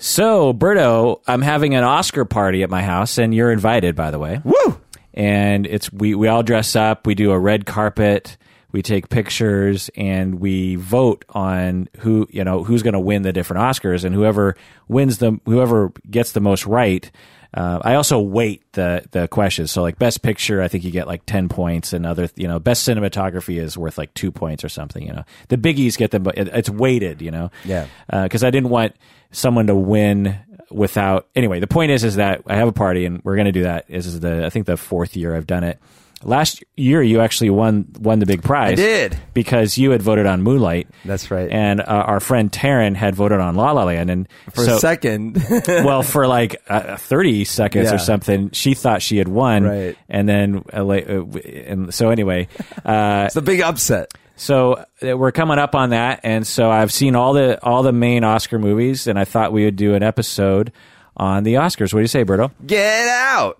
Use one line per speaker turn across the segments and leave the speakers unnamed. So, Berto, I'm having an Oscar party at my house, and you're invited, by the way.
Woo!
And it's we we all dress up. We do a red carpet. We take pictures and we vote on who you know who's going to win the different Oscars, and whoever wins the whoever gets the most right. Uh, I also weight the the questions. So, like best picture, I think you get like ten points, and other you know best cinematography is worth like two points or something. You know the biggies get them, but it, it's weighted. You know,
Yeah.
because Uh, I didn't want someone to win without. Anyway, the point is, is that I have a party, and we're going to do that. This is the I think the fourth year I've done it. Last year, you actually won won the big prize.
did.
because you had voted on Moonlight.
That's right.
And uh, our friend Taryn had voted on La La Land, and
For
so,
a second,
well, for like uh, thirty seconds
Yeah.
or something, she thought she had won,
Right.
and then uh, la- uh, w- and so anyway, uh,
it's a big upset.
so uh, we're coming up on that, and so I've seen all the all the main Oscar movies, and I thought we would do an episode on the Oscars. What do you say, Berto?
Get out.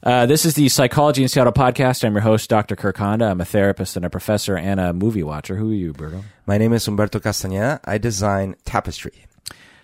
Uh, this is the Psychology in Seattle podcast. I'm your host, Dr. Kirk Honda. I'm a therapist and a professor and a movie watcher. Who are you, Berto?
My name is Humberto Castañeda. I design tapestry.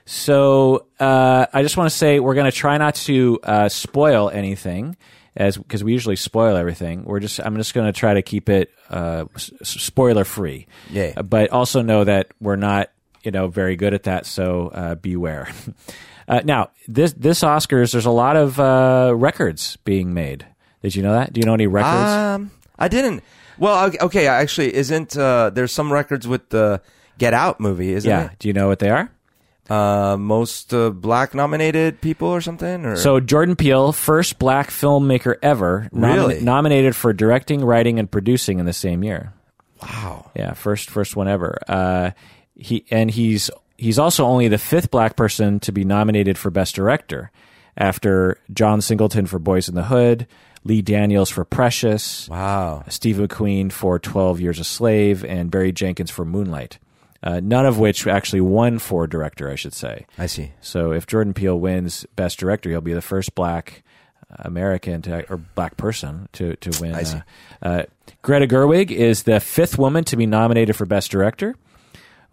So uh, I just want to say we're going to try not to uh, spoil anything, as because we usually spoil everything. We're just I'm just going to try to keep it uh, spoiler free.
Yay.
But also know that we're not you know very good at that, so uh, beware. uh, now this this Oscars, there's a lot of uh, records being made. Did you know that? Do you know any records?
Um, I didn't. Well, okay, okay, actually, isn't uh, there's some records with the Get Out movie, isn't
yeah. Do you know what they are?
it? Uh, most uh, black nominated people or something? Or
So Jordan Peele, first black filmmaker ever, nomi-
Really?
nominated for directing, writing, and producing in the same year.
wow,
Yeah, first first one ever. Uh, he and he's he's also only the fifth black person to be nominated for best director, after John Singleton for Boys in the Hood, Lee Daniels for Precious,
wow,
Steve McQueen for Twelve Years a Slave, and Barry Jenkins for Moonlight. Uh, none of which actually won for director, I should say.
I see.
So if Jordan Peele wins Best Director, he'll be the first Black American to or Black person to to win.
see.
Uh, uh, Greta Gerwig is the fifth woman to be nominated for Best Director.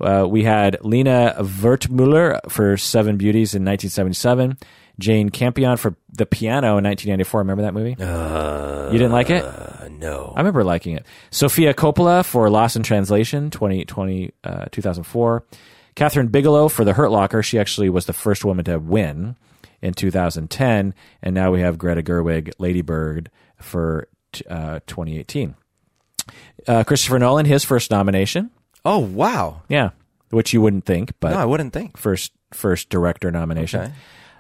Uh, we had Lena Wertmuller for Seven Beauties in 1977. Jane Campion for The Piano in 1994. Remember that movie? you didn't like it?
Uh, no,
I remember liking it. Sophia Coppola for Lost in Translation, 2020, uh, 2004. Catherine Bigelow for The Hurt Locker. She actually was the first woman to win in 2010. And now we have Greta Gerwig, Lady Bird for t- uh, 2018. Uh, Christopher Nolan, his first nomination.
oh wow,
Yeah, which you wouldn't think, but
no, I wouldn't think.
first first director nomination.
Okay.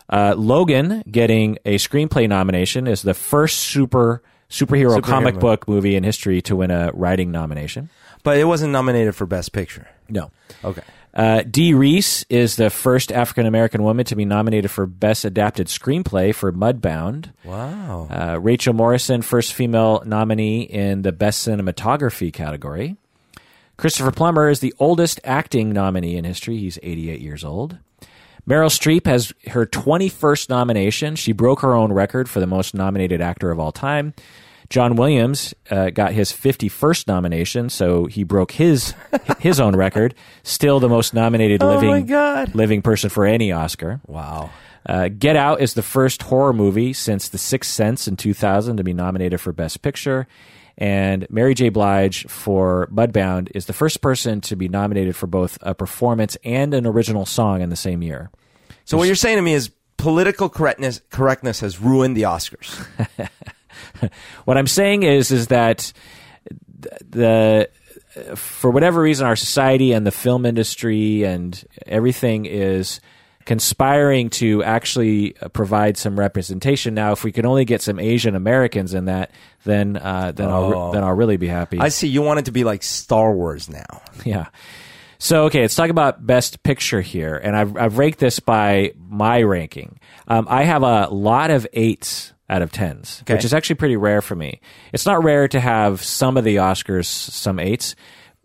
Uh, Logan getting a screenplay nomination is the first super superhero, comic
movie.
book movie in history to win a writing nomination.
But it wasn't nominated for Best Picture.
No.
Okay,
Uh, Dee Reese is the first African American woman to be nominated for Best Adapted Screenplay for Mudbound.
wow,
Uh, Rachel Morrison, first female nominee in the Best Cinematography category. Christopher Plummer is the oldest acting nominee in history. He's 88 years old. Meryl Streep has her 21st nomination. She broke her own record for the most nominated actor of all time. John Williams uh, got his 51st nomination, so he broke his his own record. Still the most nominated
Oh my
living
God.
living person for any Oscar.
wow,
Uh, Get Out is the first horror movie since The Sixth Sense in 2000 to be nominated for Best Picture. And Mary J. Blige for Mudbound is the first person to be nominated for both a performance and an original song in the same year.
So what you're saying to me is political correctness correctness has ruined the Oscars.
What I'm saying is, is that th- the for whatever reason, our society and the film industry and everything is conspiring to actually uh, provide some representation. Now, if we could only get some Asian Americans in that, then uh, then I'll re- then I'll really be happy.
I see you want it to be like Star Wars now.
yeah. So okay, let's talk about best picture here, and I've I've ranked this by my ranking. Um, I have a lot of eights out of tens,
Okay.
which is actually pretty rare for me. It's not rare to have some of the Oscars some eights.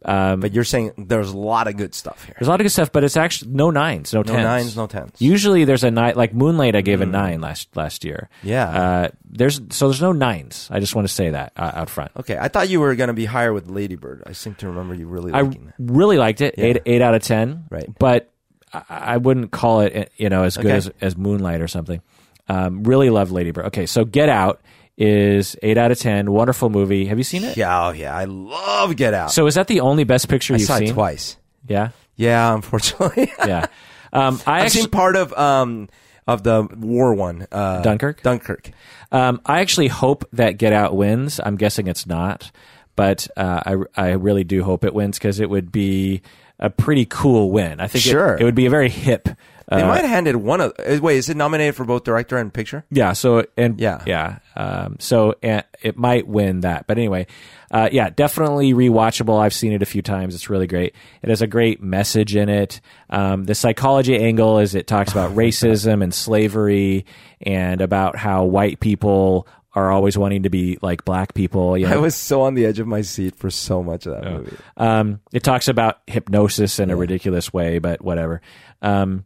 Um,
But you're saying there's a lot of good stuff here.
There's a lot of good stuff, but it's actually no nines, no,
No
tens.
nines, no tens.
Usually there's a nine, like Moonlight. I gave a nine last last year.
Yeah.
Uh, there's so there's no nines. I just want to say that uh, out front.
okay, I thought you were going to be higher with Ladybird. I seem to remember you really
I
liking that.
really liked it. Eight eight out of ten.
Right.
But I, I wouldn't call it eh, you know as good
Okay.
as, as Moonlight or something. Um, really love Lady Bird. Okay, so Get Out is eight out of ten. Wonderful movie. Have you seen it?
Yeah, oh yeah, I love Get Out.
So is that the only Best Picture
I
you've
saw
seen?
it twice.
Yeah,
Yeah, unfortunately.
yeah. Um, I
I've
actually,
seen part of um of the war one. Uh,
Dunkirk?
Dunkirk.
um, I actually hope that Get Out wins. I'm guessing it's not, but uh, I I really do hope it wins because it would be a pretty cool win. I think it-
Sure.
it, would be a very hip.
They
uh,
might have handed one of. uh, Wait, is it nominated for both director and picture?
Yeah. So and
Yeah.
yeah. Um, so and it might win that, but anyway, uh, yeah, definitely rewatchable. I've seen it a few times. It's really great. It has a great message in it. Um, the psychology angle is it talks about racism and slavery and about how white people are always wanting to be like black people. You know,
I was so on the edge of my seat for so much of that movie.
um, it talks about hypnosis in a ridiculous way, but whatever. Um,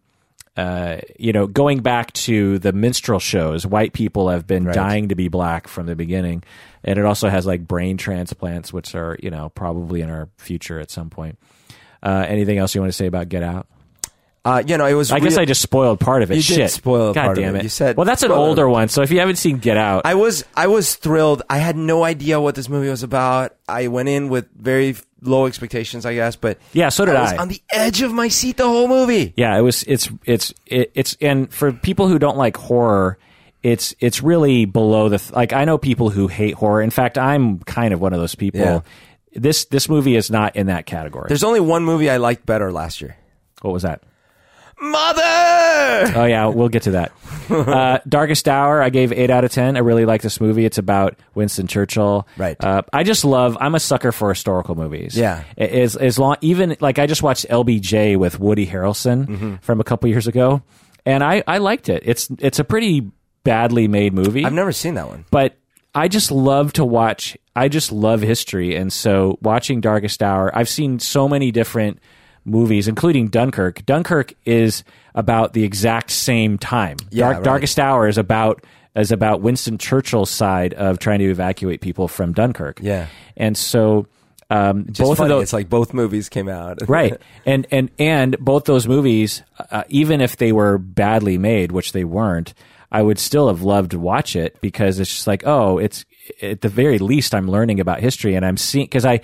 uh, you know, going back to the minstrel shows, white people have been dying to be black from the beginning, and it also has like brain transplants, which are you know probably in our future at some point. Uh, anything else you want to say about Get Out?
Uh, you know, it was.
I guess
real-
I just spoiled part of it.
You did
Shit,
spoil
God
part of
damn
it.
it!
You said-
well, that's an
Well,
older one, so if you haven't seen Get Out,
I was I was thrilled. I had no idea what this movie was about. I went in with very f- low expectations, I guess, but
Yeah, so did
was
I.
on the edge of my seat the whole movie.
yeah it was it's it's it, it's and for people who don't like horror it's it's really below the th- like i know people who hate horror in fact i'm kind of one of those people
Yeah.
this this movie is not in that category
There's only one movie I liked better last year.
what was that
Mother.
oh yeah we'll get to that uh, darkest hour i gave 8 out of 10 i really like this movie it's about winston churchill
Right.
uh, i just love i'm a sucker for historical movies
Yeah.
A- as, as long even like i just watched lbj with woody harrelson
Mm-hmm.
from a couple years ago and I, I liked it it's it's a pretty badly made movie
I've never seen that one.
but I just love to watch. I just love history, and so watching Darkest Hour, I've seen so many different movies, including Dunkirk. Dunkirk is about the exact same time. Dark,
right.
Darkest Hour is about is about Winston Churchill's side of trying to evacuate people from Dunkirk.
Yeah.
and so um,
Just
both
funny.
of those
It's like both movies came out.
right and and and both those movies uh, even if they were badly made which they weren't i would still have loved to watch it because it's just like oh it's at the very least i'm learning about history and i'm seeing because i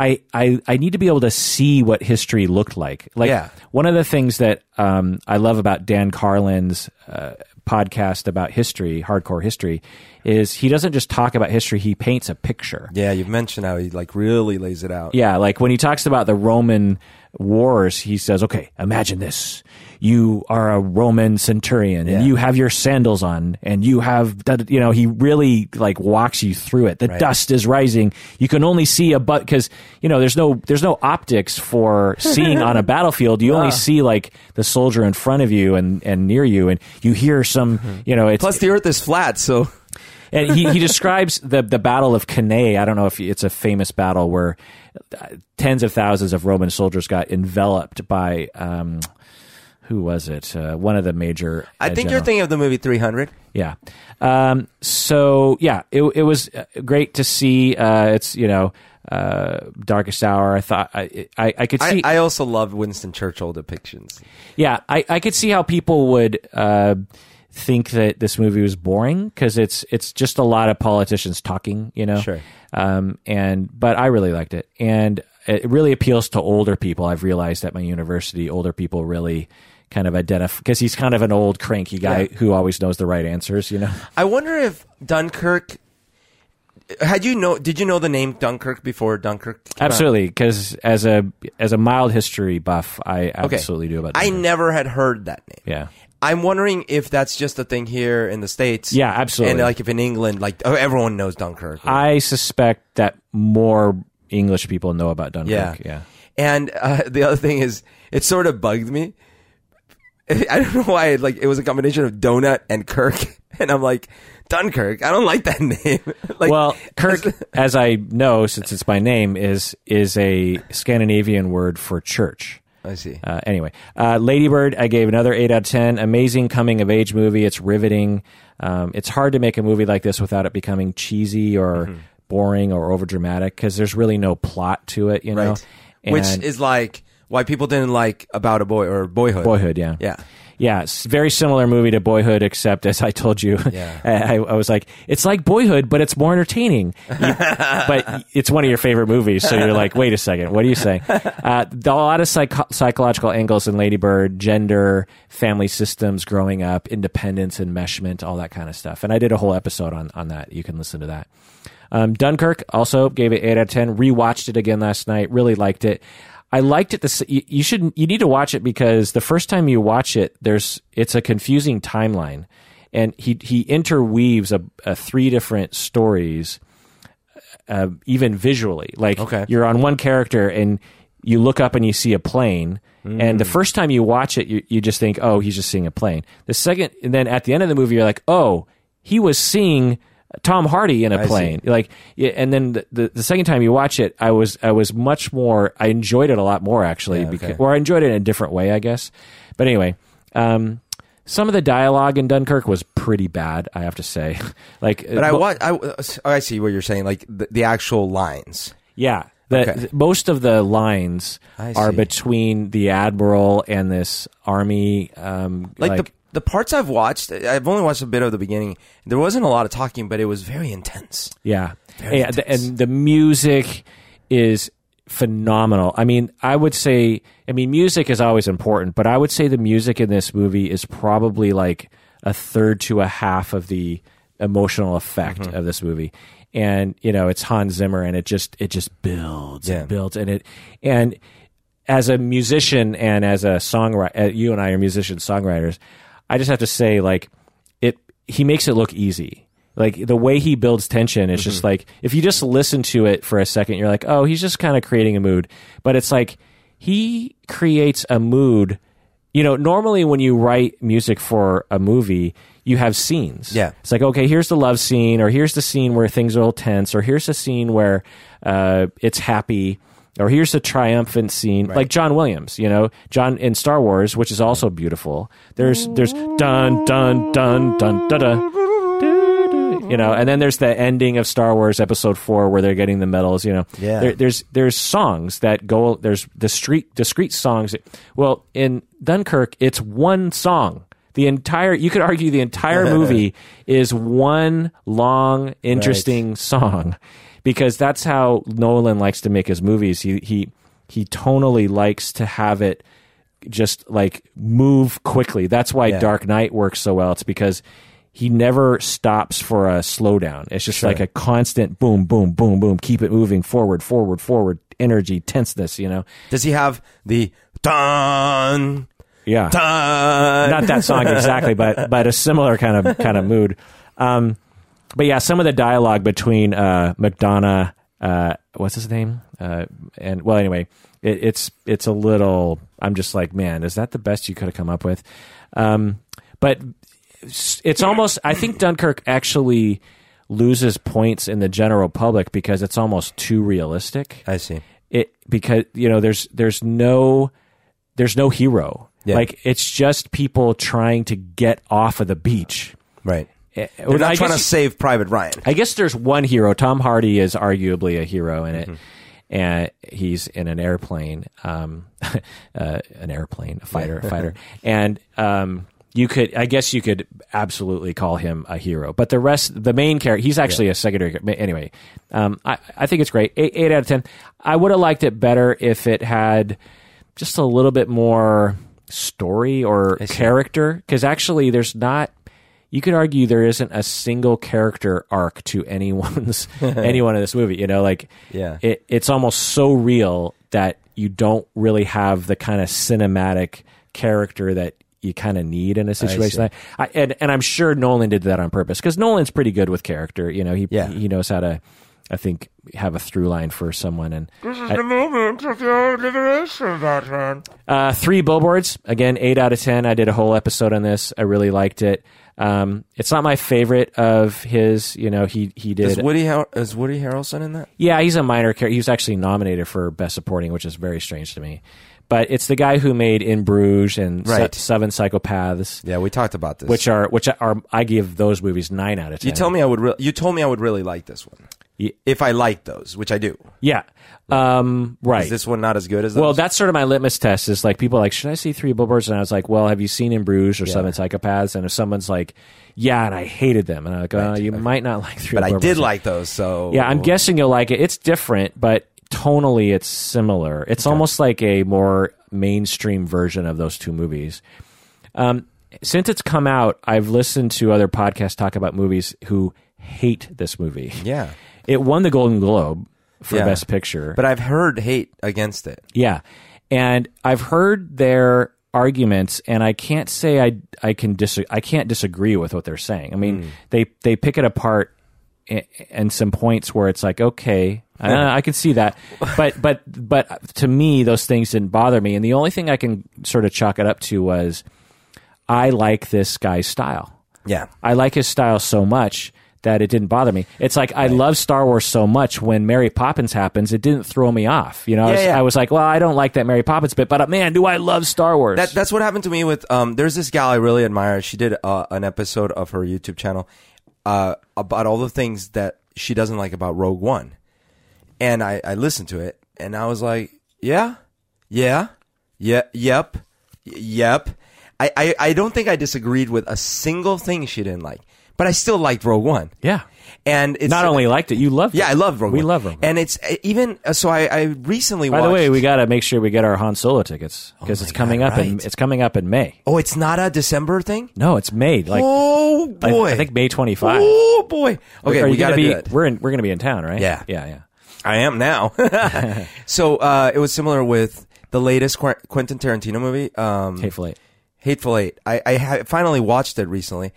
I, I, I need to be able to see what history looked like. Like
Yeah.
one of the things that um, I love about Dan Carlin's uh, podcast about history, hardcore history, is he doesn't just talk about history; he paints a picture.
yeah, you've mentioned how he like really lays it out.
Yeah, like when he talks about the Roman wars, he says, "Okay, imagine this: you are a Roman centurion, and
Yeah.
you have your sandals on, and you have, da- da- you know, he really like walks you through it. The dust is rising; you can only see a but because you know there's no there's no optics for seeing on a battlefield. You
Ah.
only see like the soldier in front of you and and near you, and you hear some, you know, it's
Mm-hmm. Plus, the Earth is flat, so
and he, he describes the the battle of Cannae. I don't know if it's a famous battle where uh, tens of thousands of Roman soldiers got enveloped by um, who was it? Uh, one of the major.
I
uh,
think you're
general-
thinking of the movie 300.
yeah. Um, so yeah, it, it was uh, great to see. Uh, it's you know uh, darkest hour. I thought I I, I could see.
I, I also love Winston Churchill depictions.
Yeah, I, I could see how people would uh, think that this movie was boring because it's it's just a lot of politicians talking, you know.
Sure.
Um, and but I really liked it, and it really appeals to older people. I've realized at my university, older people really kind of identify because he's kind of an old cranky guy
Yeah.
who always knows the right answers, you know.
I wonder if Dunkirk. Had you know? Did you know the name Dunkirk before Dunkirk? came out?
Absolutely, because as a as a mild history buff, I
Okay.
absolutely do about.
I
Dunkirk.
never had heard that name.
Yeah.
I'm wondering if that's just a thing here in the states.
Yeah, absolutely.
And like if in England, like oh, everyone knows Dunkirk.
I suspect that more English people know about Dunkirk.
yeah,
yeah.
And uh, the other thing is, it sort of bugged me. I don't know why. It, like it was a combination of donut and Kirk, and I'm like Dunkirk. I don't like that name. like,
well, Kirk, as I know, since it's my name, is is a Scandinavian word for church.
I see.
Uh, anyway, uh, Ladybird, I gave another eight out of ten. Amazing coming of age movie. It's riveting. Um, it's hard to make a movie like this without it becoming cheesy or
Mm-hmm.
boring or overdramatic because there's really no plot to it. You know,
Right. Which
And-
is like why people didn't like About a Boy or Boyhood.
Boyhood, yeah.
Yeah.
Yeah, it's a very similar movie to Boyhood, except as I told you,
Yeah.
I, I was like, it's like Boyhood, but it's more entertaining. You- but it's one of your favorite movies, so you're like, wait a second, what are you saying? Uh, the- a lot of psych- psychological angles in Ladybird, gender, family systems, growing up, independence, enmeshment, all that kind of stuff. And I did a whole episode on, on that. You can listen to that. Um, Dunkirk also gave it 8 out of 10. Rewatched it again last night. Really liked it. I liked it. This you, you should you need to watch it because the first time you watch it, there's it's a confusing timeline, and he he interweaves a, a three different stories, uh, even visually. Like
Okay.
you're on one character and you look up and you see a plane. And
Mm.
the first time you watch it, you, you just think, oh, he's just seeing a plane. The second, and then at the end of the movie, you're like, oh, he was seeing Tom Hardy in a
see.
plane. Like, yeah, and then the, the, the second time you watch it, I was I was much more. I enjoyed it a lot more actually,
Yeah, okay.
beca- or I enjoyed it in a different way, I guess. But anyway, um, some of the dialogue in Dunkirk was pretty bad, I have to say. like, uh,
But I wa- I oh, I see what you're saying. Like the, the actual lines.
yeah. The,
Okay.
Most of the lines
I
are
see.
between the admiral and this army. Um,
Like,
like,
the the parts I've watched, I've only watched a bit of the beginning. There wasn't a lot of talking, but it was very intense.
yeah,
Very
and, the-
intense.
and the music is phenomenal. I mean, I would say, I mean, music is always important, but I would say the music in this movie is probably like a third to a half of the emotional effect of this movie. And you know, it's Hans Zimmer, and it just it just builds
Yeah.
and builds, and it and as a musician and as a songwriter, uh, you and I are musicians, songwriters. I just have to say, like, it he makes it look easy. Like the way he builds tension, it's just like if you just listen to it for a second, you're like, oh, he's just kind of creating a mood. But it's like he creates a mood. You know, normally when you write music for a movie, you have scenes.
Yeah.
It's like, okay, here's the love scene, or here's the scene where things are all tense, or here's the scene where uh, it's happy, or here's the triumphant scene, like John Williams, you know, John in Star Wars, which is also beautiful. There's there's dun dun dun dun da da. You know, and then there's the ending of Star Wars Episode Four, where they're getting the medals. You know,
Yeah.
There- there's there's songs that go. There's discrete discrete songs. that- well, in Dunkirk, it's one song. The entire you could argue the entire movie is one long, interesting song, because that's how Nolan likes to make his movies. He he he tonally likes to have it just like move quickly. That's why Dark Knight works so well. It's because he never stops for a slowdown. It's just like a constant boom, boom, boom, boom. Keep it moving forward, forward, forward. Energy, tenseness. You know,
Does he have the dun
yeah.
dun?
not that song exactly, but but a similar kind of kind of mood. Um, but yeah, some of the dialogue between uh, McDonough, uh, what's his name, uh, and well, anyway, it, it's it's a little. I'm just like, man, is that the best you could have come up with? Um, but it's, it's almost. I think Dunkirk actually loses points in the general public because it's almost too realistic
I see.
it because you know there's there's no there's no hero
Yeah.
like it's just people trying to get off of the beach
Right.
Eh,
We're not
I,
trying to
guess,
save Private Ryan.
I guess there's one hero tom hardy is arguably a hero in it and he's in an airplane um uh, an airplane a fighter a fighter and um you could i guess you could absolutely call him a hero but the rest the main character he's actually a secondary char- anyway um i i think it's great eight, eight out of ten i would have liked it better if it had just a little bit more story or character because actually there's not you could argue there isn't a single character arc to anyone's anyone in this movie you know like
Yeah.
it, it's almost so real that you don't really have the kind of cinematic character that you kind of need in a situation like I, and and I'm sure Nolan did that on purpose because Nolan's pretty good with character you know he
Yeah.
he knows how to I think have a through line for someone and Uh, three billboards. Again, eight out of ten. I did a whole episode on this. I really liked it. Um, it's not my favorite of his. You know, he he
Is
did.
Woody Har- is Woody Harrelson in that?
yeah, he's a minor character. He was actually nominated for best supporting, which is very strange to me. But it's the guy who made In Bruges and Se-
Right.
Seven Psychopaths,
Yeah, we talked about this.
which are which are I give those movies nine out of ten.
you told me I would. Re- you told me I would really like this one.
Ye-
If I like those, which I do.
yeah, um, right.
Is this one not as good as those?
Well, that's sort of my litmus test. Is like people are like, should I see Three Billboards? And I was like, well, have you seen In Bruges or Seven Psychopaths? And if someone's like, yeah, and I hated them, and I'm like, oh, you might not like Three.
but I
Billboards.
did like those. So
Yeah, I'm guessing you'll like it. It's different, but tonally it's similar. It's almost like a more mainstream version of those two movies. Um, since it's come out, I've listened to other podcasts talk about movies who hate this movie.
Yeah,
It won the Golden Globe for
Yeah.
Best Picture.
but I've heard hate against it.
Yeah. And I've heard their arguments and I can't say I I can dis- I can't disagree with what they're saying. I mean, they they pick it apart i- and some points where it's like, okay, I, I can see that. But but but to me those things didn't bother me and the only thing I can sort of chalk it up to was I like this guy's style.
Yeah,
I like his style so much that it didn't bother me. It's like I love Star Wars so much when Mary Poppins happens, it didn't throw me off. You know, I, was,
Yeah, yeah.
I was like, well, I don't like that Mary Poppins bit, but uh, man, do I love Star Wars?
That, that's what happened to me with um. There's this gal I really admire. She did uh, an episode of her YouTube channel uh, about all the things that she doesn't like about Rogue One, and I I listened to it and I was like, yeah, yeah, yeah, yep, y- yep. I, I I don't think I disagreed with a single thing she didn't like, but I still liked Rogue One.
yeah.
And it's
Not only liked it, you loved it.
yeah, I love Rogue
We
One.
love Rogue One.
and it's uh, even uh, so. I I recently
By
watched, Oh
the way, we got to make sure we get our Han Solo tickets because
my
it's coming
God,
up in
right.
it's coming up in May.
oh, it's not a December thing.
No, it's May. Like
oh
I-
boy,
I, think May 25.
Oh boy. Okay,
Are
we
you gonna
gotta
be
do that.
we're in we're going to be in town, right?
Yeah.
Yeah, yeah.
I am now. so uh, it was similar with the latest Qu- Quentin Tarantino movie, um,
Hateful Eight.
Hateful Eight. I, I ha- finally watched it recently,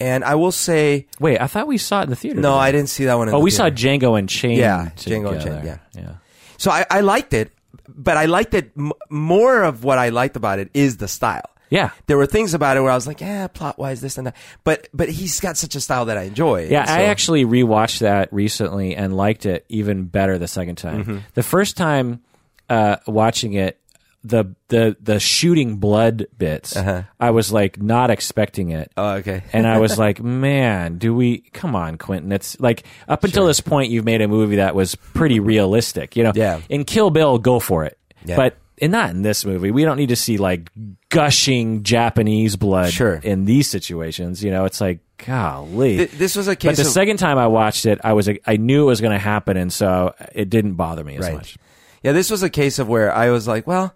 and I will say,
Wait, I thought we saw it in the theater.
no,
didn't
I didn't see that one. In
we? Oh,
the
we saw
theater.
Django and Chain.
Yeah, Django and
together.
Chain, yeah.
Yeah.
So I, I liked it, but I liked it m- more. Of what I liked about it is the style.
Yeah.
There were things about it where I was like, yeah, plot wise, this and that. But but he's got such a style that I enjoy.
Yeah,
so-
I actually rewatched that recently and liked it even better the second time.
Mm-hmm.
The first time uh, watching it, the the the shooting blood bits, I was like not expecting it.
Uh-huh. Oh, okay.
and I was like, man, do we? Come on, Quentin. It's like up until this point, you've made a movie that was pretty realistic. You know,
Yeah.
In Kill Bill, go for it,
Yeah.
but. And not in this movie. We don't need to see like gushing Japanese blood
Sure.
in these situations. You know, it's like, golly.
Th- this was a
But
case
the
of
second time I watched it, I was I knew it was going to happen, and so it didn't bother me as
Right.
much.
Yeah, this was a case of where I was like, well,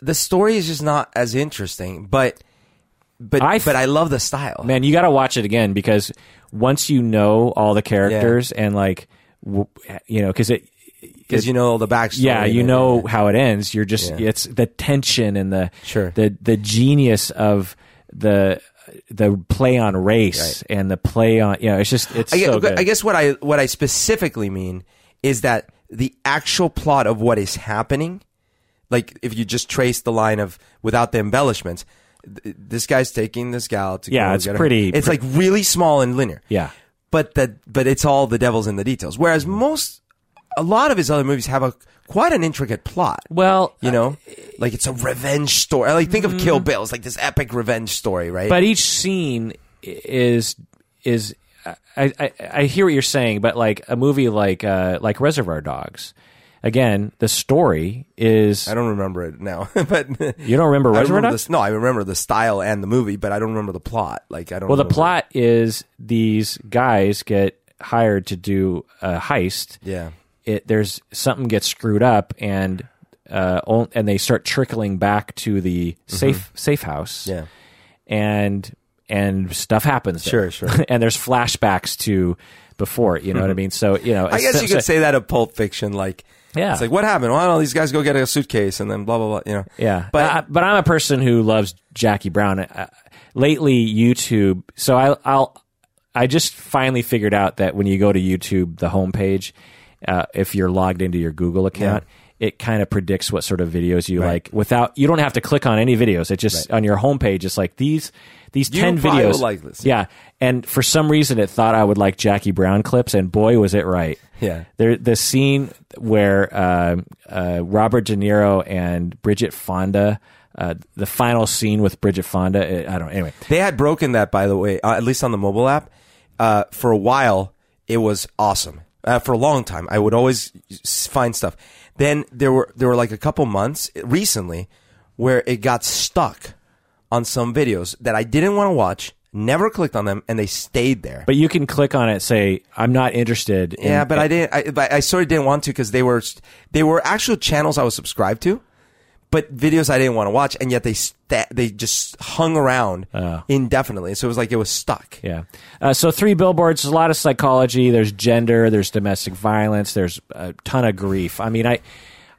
the story is just not as interesting, but but
I f-
but I love the style.
Man, you got to watch it again because once you know all the characters and like w- you know because it
because you know all the backstory.
yeah
and
you
it-
know how it ends. You're just it's the tension and the
Sure.
the the genius of the the play on race and the play on you know it's just it's
I, gue-
so good.
I guess what I what I specifically mean is that the actual plot of what is happening, like if you just trace the line of without the embellishments, th- this guy's taking this gal to
Yeah,
go
it's
get her-
pretty-
It's like really small and linear.
Yeah. Mm-hmm.
but that but it's all the devil's in the details. Whereas most, a lot of his other movies have a quite an intricate plot.
well,
You know,
Uh,
like it's a revenge story. Like think of Kill Bill. It's like this epic revenge story, right?
Mm-hmm. but each scene is is I, I I hear what you're saying, but like a movie like uh like Reservoir Dogs, again the story is
I don't remember it now. but
you don't remember
I
Reservoir
remember
Dogs.
the, no, I remember the style and the movie, but I don't remember the plot. Like I don't.
Well, the
remember-
plot is these guys get hired to do a heist.
Yeah.
It there's something gets screwed up and. Uh, on- and they start trickling back to the safe safe house.
Mm-hmm. Yeah.
and and stuff happens. there.
Sure, sure. Mm-hmm.
and there's flashbacks to before. You know what I mean? So you know,
I guess
so-
you could
so-
say that of Pulp Fiction. Like,
Yeah.
it's like what happened? Why don't all these guys go get a suitcase and then blah blah blah? You know.
yeah. Ah. But
But
I, but I'm a person who loves Jackie Brown. Uh, lately, YouTube. So I I'll I just finally figured out that when you go to YouTube, the homepage, uh, if you're logged into your Google account. it kind of predicts what sort of videos you like without you don't have to click on any videos. It just on your homepage it's like these these
You
10
probably
videos.
will like this.
Yeah. And for some reason it thought I would like Jackie Brown clips and boy was it right.
Yeah.
There the scene where uh, uh, Robert De Niro and Bridget Fonda uh, the final scene with Bridget Fonda, it, I don't anyway.
They had broken that, by the way, uh, at least on the mobile app. Uh, for a while, it was awesome. Uh, for a long time, I would always s- find stuff. Then there were there were like a couple months recently where it got stuck on some videos that I didn't want to watch, never clicked on them, and they stayed there.
But you can click on it say I'm not interested in-
yeah, but I didn't. I, but I sort of didn't want to because they were they were actual channels I was subscribed to, but videos I didn't want to watch, and yet they sta they just hung around indefinitely. So it was like it was stuck.
Uh. Yeah. Uh, so three billboards. There's a lot of psychology. There's gender. There's domestic violence. There's a ton of grief. I mean, I,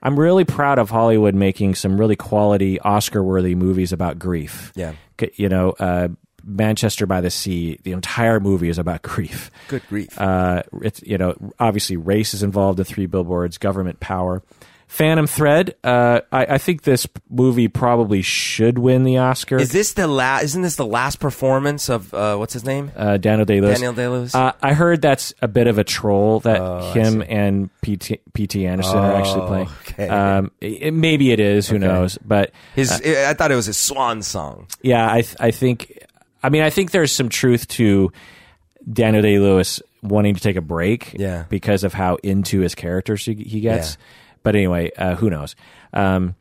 I'm really proud of Hollywood making some really quality Oscar-worthy movies about grief.
Yeah.
C- You know, uh, Manchester by the Sea. The entire movie is about grief.
Good grief.
Uh, it's you know obviously race is involved in three billboards, government power. Phantom Thread. Uh, I, I think this movie probably should win the Oscar.
Is this the last? Isn't this the last performance of uh, what's his name?
uh, Daniel Day Lewis.
Daniel Day-Lewis?
Uh, I heard that's a bit of a troll that him and PT, PT Anderson are actually playing.
okay.
Um, it, maybe it is. Who knows? But
His
uh,
I I thought it was his swan song.
yeah, I th- I think. I mean, I think there's some truth to Daniel Day Lewis wanting to take a break.
Yeah.
Because of how into his characters he, he gets. But anyway, uh, who knows? Um,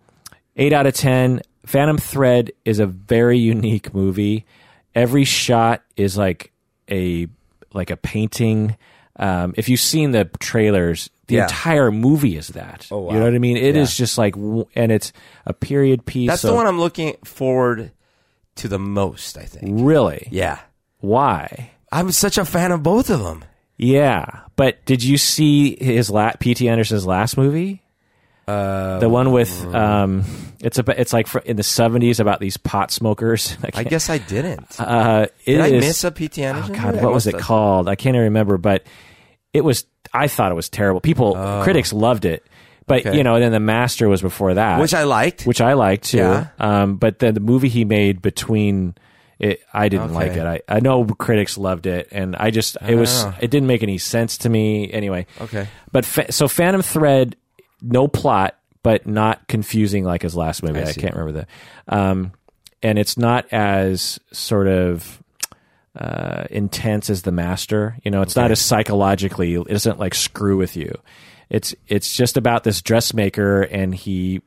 eight out of ten. Phantom Thread is a very unique movie. Every shot is like a like a painting. Um, if you've seen the trailers, the
Yeah.
entire movie is that. Oh, You know what I mean? It is just like, w- and it's a period piece.
That's the
so-
one I'm looking forward to the most. I think.
Really?
Yeah,
Why?
I'm such a fan of both of them.
Yeah, but did you see his la- P.T. Anderson's last movie? Uh, the one with um, it's a, it's like fr- in the seventies about these pot smokers. I
I
can't-
guess I didn't.
uh, it
Did I
is-
miss a PT Anderson?
Oh God,
movie? I
what was
must
it
have-
called? I can't even remember, but it was. I thought it was terrible. People, critics loved it, but
Oh. Okay.
you know, and then the master was before that,
Which I liked.
which I liked too.
Yeah.
Um, but then the movie he made between it, I didn't like
Okay.
it. I, I know critics loved it, and I just it was
know.
it didn't make any sense to me anyway.
Okay.
But fa- so Phantom Thread, no plot, but not confusing like his last movie. I,
see.
can't remember the. Um, and it's not as sort of uh, intense as the master. You know, it's not as psychologically. It doesn't like screw with you. It's it's just about this dressmaker, and he,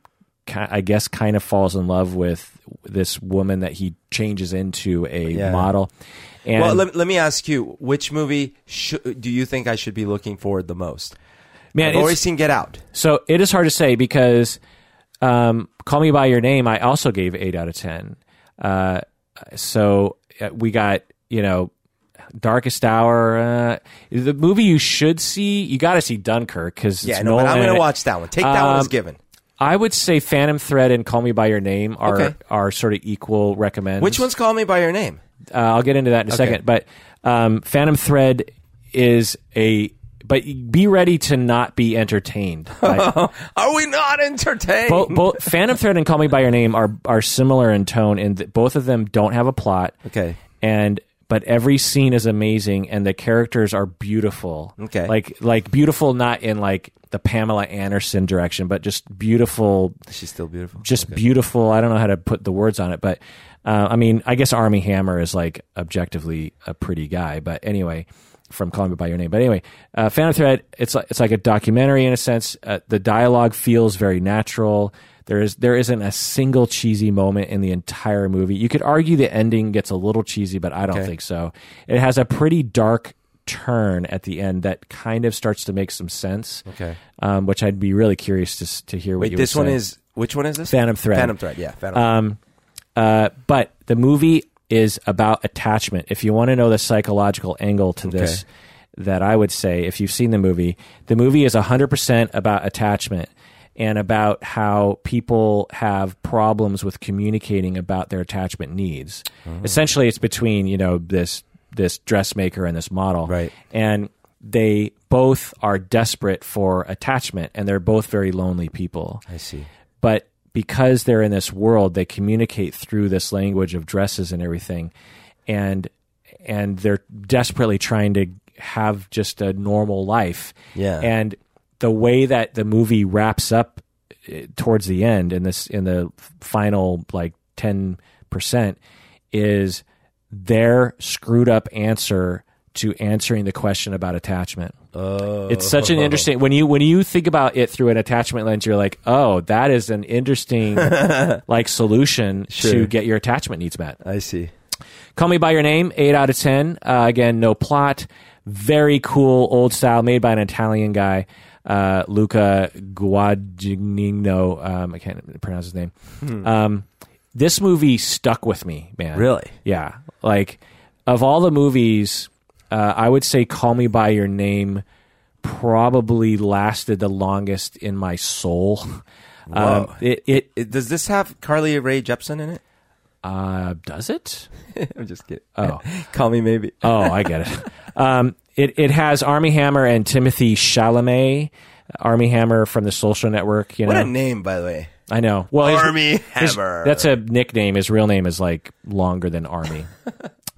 ki- I guess, kind of falls in love with this woman that he changes into a
Yeah.
model. And
well, let, let me ask you, which movie sh- do you think I should be looking forward the most?
man,
I've
it's-
always seen Get Out.
So it is hard to say because um, Call Me By Your Name, I also gave 8 out of 10. Uh, so uh, we got, you know, Darkest Hour. Uh, the movie you should see, you got to see Dunkirk because it's
Yeah, no, but I'm
Nolan.
going to watch that one. Take that one as
Um,
given.
I would say Phantom Thread and Call Me By Your Name are,
Okay.
are sort of equal recommends.
Which one's Call Me By Your Name?
Uh, I'll get into that in a second. But um, Phantom Thread is a. But be ready to not be entertained. by-
Are we not entertained?
both, both Phantom Thread and Call Me by Your Name are are similar in tone, and th- both of them don't have a plot.
Okay.
and but every scene is amazing, and the characters are beautiful.
Okay.
like like beautiful, not in like the Pamela Anderson direction, but just beautiful,
She's still beautiful.
just beautiful. I don't know how to put the words on it, but uh, I mean, I guess Army Hammer is like objectively a pretty guy, but anyway. From Call Me by Your Name, but anyway, uh, Phantom Thread. It's like it's like a documentary in a sense. Uh, the dialogue feels very natural. There is there isn't a single cheesy moment in the entire movie. You could argue the ending gets a little cheesy, but I don't think so. It has a pretty dark turn at the end that kind of starts to make some sense.
Okay.
um, which I'd be really curious to s- to hear what
Wait,
you
this
would
one
say.
is which one is this?
Phantom Thread.
Phantom Thread. Yeah, Phantom.
Um, uh, but the movie is about attachment. If you want to know the psychological angle to this, that I would say, if you've seen the movie, the movie is 100% about attachment and about how people have problems with communicating about their attachment needs.
Mm-hmm.
Essentially, it's between, you know, this this dressmaker and this model.
Right.
And they both are desperate for attachment and they're both very lonely people.
I see.
But because they're in this world, they communicate through this language of dresses and everything. And and they're desperately trying to have just a normal life.
Yeah.
And the way that the movie wraps up eh, towards the end in this in the final like 10% is their screwed up answer to answering the question about attachment.
Oh,
It's such an interesting when you when you think about it through an attachment lens, you're like, oh, that is an interesting like solution to
Sure.
get your attachment needs met.
I see.
Call Me by Your Name, eight out of ten. Uh, again, no plot, very cool old style, made by an Italian guy, uh, Luca Guadagnino. Um, I can't pronounce his name. Um, this movie stuck with me, man.
Hmm. Really?
Yeah. Like, of all the movies, uh, I would say Call Me By Your Name probably lasted the longest in my soul. Um, it, it
It- does this have Carly Ray Jepsen in it?
uh, does it?
I'm just kidding.
Oh.
Call me maybe.
Oh, I get it. Um, it it has Army Hammer and Timothy Chalamet. Army Hammer from the Social Network. You
What
know,
a name, by the way.
I know. Well, his-
Army
his-
Hammer.
that's a nickname. His real name is like longer than Army.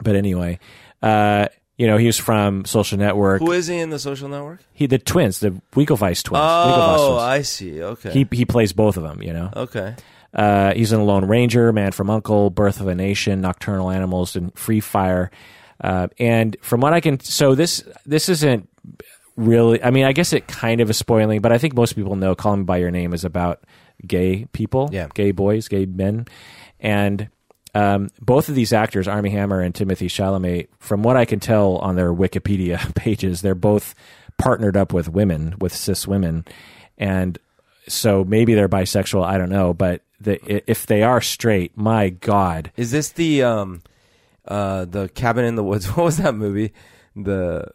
but anyway, uh, you know, he was from Social Network.
Who is he in the Social Network?
He the twins, the Winklevoss twins. Winklevoss
Oh,
twins.
I see. Okay.
he he plays both of them. You know.
okay.
Uh, he's in Lone Ranger, Man from Uncle, Birth of a Nation, Nocturnal Animals, and Free Fire. Uh, and from what I can, so this this isn't really. I mean, I guess it kind of is spoiling, but I think most people know "Call Me by Your Name" is about gay people,
Yeah.
gay boys, gay men, and um, both of these actors, Army Hammer and Timothy Chalamet, from what I can tell on their Wikipedia pages, they're both partnered up with women, with cis women, and so maybe they're bisexual. I don't know, but the, i- if they are straight, my god,
Is this the um uh the cabin in the woods? What was that movie? The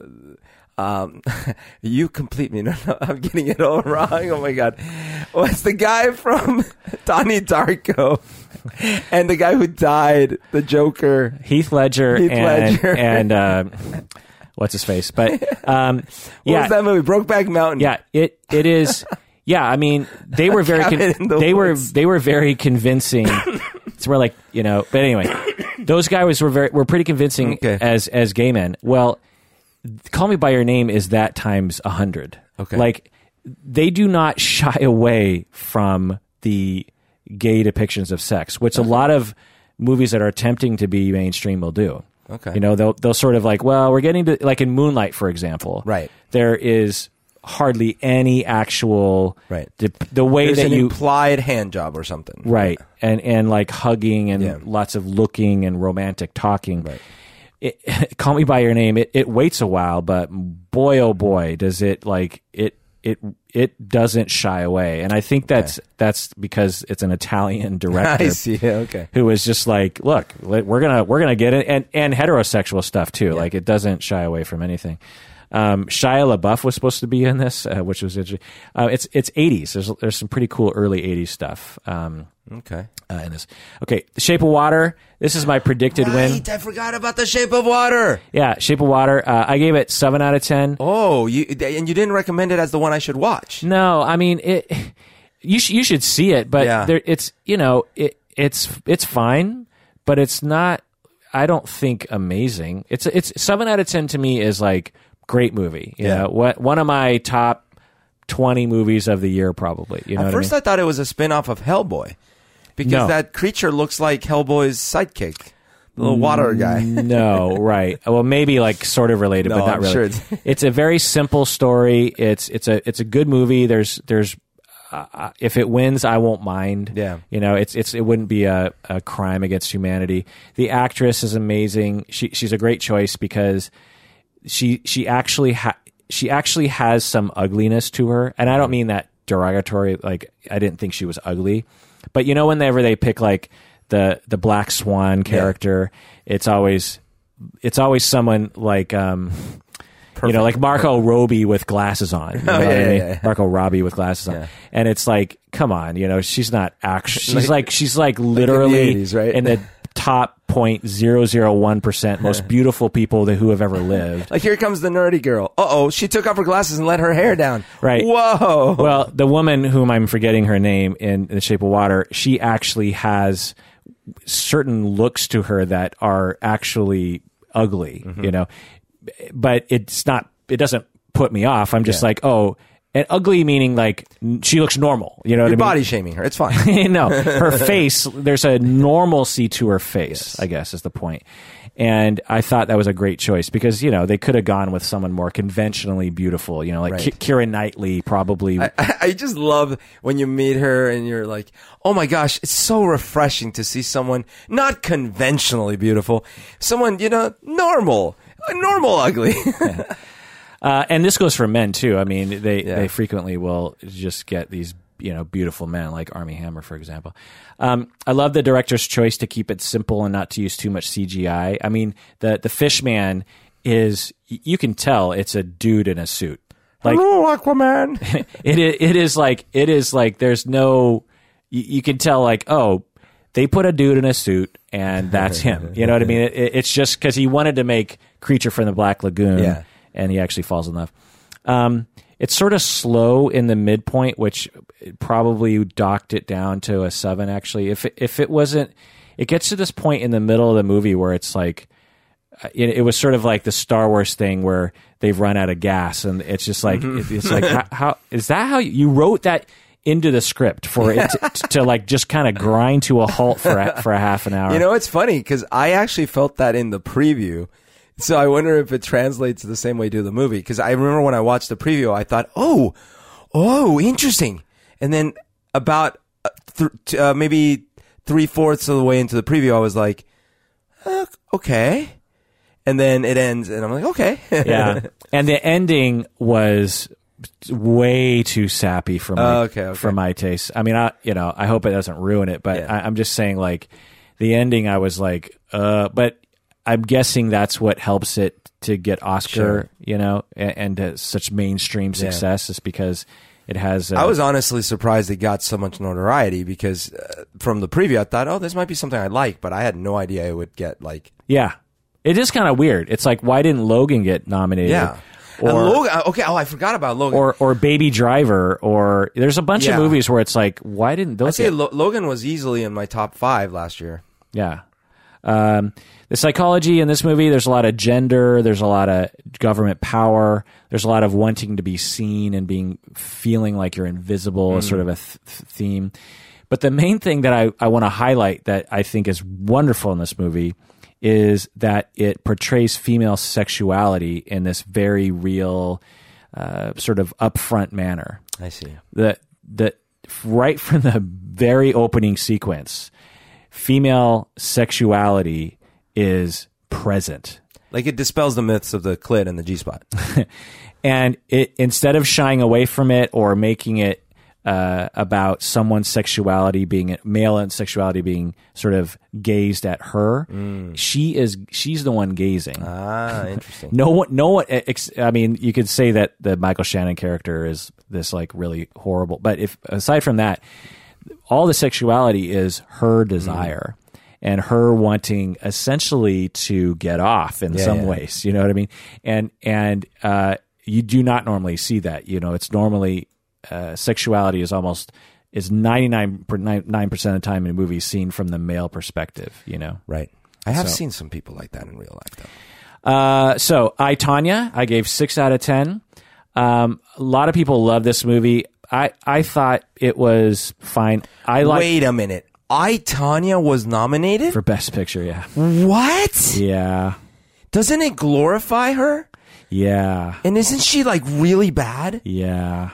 um you complete me. No, no, I'm getting it all wrong. Oh my god. What's the guy from Donnie Darko? And the guy who died, the Joker.
Heath Ledger
Heath
and
Ledger.
and uh, what's his face, but um,
What
yeah,
was that movie? Brokeback Mountain.
yeah, it it is. Yeah, I mean, they were very
Cabin in
con-
the
they
woods.
were they were very convincing. it's more like you know, but anyway, those guys were very were pretty convincing
Okay.
as as gay men. Well, Call Me by Your Name is that times a hundred.
Okay.
like they do not shy away from the gay depictions of sex, which a lot of movies that are attempting to be mainstream will do.
Okay.
you know they'll they'll sort of like, well, we're getting to like in Moonlight, for example,
Right.
There is hardly any actual
Right.
dep- the way
There's
that
an
you
implied hand job or something.
right and and like hugging and
Yeah.
lots of looking and romantic talking it, call me by your name it, it waits a while but boy oh boy does it like it it it doesn't shy away and i think that's that's because it's an italian director
I see. Okay.
who was just like, look, li- we're gonna we're gonna get it, and and heterosexual stuff too. Like it doesn't shy away from anything. Um, Shia LaBeouf was supposed to be in this, uh, which was interesting. Uh, it's it's eighties. There's there's some pretty cool early '80s stuff um,
Okay.
uh, in this. Okay, The Shape of Water. This is my predicted win.
Wait, I forgot about the Shape of Water.
Yeah, Shape of Water. Uh, I gave it seven out of ten.
Oh, you and you didn't recommend it as the one I should watch.
No, I mean it. You sh- you should see it, but
Yeah.
there, it's you know it it's it's fine, but it's not. I don't think amazing. It's it's seven out of ten to me is like great movie. You
Yeah.
know, what one of my top twenty movies of the year probably. You know,
At
what
first,
I
I, thought it was a spin off of Hellboy because
No.
that creature looks like Hellboy's sidekick, the little
Mm.
water guy.
mean? no, right? Well, maybe like sort of related,
No,
but not
I'm
really.
sure it's-
it's a very simple story. It's it's a it's a good movie. There's there's uh, if it wins, I won't mind.
Yeah.
you know, it's it's it wouldn't be a, a crime against humanity. The actress is amazing. She she's a great choice because she she actually ha- she actually has some ugliness to her, and I don't mean that derogatory. Like I didn't think she was ugly, but you know, whenever they pick like the the black swan character, it's always it's always someone like um you know like Marco Robbie with glasses on. You know what I
Oh, yeah,
mean?
yeah, yeah.
Marco Robbie with glasses on. And it's like, come on, you know, she's not actually she's like, she's like
the
literally
80s, right?
in the top 0.001% most beautiful people that, who have ever lived.
Like here comes the nerdy girl. Uh oh, she took off her glasses and let her hair down.
Right.
Whoa.
Well, the woman whom I'm forgetting her name in The Shape of Water, she actually has certain looks to her that are actually ugly,
Mm-hmm.
you know. But it's not it doesn't put me off. I'm just like, "Oh, and ugly meaning like n- she looks normal, you know
You're
what I mean?
body shaming her. It's fine.
no, her face. There's a normalcy to her face. I guess is the point. And I thought that was a great choice because you know they could have gone with someone more conventionally beautiful. You know, like
Right.
Kira Knightley probably.
I, I just love when you meet her and you're like, oh my gosh, it's so refreshing to see someone not conventionally beautiful, someone, you know, normal, normal ugly.
uh, and this goes for men too. I mean, they
Yeah.
they frequently will just get these you know beautiful men like Army Hammer, for example. Um, I love the director's choice to keep it simple and not to use too much CGI. I mean, the the fish man is y- you can tell it's a dude in a suit. Like
Hello, Aquaman.
it is, it is like it is like there's no you, you can tell like oh they put a dude in a suit and that's him you know what i mean it, it- it's just because he wanted to make creature from the black lagoon
Yeah.
and he actually falls in love um, it's sort of slow in the midpoint which probably docked it down to a seven actually if it, if it wasn't it gets to this point in the middle of the movie where it's like uh, it, it was sort of like the Star Wars thing where they've run out of gas, and it's just like it- it's like how, how is that how you, you wrote that into the script for it to, to like just kind of grind to a halt for a, for a half an hour?
You know, it's funny because I actually felt that in the preview. So I wonder if it translates the same way to the movie. Because I remember when I watched the preview, I thought, oh, oh, interesting. And then about uh, th- t- uh, maybe three fourths of the way into the preview, I was like, uh, okay. And then it ends, and I'm like, okay.
yeah, and the ending was way too sappy for my
Oh, okay, okay.
for my taste. I mean, I you know I hope it doesn't ruin it, but
Yeah.
I, I'm just saying like the ending. I was like, uh, but I'm guessing that's what helps it to get Oscar,
Sure.
you know, and, and to such mainstream success is because it has. uh
I was honestly surprised it got so much notoriety because uh, from the preview, I thought, oh, this might be something I like, but I had no idea it would get like
yeah. It is kind of weird. It's like why didn't Logan get nominated?
Yeah.
Or,
and Logan, okay, oh, I forgot about Logan.
or or Baby Driver or there's a bunch
Yeah.
of movies where it's like why didn't
I
those
say
get
Lo- Logan was easily in my top five last year.
Yeah. Um, the psychology in this movie, there's a lot of gender, there's a lot of government power, there's a lot of wanting to be seen and being feeling like you're invisible is sort of a th- th- theme. But the main thing that I, I want to highlight that I think is wonderful in this movie is that it portrays female sexuality in this very real, uh, sort of upfront manner
I see.
that that right from the very opening sequence, female sexuality is present.
Like it dispels the myths of the clit and the G spot.
And it, instead of shying away from it or making it uh, about someone's sexuality being male and sexuality being sort of gazed at her, she is she's the one gazing.
ah, interesting.
No one, no one. eh, Ex- I mean, you could say that the Michael Shannon character is this like really horrible, but if aside from that, all the sexuality is her
Mm-hmm.
desire and her wanting essentially to get off in some
yeah.
ways. You know what I mean? And and uh, you do not normally see that. You know, it's normally uh, sexuality is almost is ninety nine percent of the time in movies seen from the male perspective. You know.
Right. I have seen some people like that in real life, though.
Uh, so I Tanya, I gave six out of ten. Um, a lot of people love this movie. I I thought it was fine. I like
Wait a minute. I Tanya was nominated.
for best picture. Yeah,
what?
yeah,
Doesn't it glorify her?
yeah,
And isn't she like really bad?
yeah.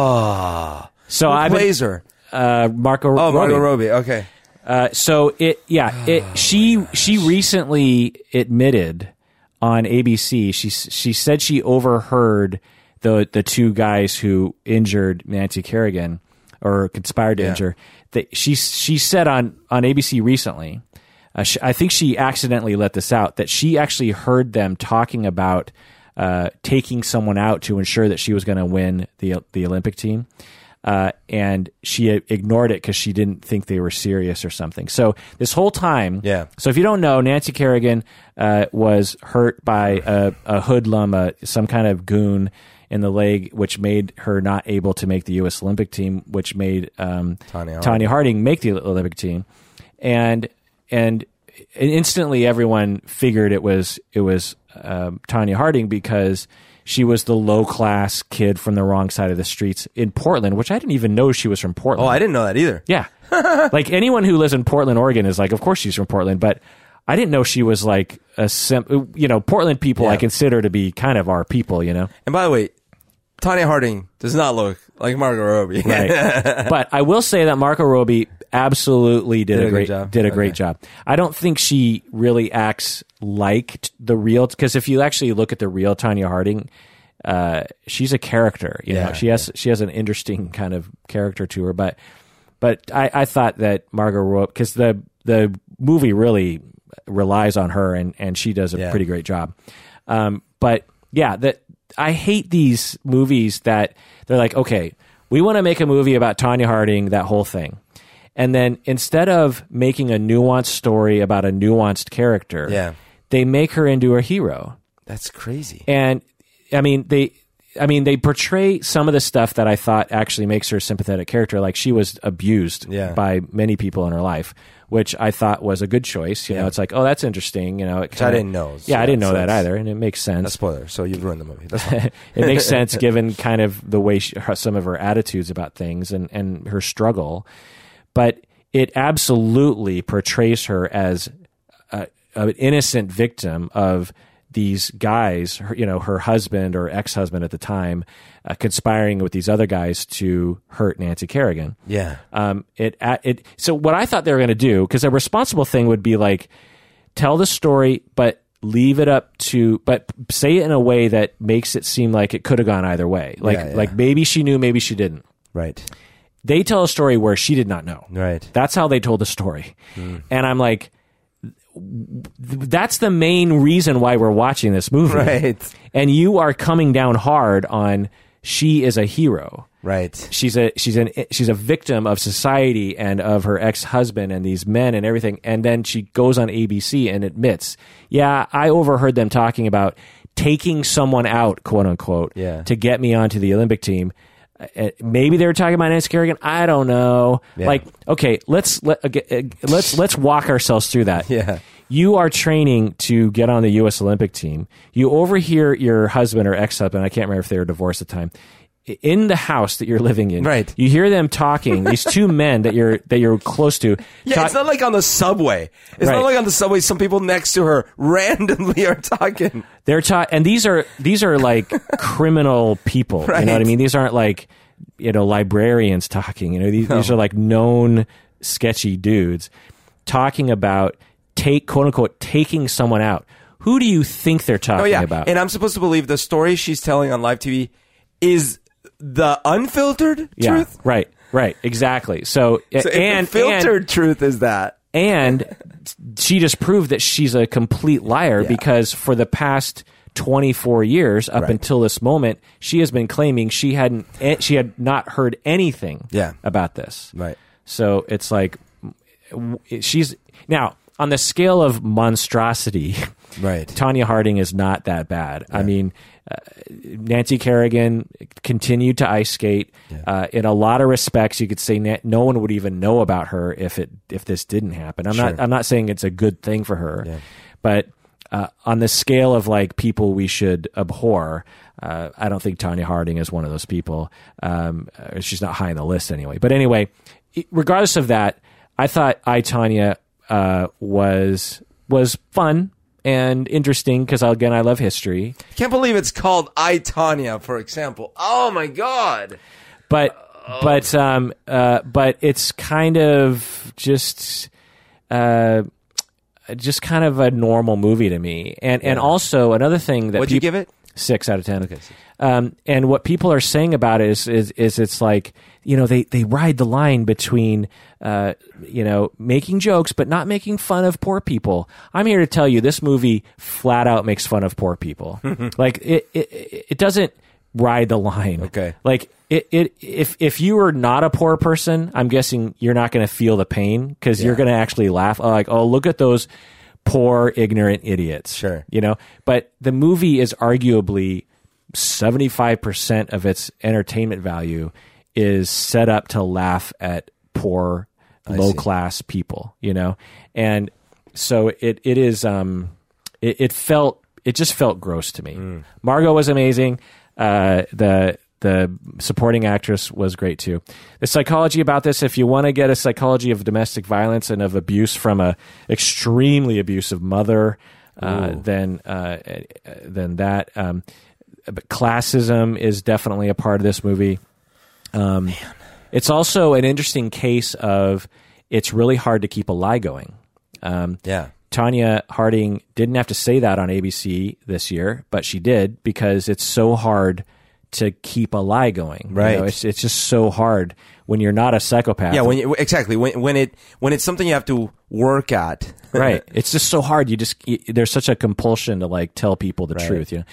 Oh,
So
Who
I
plays her?
uh, Marco.
Oh,
Robbie.
Margot Robbie. Okay.
Uh, so it yeah it she she recently admitted on ABC she s- she said she overheard the the two guys who injured Nancy Kerrigan or conspired to injure that she she said on on ABC recently uh, sh I think she accidentally let this out that she actually heard them talking about uh, taking someone out to ensure that she was going to win the the Olympic team uh, and she i- ignored it because she didn't think they were serious or something. So this whole time,
Yeah.
So if you don't know, Nancy Kerrigan uh, was hurt by a, a hoodlum, a, some kind of goon in the leg, which made her not able to make the U.S. Olympic team, which made um,
Tanya Harding.
Tanya Harding make the Olympic team, and and instantly everyone figured it was it was um, Tanya Harding because she was the low class kid from the wrong side of the streets in Portland, which I didn't even know she was from Portland.
Oh, I didn't know that either.
Yeah. like anyone who lives in Portland, Oregon is like, of course she's from Portland, but I didn't know she was like a sim- you know, Portland people I
Yeah.
consider to be kind of our people, you know.
And by the way, Tanya Harding does not look like Margot Robbie.
Right. but I will say that Marco Robbie absolutely did, a
good
great
job.
did a great
Okay.
job. I don't think she really acts like t- the real because if you actually look at the real Tanya Harding, uh, she's a character. You know,
Yeah.
she has she has an interesting kind of character to her. But but I, I thought that Margot Robbie because the the movie really relies on her and and she does a
Yeah.
pretty great job. Um, but yeah, that I hate these movies that they're like, okay, we want to make a movie about Tanya Harding, that whole thing. And then instead of making a nuanced story about a nuanced character,
Yeah.
they make her into a hero
That's crazy.
and I mean they. I mean, they portray some of the stuff that I thought actually makes her a sympathetic character. Like she was abused
Yeah.
by many people in her life, which I thought was a good choice. You know, it's like, oh, that's interesting. You know, it
I
kinda-
didn't know. So
yeah, I didn't know
that's-
that
that's-
either, and it makes sense.
Spoiler. So you've ruined the movie. That's fine.
it makes sense given kind of the way she, her, some of her attitudes about things and and her struggle, but it absolutely portrays her as a, an innocent victim of these guys, her, you know, her husband or ex husband at the time, uh, conspiring with these other guys to hurt Nancy Kerrigan.
yeah.
Um, it at- it so what I thought they were going to do because a responsible thing would be like tell the story but leave it up to but say it in a way that makes it seem like it could have gone either way like
Yeah, yeah.
like maybe she knew maybe she didn't
Right.
they tell a story where she did not know
Right.
that's how they told the story
Hmm.
and i'm like th- that's the main reason why we're watching this movie
Right.
and you are coming down hard on she is a hero
Right.
she's a she's an she's a victim of society and of her ex-husband and these men and everything and then she goes on ABC and admits yeah I overheard them talking about taking someone out quote unquote
Yeah.
to get me onto the Olympic team Uh, maybe they were talking about Nancy Kerrigan I don't know like okay let's let okay, uh, let's let's walk ourselves through that
Yeah.
you are training to get on the U.S. Olympic team. You overhear your husband or ex-husband, I can't remember if they were divorced at the time, in the house that you're living in.
Right.
You hear them talking. these two men that you're that you're close to.
Yeah,
talk-
it's not like on the subway. It's
Right.
not like on the subway. Some people next to her randomly are talking.
they're ta- and these are these are like criminal people. You know what I
Right.
mean? These aren't like you know librarians talking. You know these these are like known sketchy dudes talking about take quote unquote taking someone out. Who do you think they're talking
Oh yeah,
about?
and I'm supposed to believe the story she's telling on live TV is the unfiltered
Yeah,
truth.
Right. Right. Exactly. So,
So if the
and
filtered truth is that.
and, and she just proved that she's a complete liar because for the past 24 years up until this moment, she has been claiming she hadn't eh, she had not heard anything
Yeah.
about this.
Right.
So it's like w- she's now on the scale of monstrosity.
Right.
Tanya Harding is not that bad. I mean, uh, Nancy Kerrigan continued to ice skate. Uh, in a lot of respects, you could say na- no one would even know about her if it if this didn't happen. I'm not I'm not saying it's a good thing for her, but uh, on the scale of like people we should abhor, uh, I don't think Tanya Harding is one of those people. Um, uh, she's not high on the list anyway. But anyway, i- regardless of that, I thought I Tanya uh, was was fun and interesting because again I love history.
Can't believe it's called I Tanya, for example. Oh my god.
but
Oh.
but um uh but it's kind of just uh just kind of a normal movie to me and and also another thing that
What'd you
peop-
give it?
six out of ten um and what people are saying about it is is, is it's like you know they they ride the line between uh you know making jokes but not making fun of poor people i'm here to tell you this movie flat out makes fun of poor people like it it, it doesn't ride the line
Okay.
like it, it if if you are not a poor person, I'm guessing you're not going to feel the pain because you're going to actually laugh. Oh, like, oh, look at those poor ignorant idiots.
Sure.
you know. But the movie is arguably seventy five percent of its entertainment value is set up to laugh at poor, low class people. You know, and so it it is. Um, it, it felt it just felt gross to me. Margot was amazing. Uh, the the supporting actress was great too. The psychology about this, if you want to get a psychology of domestic violence and of abuse from a extremely abusive mother, uh, then uh, then that. Um, but classism is definitely a part of this movie. Um, it's also an interesting case of it's really hard to keep a lie going. Um,
Yeah.
Tanya Harding didn't have to say that on ABC this year, but she did because it's so hard to keep a lie going. You
Right.
know, it's it's just so hard when you're not a psychopath.
Yeah, when you, exactly when when it when it's something you have to work at.
right. It's just so hard. You just y there's such a compulsion to like tell people the truth. You know.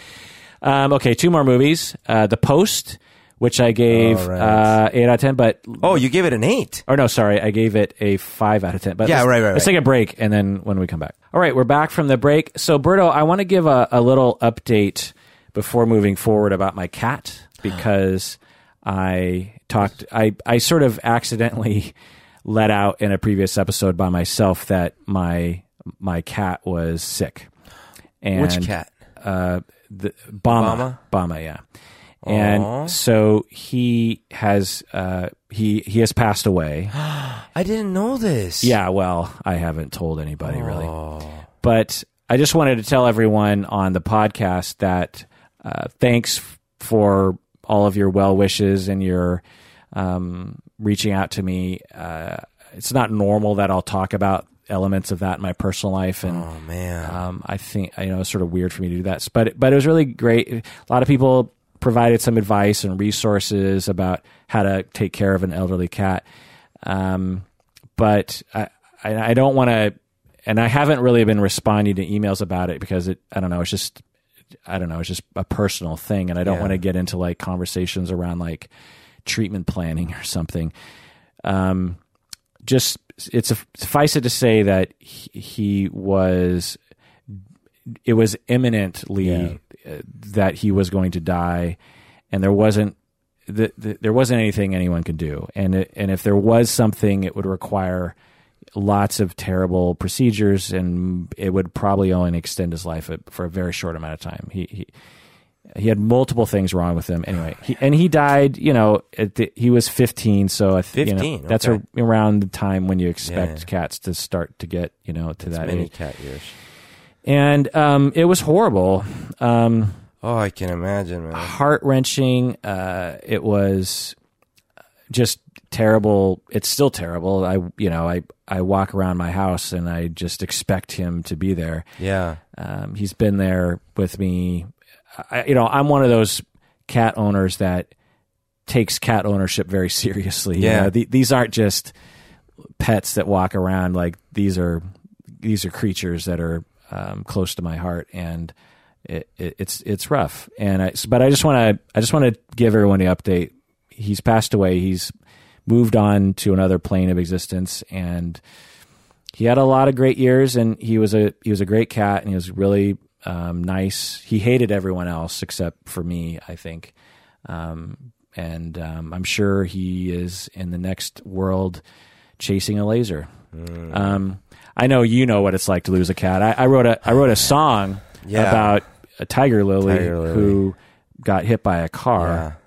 Um, okay, two more movies. Uh, the Post, which I gave
All right.
uh, eight out of ten, but
Oh, you gave it an eight.
Or no, sorry, I gave it a five out of ten. But
Yeah,
let's,
right, right,
Let's
right.
take a break, and then when we come back, all right, we're back from the break. So, Berto, I want to give a, a little update before moving forward about my cat because I talked, I I sort of accidentally let out in a previous episode by myself that my my cat was sick. And
Which cat?
uh, the Bama, Bama, yeah. And
Aw.
so he has uh, he he has passed away.
I didn't know this. Oh,
Yeah, well, I haven't told anybody really. But I just wanted to tell everyone on the podcast that uh, thanks f- for all of your well wishes and your um, reaching out to me. Uh, it's not normal that I'll talk about elements of that in my personal life and
Oh man.
um, I think you know it's sort of weird for me to do that, but but it was really great. A lot of people provided some advice and resources about how to take care of an elderly cat, um, but I I, I don't want to, and I haven't really been responding to emails about it because it I don't know it's just I don't know it's just a personal thing, and I don't
Yeah.
want to get into like conversations around like treatment planning or something. Um, just it's a, suffice it to say that he, he was it was imminently uh, that he was going to die and there wasn't the, the, there wasn't anything anyone could do and it, and if there was something it would require lots of terrible procedures and it would probably only extend his life a, for a very short amount of time he, he he had multiple things wrong with him anyway he, and he died you know at the, he was 15 so I th- you know,
15,
that's
okay.
a, around the time when you expect
Yeah.
cats to start to get you know to that
Many
age
cat years.
and um, it was horrible um,
Oh, I can imagine, man.
heart wrenching. Uh, it was just terrible. It's still terrible. I, you know, I, I walk around my house and I just expect him to be there.
Yeah.
Um, he's been there with me. I, you know, I'm one of those cat owners that takes cat ownership very seriously. You
Yeah.
know, the- these aren't just pets that walk around. Like these are these are creatures that are um, close to my heart, and it, it, it's it's rough. And I, but I just want to I just want to give everyone the update. He's passed away. He's moved on to another plane of existence, and he had a lot of great years and he was a he was a great cat and he was really um, nice. He hated everyone else except for me, I think. Um, and um, I'm sure he is in the next world chasing a laser.
Hmm.
Um, I know you know what it's like to lose a cat. I, I wrote a I wrote a song
Yeah.
about a tiger lily,
Tiger Lily.
who got hit by a
Yeah.
car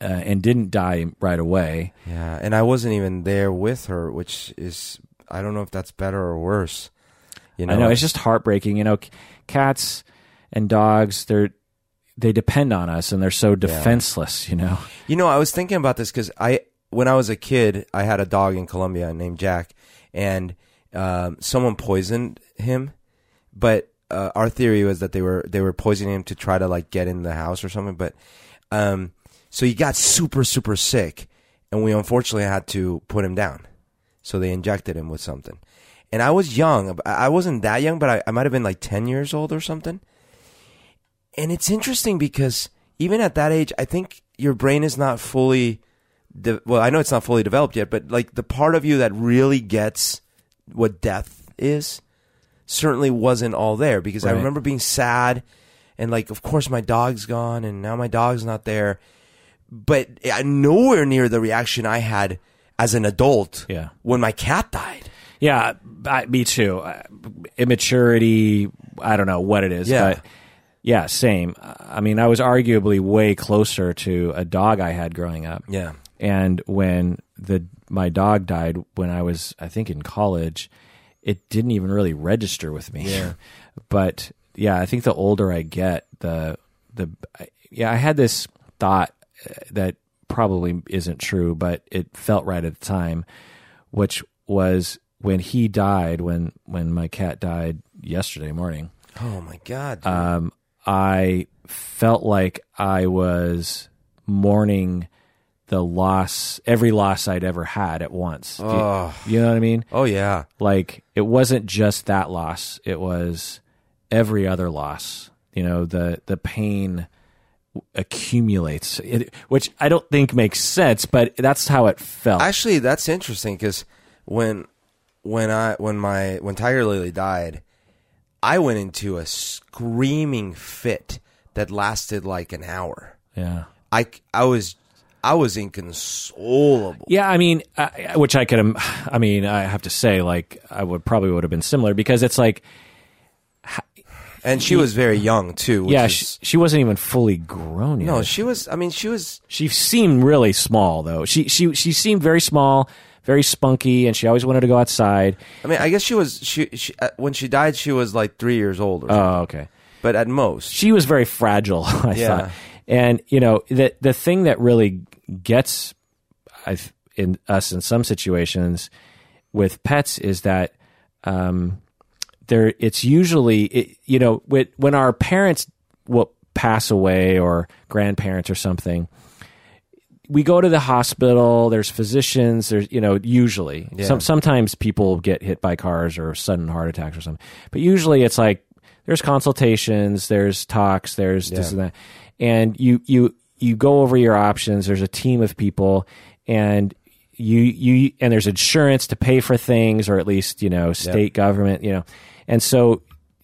uh, and didn't die right away.
Yeah. And I wasn't even there with her, which is I don't know if that's better or worse. You know.
I know it's just heartbreaking. You know, c- cats and dogs they're they depend on us and they're so defenseless. You know,
You know, I was thinking about this because I, when I was a kid, I had a dog in Colombia named Jack, and um, someone poisoned him. But uh, our theory was that they were they were poisoning him to try to like get in the house or something. But um, so he got super super sick, and we unfortunately had to put him down. So they injected him with something. And I was young. I I wasn't that young, but I, I might have been like ten years old or something. And it's interesting because even at that age, I think your brain is not fully de- well i know it's not fully developed yet but like the part of you that really gets what death is certainly wasn't all there because i
Right.
remember being sad and like of course my dog's gone and now my dog's not there but I- nowhere near the reaction i had as an adult
Yeah.
when my cat died
Yeah, I, me too. I- Immaturity, I don't know what it is.
Yeah.
But yeah, same. I mean, I was arguably way closer to a dog I had growing up.
yeah
And when the my dog died when I was I think in college, it didn't even really register with me. Yeah. but yeah, I think the older I get, the the I- yeah, I had this thought uh, that probably isn't true, but it felt right at the time, which was when he died when when my cat died yesterday morning
oh my god dude.
um, I felt like I was mourning the loss, every loss I'd ever had at once. Do you-
Ugh.
you know what I mean?
oh yeah
Like it wasn't just that loss; it was every other loss. You know, the the pain accumulates, it, which I don't think makes sense, but that's how it felt.
Actually, that's interesting because when when I when my when Tiger Lily died, I went into a screaming fit that lasted like an hour.
yeah.
I I was I was inconsolable.
Yeah, I mean, I, which I could, im- I mean, I have to say, like, I would probably would have been similar because it's like,
And she was very young too. Which
yeah,
is,
she, she wasn't even fully grown yet.
no, she was. I mean, she was.
She seemed really small though. She she she seemed very small, very spunky, and she always wanted to go outside.
I mean, I guess she was. She, she uh, when she died, she was like three years old, or something,
Oh, okay.
but at most,
She was very fragile, I
Yeah.
thought. And you know, the the thing that really gets I th- in us in some situations with pets is that um, there it's usually it, you know with, when our parents will pass away or grandparents or something we go to the hospital there's physicians there's you know usually some, sometimes people get hit by cars or sudden heart attacks or something but usually it's like there's consultations there's talks there's this and that and you you you go over your options there's a team of people and you you and there's insurance to pay for things or at least you know state government you know and so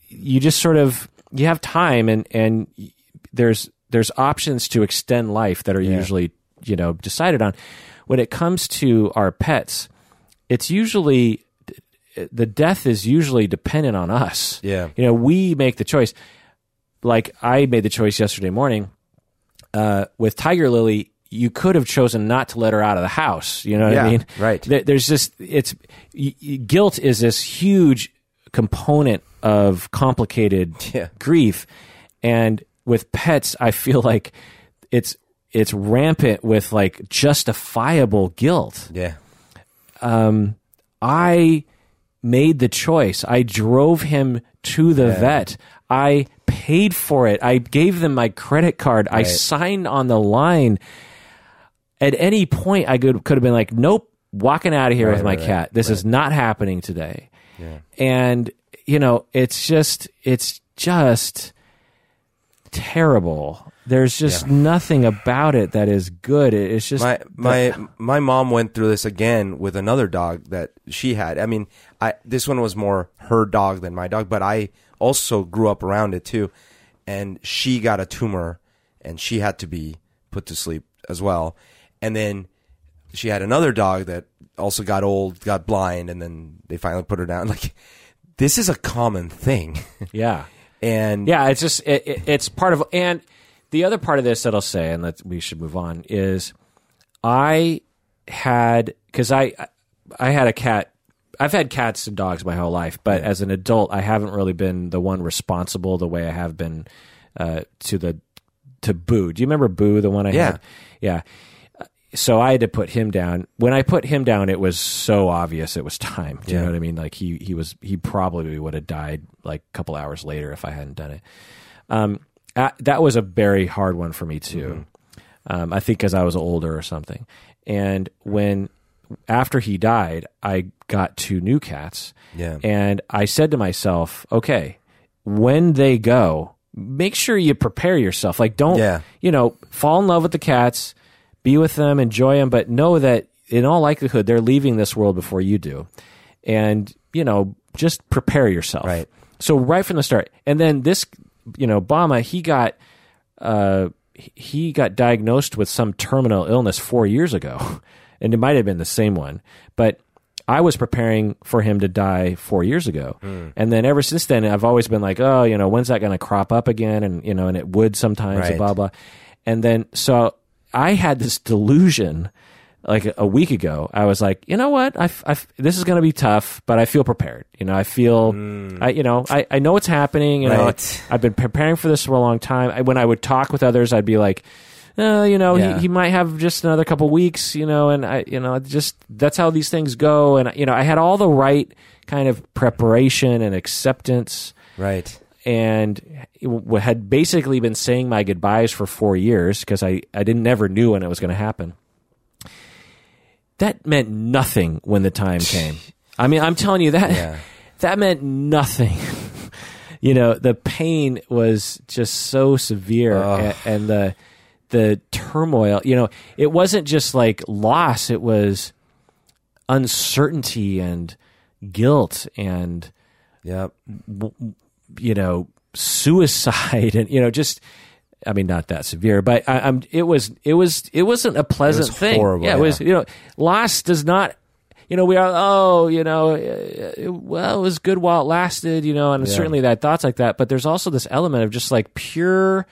you just sort of you have time and and y- there's there's options to extend life that are usually you know decided on when it comes to our pets it's usually the death is usually dependent on us
Yeah.
you know we make the choice like i made the choice yesterday morning uh, with tiger lily you could have chosen not to let her out of the house you know what
Yeah,
i mean
right.
There- there's just it's y- y- guilt is this huge component of complicated
Yeah.
grief and with pets i feel like it's it's rampant with like justifiable guilt
yeah,
i made the choice i drove him to the vet i paid for it i gave them my credit card i signed on the line at any point i could could have been like nope walking out of here with my cat this is not happening today and you know it's just it's just terrible there's just nothing about it that is good It- it's just
my my my mom went through this again with another dog that she had. I mean, I this one was more her dog than my dog, but I also grew up around it too. And she got a tumor, and she had to be put to sleep as well. And then she had another dog that also got old, got blind, and then they finally put her down. Like this is a common thing,
yeah
and
Yeah, it's just it, it, it's part of and the other part of this that I'll say and that we should move on is I had cuz I I had a cat I've had cats and dogs my whole life, but as an adult I haven't really been the one responsible the way I have been uh, to the to Boo. Do you remember Boo the one I
Yeah.
had? Yeah. So I had to put him down. When I put him down, it was so obvious it was time. Do you
Yeah.
know what I mean? Like he he was he probably would have died like a couple hours later if I hadn't done it. Um, a- that was a very hard one for me too. Um, I think because I was older or something. And when after he died, I got two new cats.
Yeah.
And I said to myself, okay, when they go, make sure you prepare yourself. Like, don't,
Yeah.
you know, fall in love with the cats, be with them, enjoy them, but know that in all likelihood, they're leaving this world before you do. And, you know, just prepare yourself.
Right.
So, right from the start. And then this, you know, Obama, he got, uh, he got diagnosed with some terminal illness four years ago, and it might have been the same one. But I was preparing for him to die four years ago,
Hmm.
and then ever since then, I've always been like, oh, you know, when's that going to crop up again? And you know, and it would sometimes, and
Right.
blah blah. And then so I had this delusion. Like a- a week ago, I was like, you know what? I, f- I f- this is going to be tough, but I feel prepared. You know, I feel, I, you know, I, I know what's happening. You know,
Hmm. Right.
I've been preparing for this for a long time. I, when I would talk with others, I'd be like, uh, you know,
Yeah.
he, he might have just another couple weeks, you know, and I, you know, it just that's how these things go. And you know, I had all the right kind of preparation and acceptance,
Right.
and w- had basically been saying my goodbyes for four years because I I didn't never knew when it was going to happen. That meant nothing when the time came. I mean, I'm telling you that
Yeah.
that meant nothing. you know, the pain was just so severe and, and the the turmoil, you know, it wasn't just like loss, it was uncertainty and guilt and
Yep.
you know, suicide and you know, just I mean, not that severe, but I, I'm. It was. It was. It wasn't a pleasant thing.
horrible,
yeah, it
yeah.
was. You know, loss does not. You know, we are. Oh, you know, uh, it, well, it was good while it lasted. You know, and certainly that thoughts like that. But there's also this element of just like pure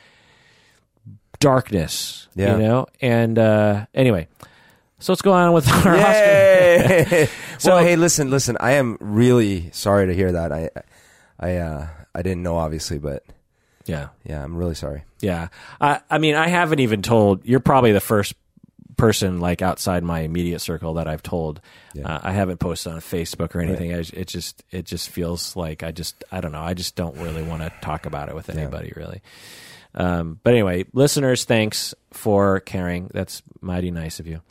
darkness.
Yeah.
You know, and uh, anyway, so what's going on with our Oscar?
Yay!
So-
well, hey, listen, listen. I am really sorry to hear that. I, I, uh, I didn't know, obviously, but
Yeah.
yeah, I'm really sorry.
Yeah. I, I mean, I haven't even told. You're probably the first person, like outside my immediate circle, that I've told. Uh, I haven't posted on Facebook or anything. I, it just it just feels like I just I don't know. I just don't really want to talk about it with anybody really. Um, but anyway, listeners, thanks for caring. That's mighty nice of you.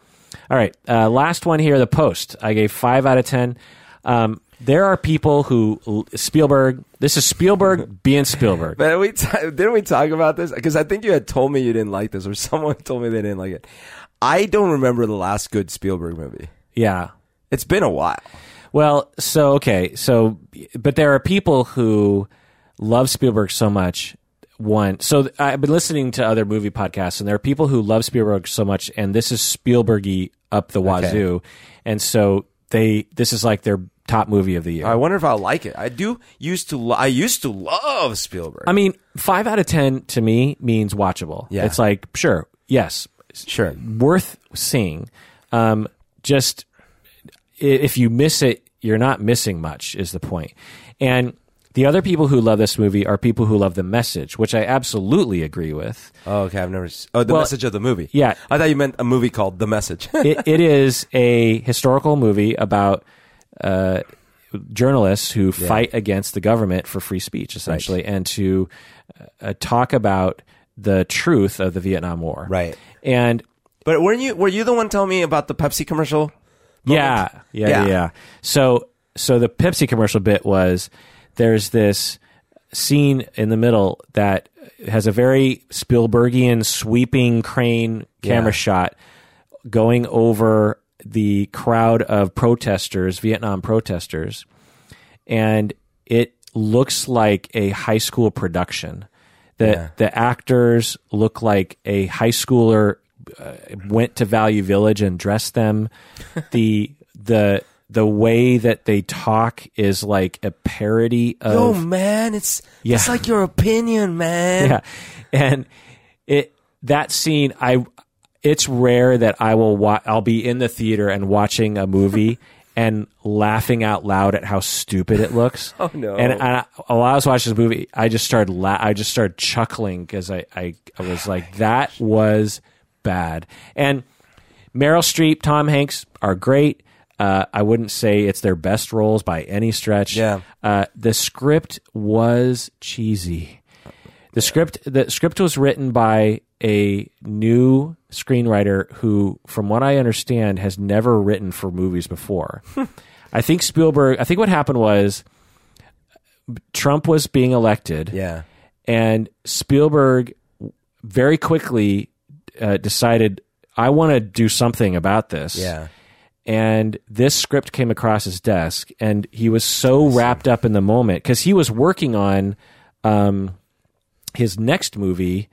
All right, uh, last one here. The Post. I gave five out of ten. Um, there are people who Spielberg. This is Spielberg being Spielberg.
But we t- didn't we talk about this? Because I think you had told me you didn't like this, or someone told me they didn't like it. I don't remember the last good Spielberg movie.
Yeah,
It's been a while.
Well, so okay, so but there are people who love Spielberg so much. One, so th- I've been listening to other movie podcasts, and there are people who love Spielberg so much, and this is Spielbergy up the wazoo, and so they this is like their top movie of the year.
I wonder if I'll like it. I do used to. Lo- I used to love Spielberg.
I mean, five out of ten to me means watchable.
Yeah.
it's like sure, yes,
sure.
worth seeing. Um, just i- if you miss it, you're not missing much, is the point. And the other people who love this movie are people who love the message, which I absolutely agree with.
Oh, okay. I've never. s- Oh, the
Well,
message of the movie.
yeah.
I thought you meant a movie called The Message.
it, it is a historical movie about uh, journalists who fight against the government for free speech, essentially, and to uh, talk about the truth of the Vietnam War.
Right.
And
but weren't you? Were you the one telling me about the Pepsi commercial?
Yeah, yeah, yeah,
Yeah.
yeah. So, so the Pepsi commercial bit was there's this scene in the middle that has a very Spielbergian sweeping crane camera
Yeah.
shot going over the crowd of protesters, Vietnam protesters, and it looks like a high school production. The the actors look like a high schooler uh, went to Value Village and dressed them. the the the way that they talk is like a parody of
Yo, Oh, man, it's
Yeah.
it's like your opinion, man.
yeah. And it that scene I it's rare that I will wa- I'll be in the theater and watching a movie and laughing out loud at how stupid it looks. oh
no.
And, and I, while I was watching this movie, I just started la- I just started chuckling because I, I I was like that was bad. And Meryl Streep, Tom Hanks are great. Uh, I wouldn't say it's their best roles by any stretch.
Yeah.
Uh, the script was cheesy. The script the script was written by a new screenwriter who, from what I understand, has never written for movies before. I think Spielberg. I think what happened was Trump was being elected,
Yeah.
And Spielberg very quickly uh, decided, I want to do something about this.
Yeah.
And this script came across his desk, and he was so wrapped up in the moment because he was working on um, his next movie,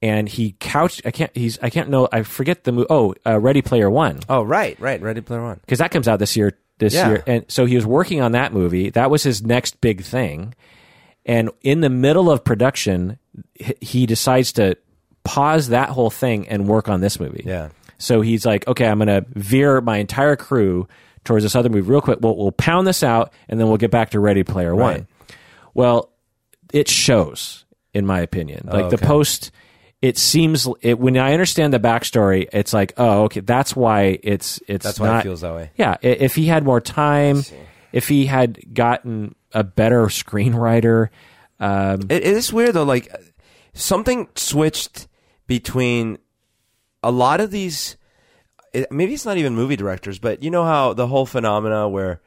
and he couched. I can't. He's. I can't know. I forget the movie. Oh, uh, Ready Player One
Oh, right, right. Ready Player One.
because that comes out this year. This
Yeah.
year, and so he was working on that movie. That was his next big thing, and in the middle of production, h- he decides to pause that whole thing and work on this movie.
Yeah.
So he's like, okay, I'm going to veer my entire crew towards this other movie real quick. We'll, we'll pound this out, and then we'll get back to Ready Player One.
Right.
Well, it shows, in my opinion. Like the post, it seems it when I understand the backstory, it's like, oh, okay, that's why it's it's
That's why it
not-
feels that way.
Yeah, i- if he had more time, if he had gotten a better screenwriter, um,
It, it is weird though. Like something switched between a lot of these. It, maybe it's not even movie directors, but you know how the whole phenomena where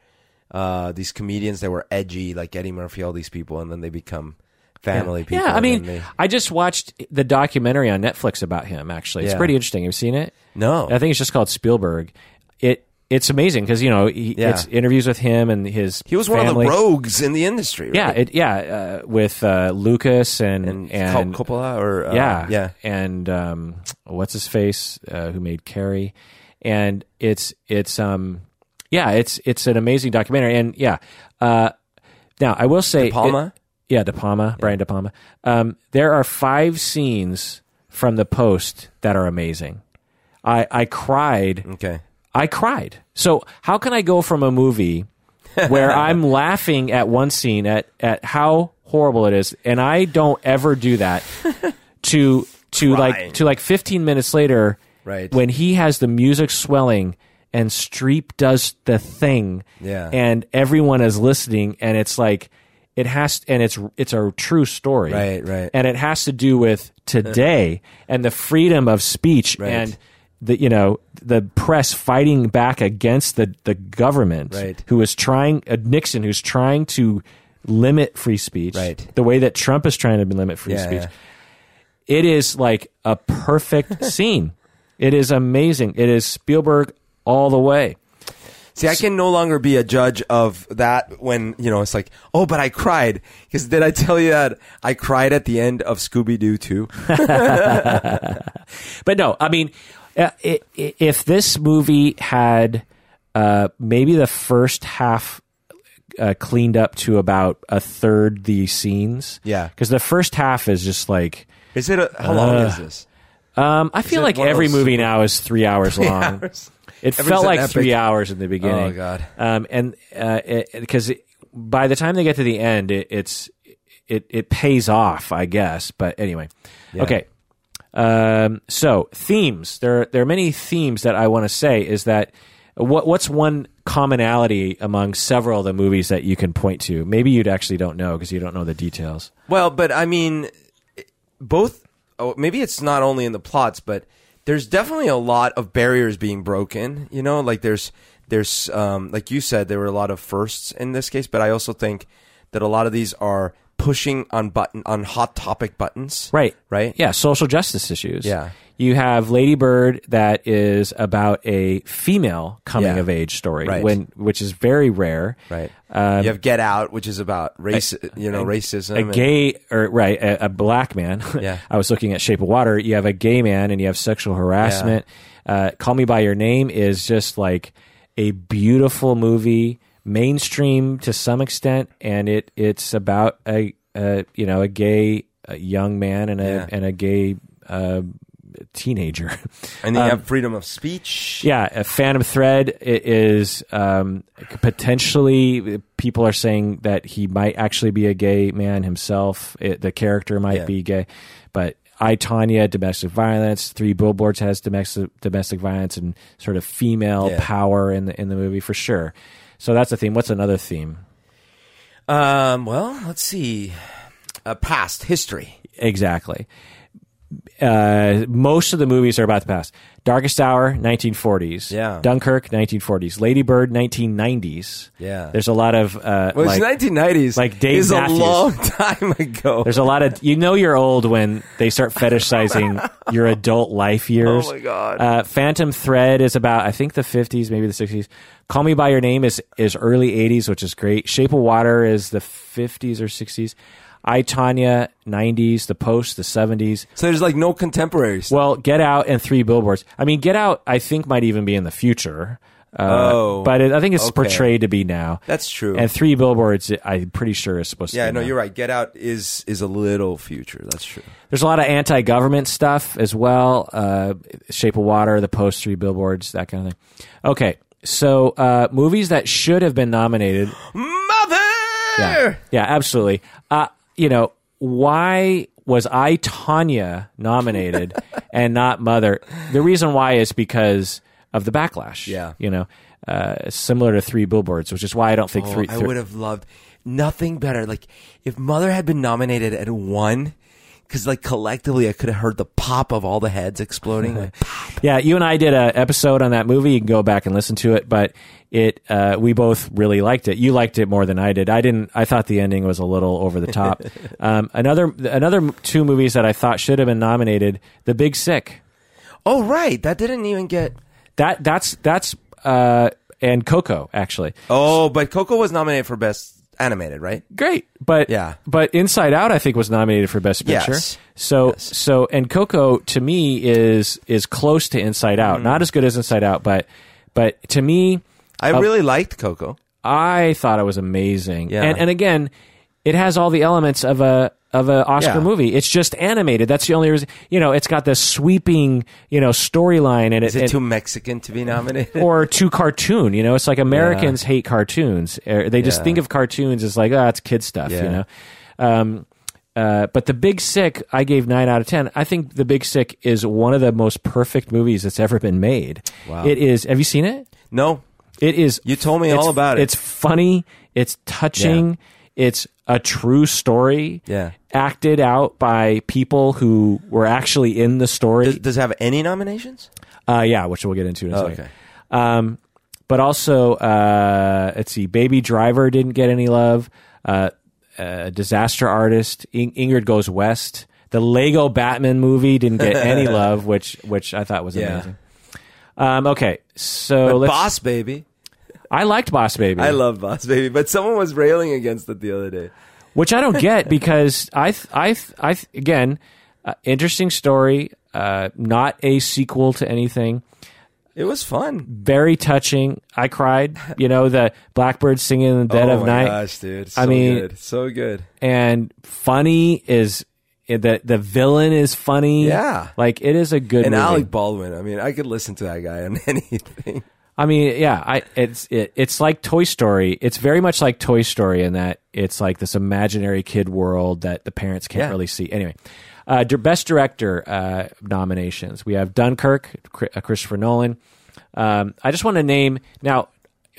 uh, these comedians that were edgy, like Eddie Murphy, all these people, and then they become family people.
yeah. I
and
mean,
then they-
I just watched the documentary on Netflix about him. Actually, it's
Yeah.
pretty interesting. You've seen it?
no,
I think it's just called Spielberg. It it's amazing because you know he,
Yeah.
it's interviews with him and his
he was one
family.
of the rogues in the industry. Right?
Yeah, it, yeah, uh, with uh, Lucas and and,
Cop- Coppola or uh,
yeah,
yeah,
and um, what's his face uh, who made Carrie, and it's it's um yeah it's it's an amazing documentary and yeah uh now I will say
De Palma?
it- yeah De Palma Brian De Palma um there are five scenes from the post that are amazing I I cried
okay.
I cried. So how can I go from a movie where I'm laughing at one scene at at how horrible it is, and I don't ever do that to to
Crying.
like to like 15 minutes later,
Right.
when he has the music swelling and Streep does the thing,
Yeah.
and everyone is listening, and it's like it has and it's it's a true story,
Right, right.
and it has to do with today and the freedom of speech and the you know the press fighting back against the the government
Right.
who is trying uh, Nixon who's trying to limit free speech
Right.
the way that Trump is trying to limit free
Yeah,
speech it is like a perfect scene it is amazing it is Spielberg all the way
See, I can no longer be a judge of that when, you know, it's like, oh, but I cried. Because did I tell you that I cried at the end of Scooby Doo 2?
But no, I mean, uh, i- i- if this movie had uh, maybe the first half uh, cleaned up to about a third the scenes,
Yeah.
because the first half is just like.
Is it a, how long is this?
Um, I feel
it
like
one of
every
those
movie now is three hours long. It
Everything's
felt
an
like
epic.
three hours in the beginning.
Oh, God.
Um, and because by the time they get to the end, it, it's it it pays off, I guess. But anyway, okay. Um, so themes. There there are many themes that I want to say is that what what's one commonality among several of the movies that you can point to? Maybe you'd actually don't know because you don't know the details.
Well, but I mean, both, oh, maybe it's not only in the plots, but there's definitely a lot of barriers being broken, you know? Like there's, there's, um, like you said, there were a lot of firsts in this case, but I also think that a lot of these are pushing on button, on hot topic buttons.
Right.
Right?
Yeah, social justice issues.
Yeah.
You have Lady Bird that is about a female coming
Yeah.
of age story,
Right.
when which is very rare.
Right. you have Get Out, which is about race, you know, racism.
A
and-
gay or right, a, a black man.
Yeah.
I was looking at Shape of Water. You have a gay man and you have sexual harassment. Uh, Call Me by Your Name is just like a beautiful movie, mainstream to some extent, and it it's about a, a you know a gay uh young man and a
Yeah.
and a gay uh, teenager.
and then you have freedom of speech.
Yeah, a Phantom Thread i- is um, potentially people are saying that he might actually be a gay man himself. It, the character might
Yeah.
be gay, but I Tanya domestic violence. Three Billboards has domestic domestic violence and sort of female
Yeah.
power in the in the movie for sure. So that's a theme. What's another theme?
Um, well, let's see. Uh, past history.
Exactly. uh, most of the movies are about the past. Darkest Hour, 1940s.
Yeah.
Dunkirk, 1940s. Lady Bird, 1990s.
Yeah.
There's a lot of uh,
Well,
like,
it's 1990s.
like Dave
is
Matthews.
a long time ago.
there's a lot of you know you're old when they start fetishizing your adult life years.
Oh, my God.
Uh, Phantom Thread is about I think the 50s, maybe the 60s. Call Me by Your Name is is early 80s, which is great. Shape of Water is the 50s or 60s. I Tanya 90s, The Post the 70s.
So there's like no contemporaries.
Well, Get Out and Three Billboards. I mean, Get Out, I think might even be in the future. Uh,
Oh,
but it, I think it's
okay.
portrayed to be now.
That's true.
and Three Billboards, I'm pretty sure is supposed to.
yeah,
be
no,
now.
you're right. Get Out is is a little future. That's true.
There's a lot of anti-government stuff as well. Uh, Shape of Water, The Post, Three Billboards, that kind of thing. Okay, so uh, movies that should have been nominated.
Mother.
Yeah, yeah, absolutely. Uh, you know, why was I Tanya nominated and not Mother? The reason why is because of the backlash.
Yeah.
you know, uh, similar to Three Billboards, which is why I don't think
Oh,
three.
I
three-
would have loved nothing better. Like if Mother had been nominated at one, because like collectively I could have heard the pop of all the heads exploding. Like,
Yeah, you and I did an episode on that movie. You can go back and listen to it, but it uh, we both really liked it. You liked it more than I did. I didn't. I thought the ending was a little over the top. um, another another two movies that I thought should have been nominated: The Big Sick.
oh right, that didn't even get.
That that's that's uh, and Coco actually
Oh, but Coco was nominated for best animated, right?
great, but
Yeah.
but Inside Out I think was nominated for Best Picture.
Yes.
So so and Coco to me is is close to Inside Out,
Mm-hmm.
not as good as Inside Out, but but to me.
I
Uh,
really liked Coco.
I thought it was amazing.
Yeah.
And and again, it has all the elements of a of an Oscar
Yeah.
movie. It's just animated. That's the only reason. You know, it's got this sweeping you know storyline and
Is it too Mexican to be nominated?
or too cartoon. You know, it's like Americans hate cartoons. Er, They just
Yeah.
think of cartoons as like, oh, it's kid stuff. You
Yeah.
know. Um, uh, but the Big Sick, I gave nine out of ten. I think the Big Sick is one of the most perfect movies that's ever been made.
Wow.
It is. Have you seen it?
no,
It is.
You told me
it's-
all about it.
It's funny. It's touching. It's a true story.
Yeah.
Acted out by people who were actually in the story.
does, does it have any nominations?
uh, yeah, which we'll get into in a
Oh,
second.
okay.
Um, but also, uh, let's see. Baby Driver didn't get any love. Uh, uh, Disaster Artist. In- Ingrid Goes West. The Lego Batman movie didn't get any love, which which I thought was
Yeah.
amazing. Um, okay, so let's.
Boss Baby.
I liked Boss Baby.
I love Boss Baby, but someone was railing against it the other day.
which I don't get because I, th- I, th- I th- again, uh, interesting story, uh, not a sequel to anything,
It was fun.
very touching. I cried, you know, the blackbird singing in the dead
oh
of
my
night,
gosh, dude! So
I mean-
good. so good.
and funny is eh, the the villain is funny,
Yeah.
like it is a good
And
movie.
Alec Baldwin. I mean, I could listen to that guy on anything.
I mean, yeah, I it's it, it's like Toy Story. It's very much like Toy Story in that it's like this imaginary kid world that the parents can't
Yeah.
really see. Anyway, uh, dir- best director uh, nominations we have Dunkirk, Cri- uh, Christopher Nolan. Um, I just want to name now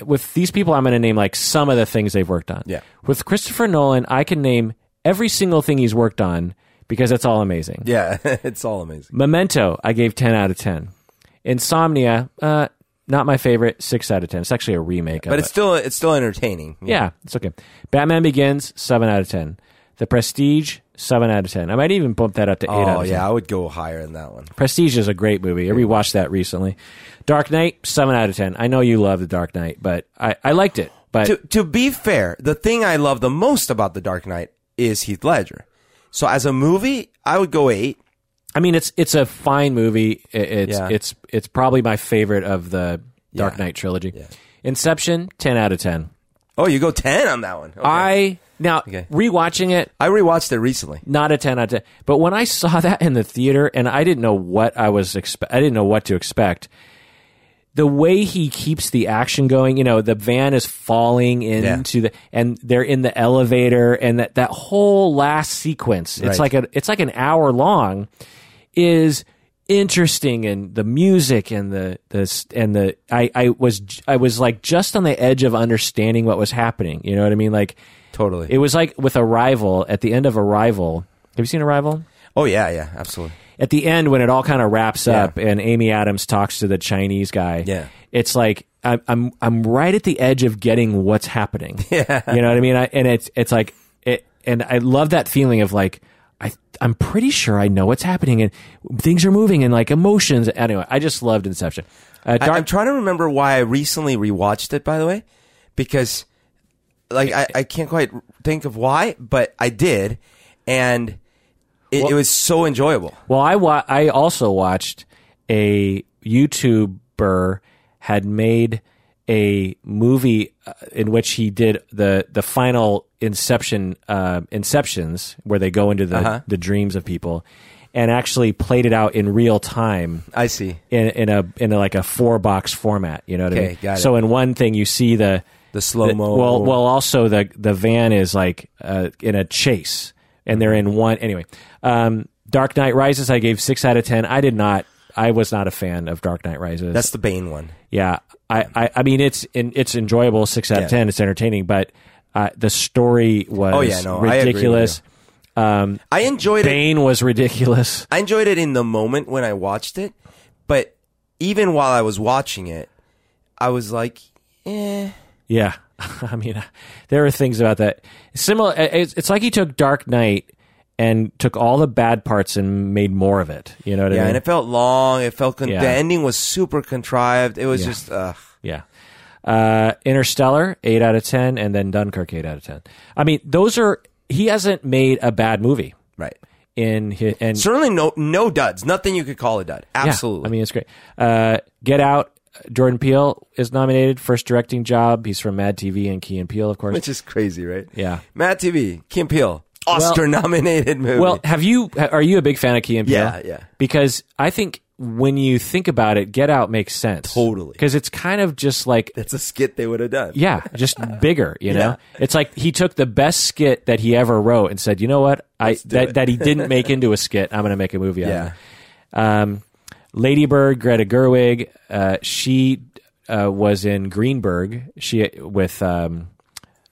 with these people. I'm going to name like some of the things they've worked on.
Yeah.
With Christopher Nolan, I can name every single thing he's worked on because it's all amazing.
Yeah, it's all amazing.
Memento, I gave 10 out of 10. Insomnia, uh, not my favorite, 6 out of 10. It's actually a remake of
But
it.
it's still it's still entertaining.
yeah, it's okay. Batman Begins, 7 out of 10. The Prestige, 7 out of 10. I might even bump that up to 8 out of
Oh
10.
yeah, I would go higher in that one.
Prestige is a great movie. I rewatched that recently. Dark Knight, 7 out of 10. I know you love The Dark Knight, but I, I liked it. But
To to be fair, the thing I love the most about The Dark Knight is Heath Ledger. So as a movie, I would go eight.
I mean, it's it's a fine movie. I- It's
Yeah.
it's it's probably my favorite of the Dark
Yeah.
Knight trilogy. Inception, 10 out of 10.
Oh, you go ten on that one. Okay.
I now
Okay.
rewatching it,
I rewatched it recently.
not a ten out of ten. But when I saw that in the theater, and I didn't know what I was expe- I didn't know what to expect. The way he keeps the action going, you know, the van is falling into the, and they're in the elevator, and that that whole last sequence, it's
Right.
like a, it's like an hour long, is interesting and the music and the the and the I I was I was like just on the edge of understanding what was happening. You know what I mean? Like
Totally.
it was like with Arrival at the end of Arrival. Have you seen Arrival?
Oh yeah, yeah, absolutely.
At the end, when it all kind of wraps up and Amy Adams talks to the Chinese guy,
Yeah.
it's like I'm I'm I'm right at the edge of getting what's happening. Yeah. You know what I mean? I, and it's it's like it, and I love that feeling of like I I'm pretty sure I know what's happening and things are moving and like emotions. Anyway, I just loved Inception. Uh,
I,
Dark,
am trying to remember why I recently rewatched it, by the way, because like I, I can't quite think of why, but I did, and it, it was so enjoyable.
Well, I wa- I also watched a YouTuber had made a movie uh, in which he did the the final Inception uh, Inceptions where they go into the
Uh-huh.
the dreams of people, and actually played it out in real time
I see
in in a in a, like a four box format. You know what I
Okay,
mean?
got it.
So in one thing you see the
the slow mo.
the- Well, well, also the the van is like uh, in a chase, and they're in one. Anyway, um, Dark Knight Rises. I gave six out of ten. I did not. I was not a fan of Dark Knight Rises.
that's the Bane one.
yeah. I, I, I mean, it's in, it's enjoyable. Six out of
Yeah.
ten. It's entertaining, but uh, the story was
Oh, yeah, no, I agree with
ridiculous.
I enjoyed it.
Bane was ridiculous.
I enjoyed it in the moment when I watched it, but even while I was watching it, I was like, eh.
Yeah. I mean, uh, there are things about that similar. uh, It's, it's like he took Dark Knight. And took all the bad parts and made more of it. You know what I
Yeah,
mean?
and it felt long. It felt con-
Yeah.
the ending was super contrived. It was just uh,
Yeah. Uh, Interstellar, 8 out of 10, and then Dunkirk, 8 out of 10. I mean, those are, he hasn't made a bad movie
right.
in his, and
Certainly no no duds. Nothing you could call a dud.
yeah,
Absolutely.
I mean, it's great. Uh, Get Out, Jordan Peele is nominated, first directing job. He's from Mad TV and Key and Peele, of course.
which is crazy, right?
Yeah.
Matt TV, Kim Peele, Oscar nominated movie.
Well, have you, are you a big fan of Key and Peele?
Yeah, yeah.
Because I think when you think about it, Get Out makes sense.
Totally.
Because it's kind of just like
that's a skit they would have done.
Yeah, just bigger, you know. It's like he took the best skit that he ever wrote and said, "You know what? I that, that he didn't make into a skit. I'm going to make a movie out
Yeah.
of it." Um, Lady Bird, Greta Gerwig, uh, she uh, was in Greenberg. She with um,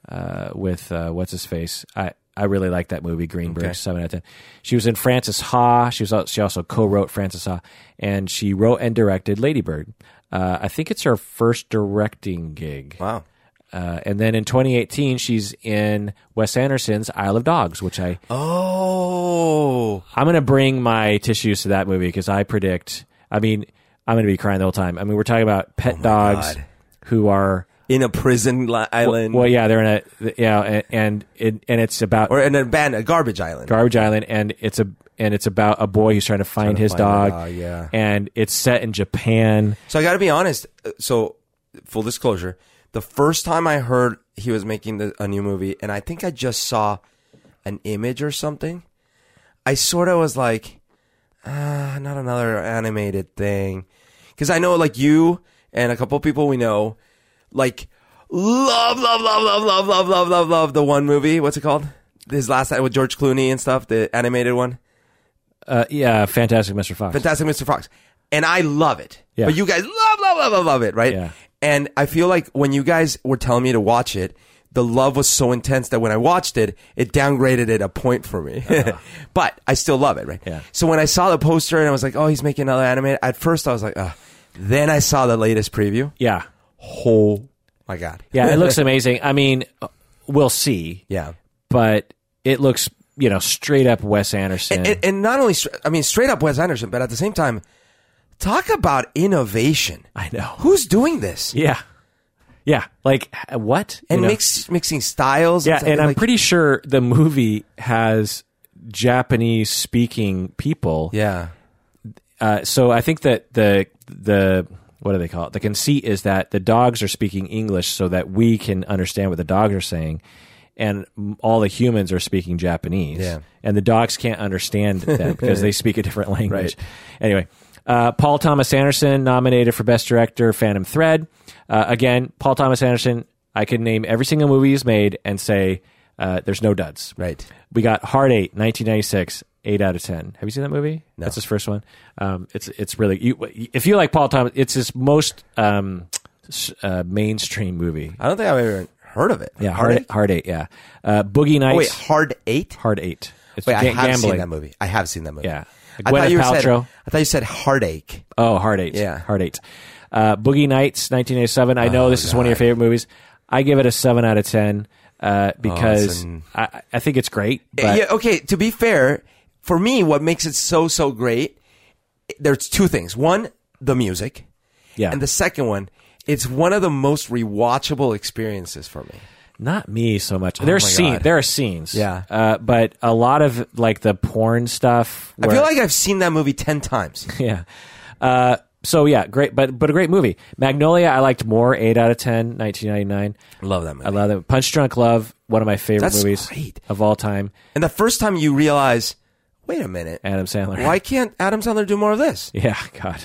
uh, with uh, what's his face. I I really like that movie Greenberg. Seven out of ten. She was in Frances Ha. She was al- she also co-wrote Frances Ha, and she wrote and directed Lady Bird. Uh, I think it's her first directing gig.
Wow.
Uh, and then in 2018, she's in Wes Anderson's Isle of Dogs, which I
Oh,
I'm going to bring my tissues to that movie because I predict. I mean, I'm going to be crying the whole time. I mean, we're talking about pet dogs
Oh God.
who are
in a prison li- island
well, yeah, they're in a yeah, and and, it, and it's about
or in a band, a garbage island.
Garbage Island, and it's a and it's about a boy who's trying to find his
find the
dog,
dog, yeah.
and it's set in Japan.
So I got to be honest. uh, So, full disclosure, the first time I heard he was making the, a new movie, and I think I just saw an image or something, I sort of was like, ah, not another animated thing. Because I know, like, you and a couple people we know, like, love, love, love, love, love, love, love, love, love the one movie. What's it called? His last with George Clooney and stuff, the animated one.
Uh, yeah, Fantastic Mr. Fox.
Fantastic Mr. Fox. And I love it.
Yeah.
But you guys love, love, love, love, love it, right?
Yeah.
And I feel like when you guys were telling me to watch it, the love was so intense that when I watched it, it downgraded it a point for me. but I still love it, right?
Uh-huh. Yeah.
So when I saw the poster and I was like, oh, he's making another anime, at first I was like, ugh. Then I saw the latest preview.
yeah,
Oh my God.
yeah, it looks amazing. I mean, uh, we'll see.
Yeah.
but it looks you know straight up Wes Anderson.
And, and not only, stra- I mean, straight up Wes Anderson, but at the same time, talk about innovation.
I know.
Who's doing this?
Yeah, yeah. Like h- what? You
and
know?
mix mixing styles.
Yeah,
stuff,
and I'm
like-
pretty sure the movie has Japanese speaking people.
yeah,
Uh, so I think that the the what do they call it? The conceit is that the dogs are speaking English so that we can understand what the dogs are saying. And m- all the humans are speaking Japanese,
Yeah.
and the dogs can't understand them because they speak a different language. Anyway, uh, Paul Thomas Anderson nominated for Best Director, Phantom Thread. Uh, again, Paul Thomas Anderson. I can name every single movie he's made and say uh, there's no duds.
right.
We got Hard Eight, 1996, eight out of ten. Have you seen that movie? No, that's his first one. Um, it's it's really you, if you like Paul Thomas, it's his most um, s- uh, mainstream movie.
I don't think I've ever heard of it.
Yeah, Hard Hard Eight. yeah, uh, Boogie Nights.
Oh, wait, Hard Eight.
Hard Eight. It's
Wait, I
ga-
have seen
gambling.
that movie. I have seen that movie.
Yeah.
I thought,
Gwyneth
you said,
Paltrow.
I thought you said heartache.
Oh, Heart Eight.
Yeah. Oh,
Heart Eight. Uh, Boogie Nights, 1987. I know this is one of your favorite movies. I give it a 7 out of 10 uh, because
Oh, an-
I, I think it's great. But
yeah, okay, to be fair, for me, what makes it so, so great, there's two things. One, the music.
Yeah.
And the second one, it's one of the most rewatchable experiences for me.
Not me so much. There are
Oh my
scene,
God.
There are scenes.
Yeah.
Uh, but a lot of like the porn stuff.
I
where-
feel like I've seen that movie 10 times.
yeah. Uh, so yeah, great, but but a great movie. Magnolia, I liked more. Eight out of 10, 1999.
Love that movie.
I love it. Punch Drunk Love, one of my favorite
That's
movies
great.
of all time.
and the first time you realize, wait a minute,
Adam Sandler.
why can't Adam Sandler do more of this?
Yeah, God.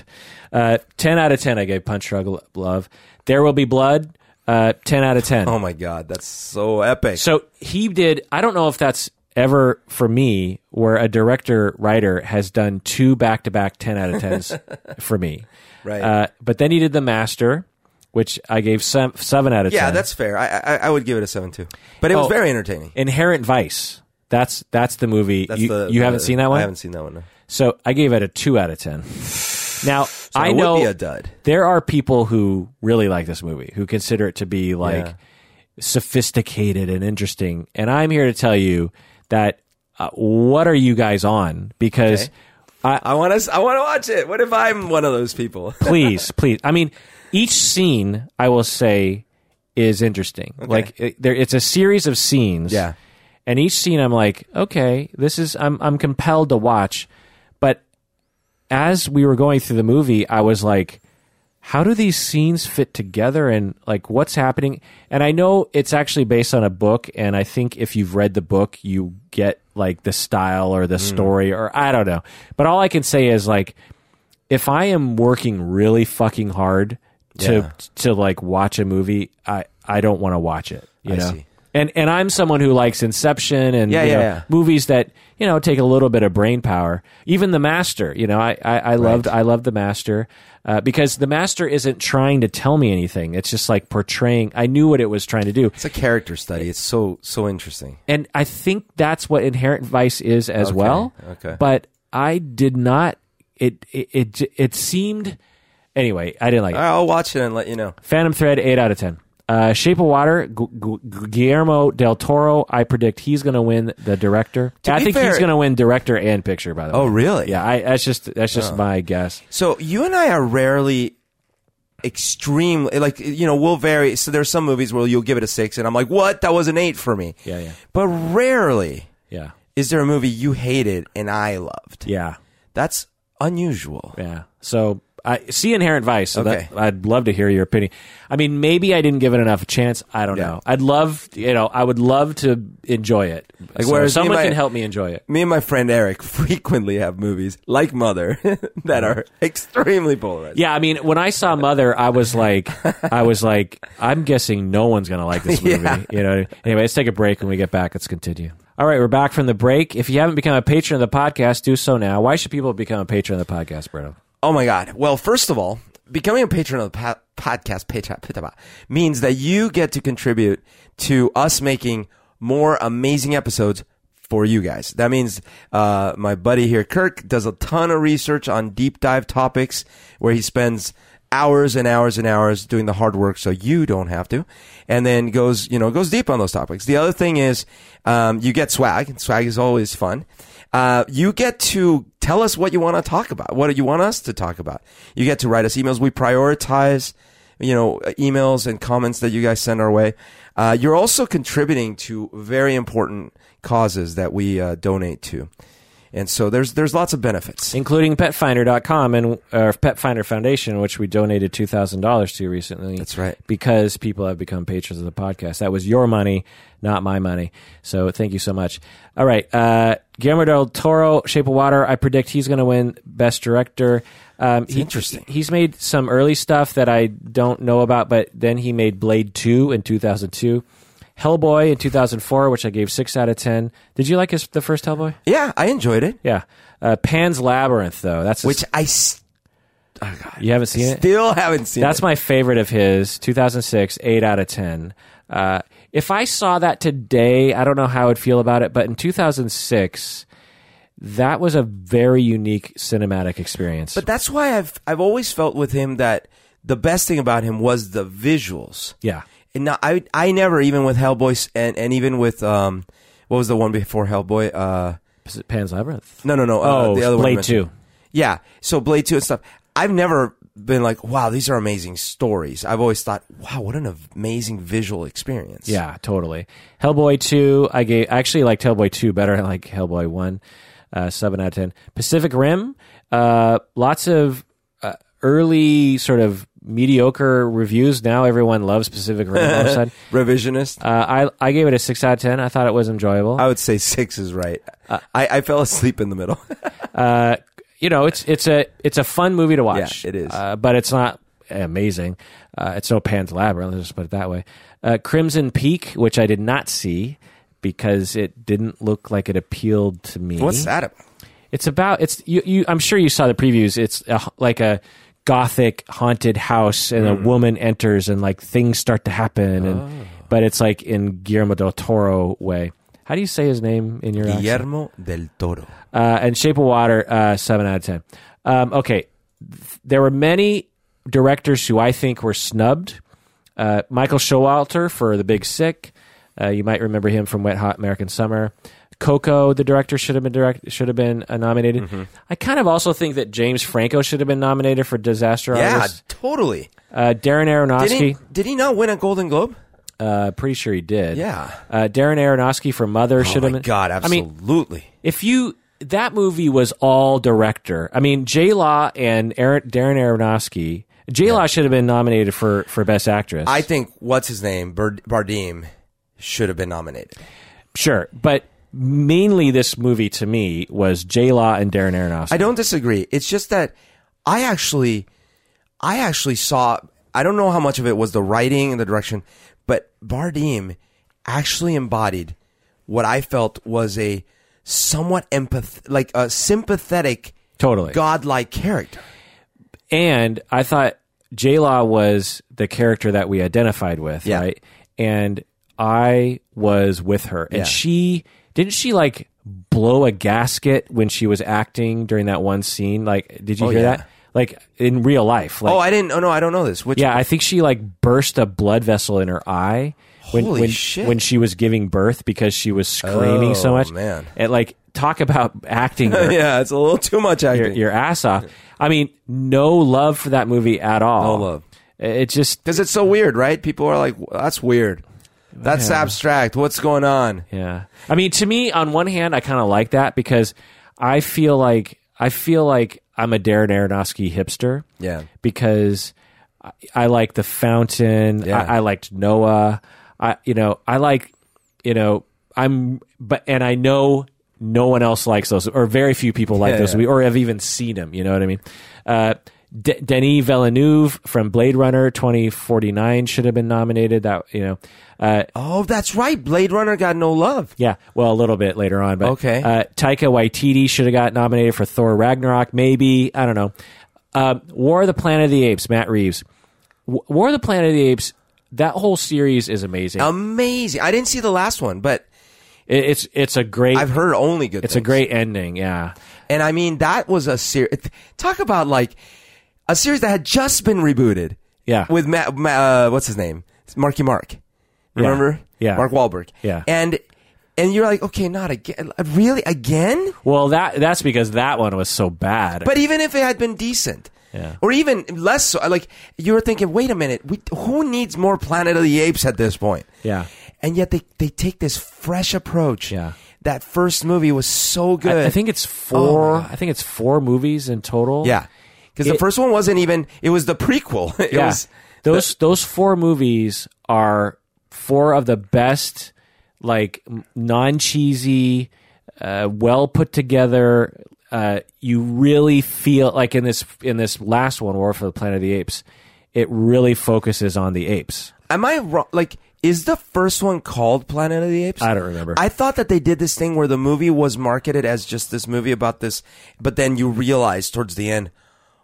Uh, 10 out of 10, I gave Punch Drunk Love. There Will Be Blood, uh, 10 out of 10.
Oh my God, that's so epic.
So he did, I don't know if that's ever for me where a director writer has done two back to back 10 out of 10s for me.
Right.
Uh, but then he did The Master, which I gave seven, seven out of
yeah,
10.
that's fair. I, I I would give it a seven too, but it was
Oh.
very entertaining.
Inherent Vice. That's that's the movie.
That's
you
the,
you
the-
haven't seen that one?
I haven't seen that one. No.
So I gave it a two out of 10. Now, I
it
know.
would be a dud.
there are people who really like this movie who consider it to be like
Yeah.
sophisticated and interesting and i'm here to tell you that uh, what are you guys on because
Okay. I want to. I want to watch it. What if I'm one of those people?
please please i mean each scene i will say is interesting like it, there it's a series of scenes
Yeah.
and each scene i'm like okay this is i'm i'm compelled to watch but as we were going through the movie i was like how do these scenes fit together and like what's happening and i know it's actually based on a book and i think if you've read the book you get like the style or the
Hmm.
story or i don't know but all i can say is like if i am working really fucking hard to
Yeah.
to like watch a movie i i don't want to watch it you
I
know
see.
and and i'm someone who likes inception and
Yeah,
you
yeah,
know,
yeah.
movies that you know take a little bit of brain power. Even the master, you know, I I, I loved I loved the master uh, because the master isn't trying to tell me anything. It's just like portraying. I knew what it was trying to do,
It's a character study. It's so so interesting.
and I think that's what Inherent Vice is as well.
okay.
but I did not. It it it, j- it seemed. Anyway, I didn't like
All
it.
right, I'll watch it and let you know.
Phantom Thread, eight out of ten. Uh, Shape of Water, Gu- Gu- Gu- Guillermo del Toro. I predict he's going to win the director. I
be
think he's
fair-
going to win director and picture. By the way,
Oh, really?
yeah, I, that's just that's just my guess.
So you and I are rarely extreme like you know we'll vary so there's some movies where you'll give it a six and i'm like what that was an eight for me
Yeah, yeah.
but rarely
Yeah,
is there a movie you hated and i loved
yeah,
that's unusual
yeah. So I see Inherent Vice. So
Okay.
that, I'd love to hear your opinion. I mean, maybe I didn't give it enough chance. I don't
Yeah.
know. I'd love you know I would love to enjoy it. Like so
whereas me
someone
and my-
can help me enjoy it.
me and my friend Eric frequently have movies like Mother that are extremely polarized.
Yeah, I mean, when I saw Mother, I was like, I was like, I'm guessing no one's gonna like this movie. You know. Anyway, let's take a break. When we get back, let's continue. All right, we're back from the break. If you haven't become a patron of the podcast, do so now. Why should people become a patron of the podcast, Bruno?
Oh my God. Well, first of all, becoming a patron of the po- podcast Petra- Petra- means that you get to contribute to us making more amazing episodes for you guys. That means uh, my buddy here, Kirk, does a ton of research on deep dive topics where he spends hours and hours and hours doing the hard work so you don't have to and then goes you know goes deep on those topics the other thing is um, you get swag and swag is always fun uh, you get to tell us what you want to talk about what you want us to talk about you get to write us emails we prioritize you know emails and comments that you guys send our way uh, you're also contributing to very important causes that we uh, donate to and so there's there's lots of benefits
including petfinder.com and uh, pet finder foundation which we donated $2000 to recently
That's right.
because people have become patrons of the podcast that was your money not my money so thank you so much all right uh, guillermo del toro shape of water i predict he's going to win best director um, he-
interesting.
he's made some early stuff that i don't know about but then he made blade 2 in 2002 hellboy in 2004 which i gave 6 out of 10 did you like his the first hellboy
yeah i enjoyed it
yeah uh, pan's labyrinth though that's his
which i s-
you haven't seen it?
still haven't seen
That's my favorite of his, 2006, 8 out of 10. Uh, If I saw that today, I don't know how I'd feel about it, but in 2006, that was a very unique cinematic experience.
But that's why I've I've always felt with him that the best thing about him was the visuals.
yeah.
And now I I never even with Hellboy s- and and even with um what was the one before Hellboy uh
Is it Pan's Labyrinth?
no no no
oh,
uh, the other one I
Blade
mentioned.
2.
yeah so Blade two and stuff I've never been like wow these are amazing stories I've always thought wow what an amazing visual experience
Yeah, totally. Hellboy 2, I gave I actually liked Hellboy 2 better. I like Hellboy 1, uh, 7 out of 10. Pacific Rim, uh, lots of uh, early sort of mediocre reviews. Now everyone loves Pacific Rim all of a sudden.
revisionist
Uh, I, I gave it a 6 out of 10. I thought it was enjoyable.
I would say six is right I I fell asleep in the middle
Uh, you know, it's it's a it's a fun movie to watch.
Yeah, it is.
uh, but it's not amazing. Uh, it's no Pan's Labyrinth. Let's just put it that way. Uh, Crimson Peak, which I did not see because it didn't look like it appealed to me.
what's that about
It's about it's you. you I'm sure you saw the previews. It's a, h- like a gothic haunted house, and
Hmm.
a woman enters, and like things start to happen.
Oh.
And but it's like in Guillermo del Toro way. How do you say his name in your accent?
Guillermo del Toro
uh, and Shape of Water, uh, seven out of ten. Um, okay, Th- there were many directors who I think were snubbed. Uh, Michael Showalter for The Big Sick, uh, you might remember him from Wet Hot American Summer. Coco, the director, should have been direct, should have been uh, nominated.
Mm-hmm.
I kind of also think that James Franco should have been nominated for Disaster
yeah
Artist.
totally
Uh, Darren
did he
Aronofsky,
did he not win a Golden Globe
uh, pretty sure he did.
yeah
Uh, Darren Aronofsky for Mother
oh
should
my
have been.
God
I mean,
absolutely
if you that movie was all director. I mean, J Law and Aaron, Darren Aronofsky. J Law should have been nominated for for best actress.
I think what's his name Bard- Bardim should have been nominated.
sure, but mainly this movie to me was J Law and Darren Aronofsky.
I don't disagree. It's just that I actually, I actually saw. I don't know how much of it was the writing and the direction, but Bardim actually embodied what I felt was a somewhat empath, like a sympathetic,
totally.
godlike character.
and I thought J Law was the character that we identified with,
Yeah.
right? And I was with her, and
Yeah.
she didn't she like blow a gasket when she was acting during that one scene. Like, did you hear
Oh, yeah.
that? Like in real life, like
Oh, I didn't. Oh no, I don't know this. Which
Yeah, I think she like burst a blood vessel in her eye when
Holy
when,
shit.
when she was giving birth because she was screaming so
Oh,
much.
man.
and like talk about acting your,
yeah, it's a little too much acting.
your, your ass off. I mean, no love for that movie at all.
No love.
It just
Because it's so weird, right? People are like, "That's weird. That's abstract. What's going on?"
yeah. I mean, to me, on one hand, I kind of like that because I feel like I feel like I'm a Darren Aronofsky hipster.
Yeah.
because I, I like The Fountain.
Yeah.
I, I liked Noah. I you know I like you know I'm but and I know no one else likes those or very few people like
Yeah,
those
yeah.
movies, or have even seen them. You know what I mean? Uh, D- Denis Villeneuve from Blade Runner 2049 should have been nominated. That you know. Uh,
Oh, that's right. Blade Runner got no love.
yeah, well, a little bit later on, but
Okay.
Uh, Taika Waititi should have got nominated for Thor Ragnarok, maybe I don't know. Um, War of the Planet of the Apes, Matt Reeves. W- War of the Planet of the Apes. That whole series is amazing.
Oh. Amazing. I didn't see the last one, but
It- it's it's a great
I've heard only good
it's a
things.
great ending. Yeah,
And I mean, that was a series. Talk about like a series that had just been rebooted.
Yeah.
With Matt, Ma- uh, what's his name? It's Marky Mark. Remember?
Yeah.
Mark Wahlberg.
Yeah.
And, and you're like, okay, not again. Really? Again?
well that that's because that one was so bad.
But even if it had been decent.
Yeah.
Or even less so, like you were thinking, wait a minute, we, who needs more Planet of the Apes at this point?
yeah,
and yet they, they take this fresh approach.
Yeah.
That first movie was so good. Oh,
I, I think it's four. I think it's four movies in total.
yeah, because the
It-
first one wasn't even it was the prequel. it
yeah.
was
those those four movies are four of the best like non cheesy uh, well put together uh, you really feel like in this in this last one war for the planet of the apes it really focuses on the apes
am I wrong? Like, is the first one called Planet of the Apes?
I don't remember.
I thought that they did this thing where the movie was marketed as just this movie about this, but then you realize towards the end,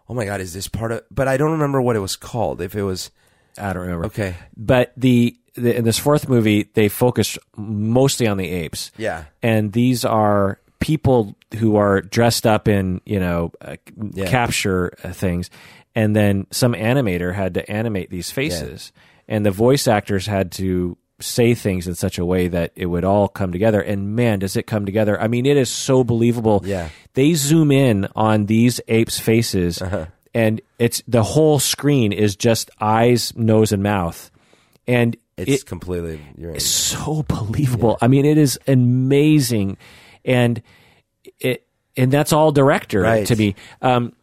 oh my god, is this part of? But I don't remember what it was called. If it was
i don't remember
okay,
but the the, in this fourth movie, they focused mostly on the apes.
Yeah.
and these are people who are dressed up in you know uh, capture uh, things, and then some animator had to animate these faces, and the voice actors had to say things in such a way that it would all come together and man does it come together i mean it is so believable
Yeah.
they zoom in on these apes' faces,
Uh-huh.
and it's the whole screen is just eyes, nose, and mouth, and
It's
it's
completely. You're in.
so believable. I mean, it is amazing, and it and that's all director
Right.
to me. Um,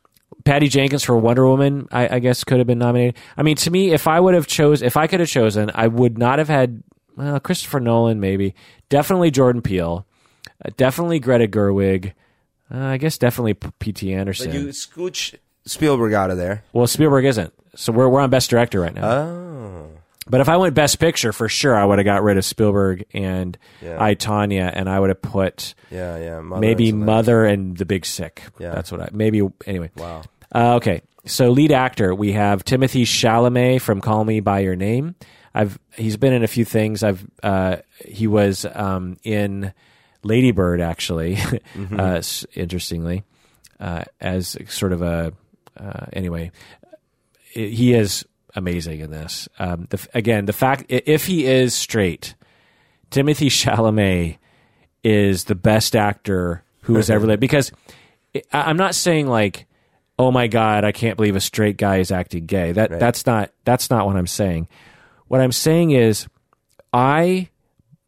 Patty Jenkins for Wonder Woman, I, I guess, could have been nominated. I mean, to me, if I would have chose, if I could have chosen, I would not have had well, Christopher Nolan, maybe, definitely Jordan Peele, uh, definitely Greta Gerwig. Uh, I guess definitely P- P.T. Anderson.
You scooch Spielberg out of there.
well, Spielberg isn't, so we're we're on Best Director right now.
Oh.
But if I went Best Picture, for sure, I would have got rid of Spielberg and
Yeah.
I Tanya, and I would have put
Yeah, yeah. Mother
maybe
Excellent.
Mother and The Big Sick.
Yeah.
That's what I maybe anyway.
Wow.
Uh, okay, so lead actor we have Timothy Chalamet from Call Me by Your Name. I've he's been in a few things. I've uh, he was um, in Lady Bird actually, uh, s- interestingly, uh, as sort of a uh, anyway he is amazing in this. Um, the, again, the fact i- if he is straight, Timothy Chalamet is the best actor who has ever lived. Because I- I'm not saying like, oh my god, I can't believe a straight guy is acting gay. That that's not that's not what I'm saying. What I'm saying is, I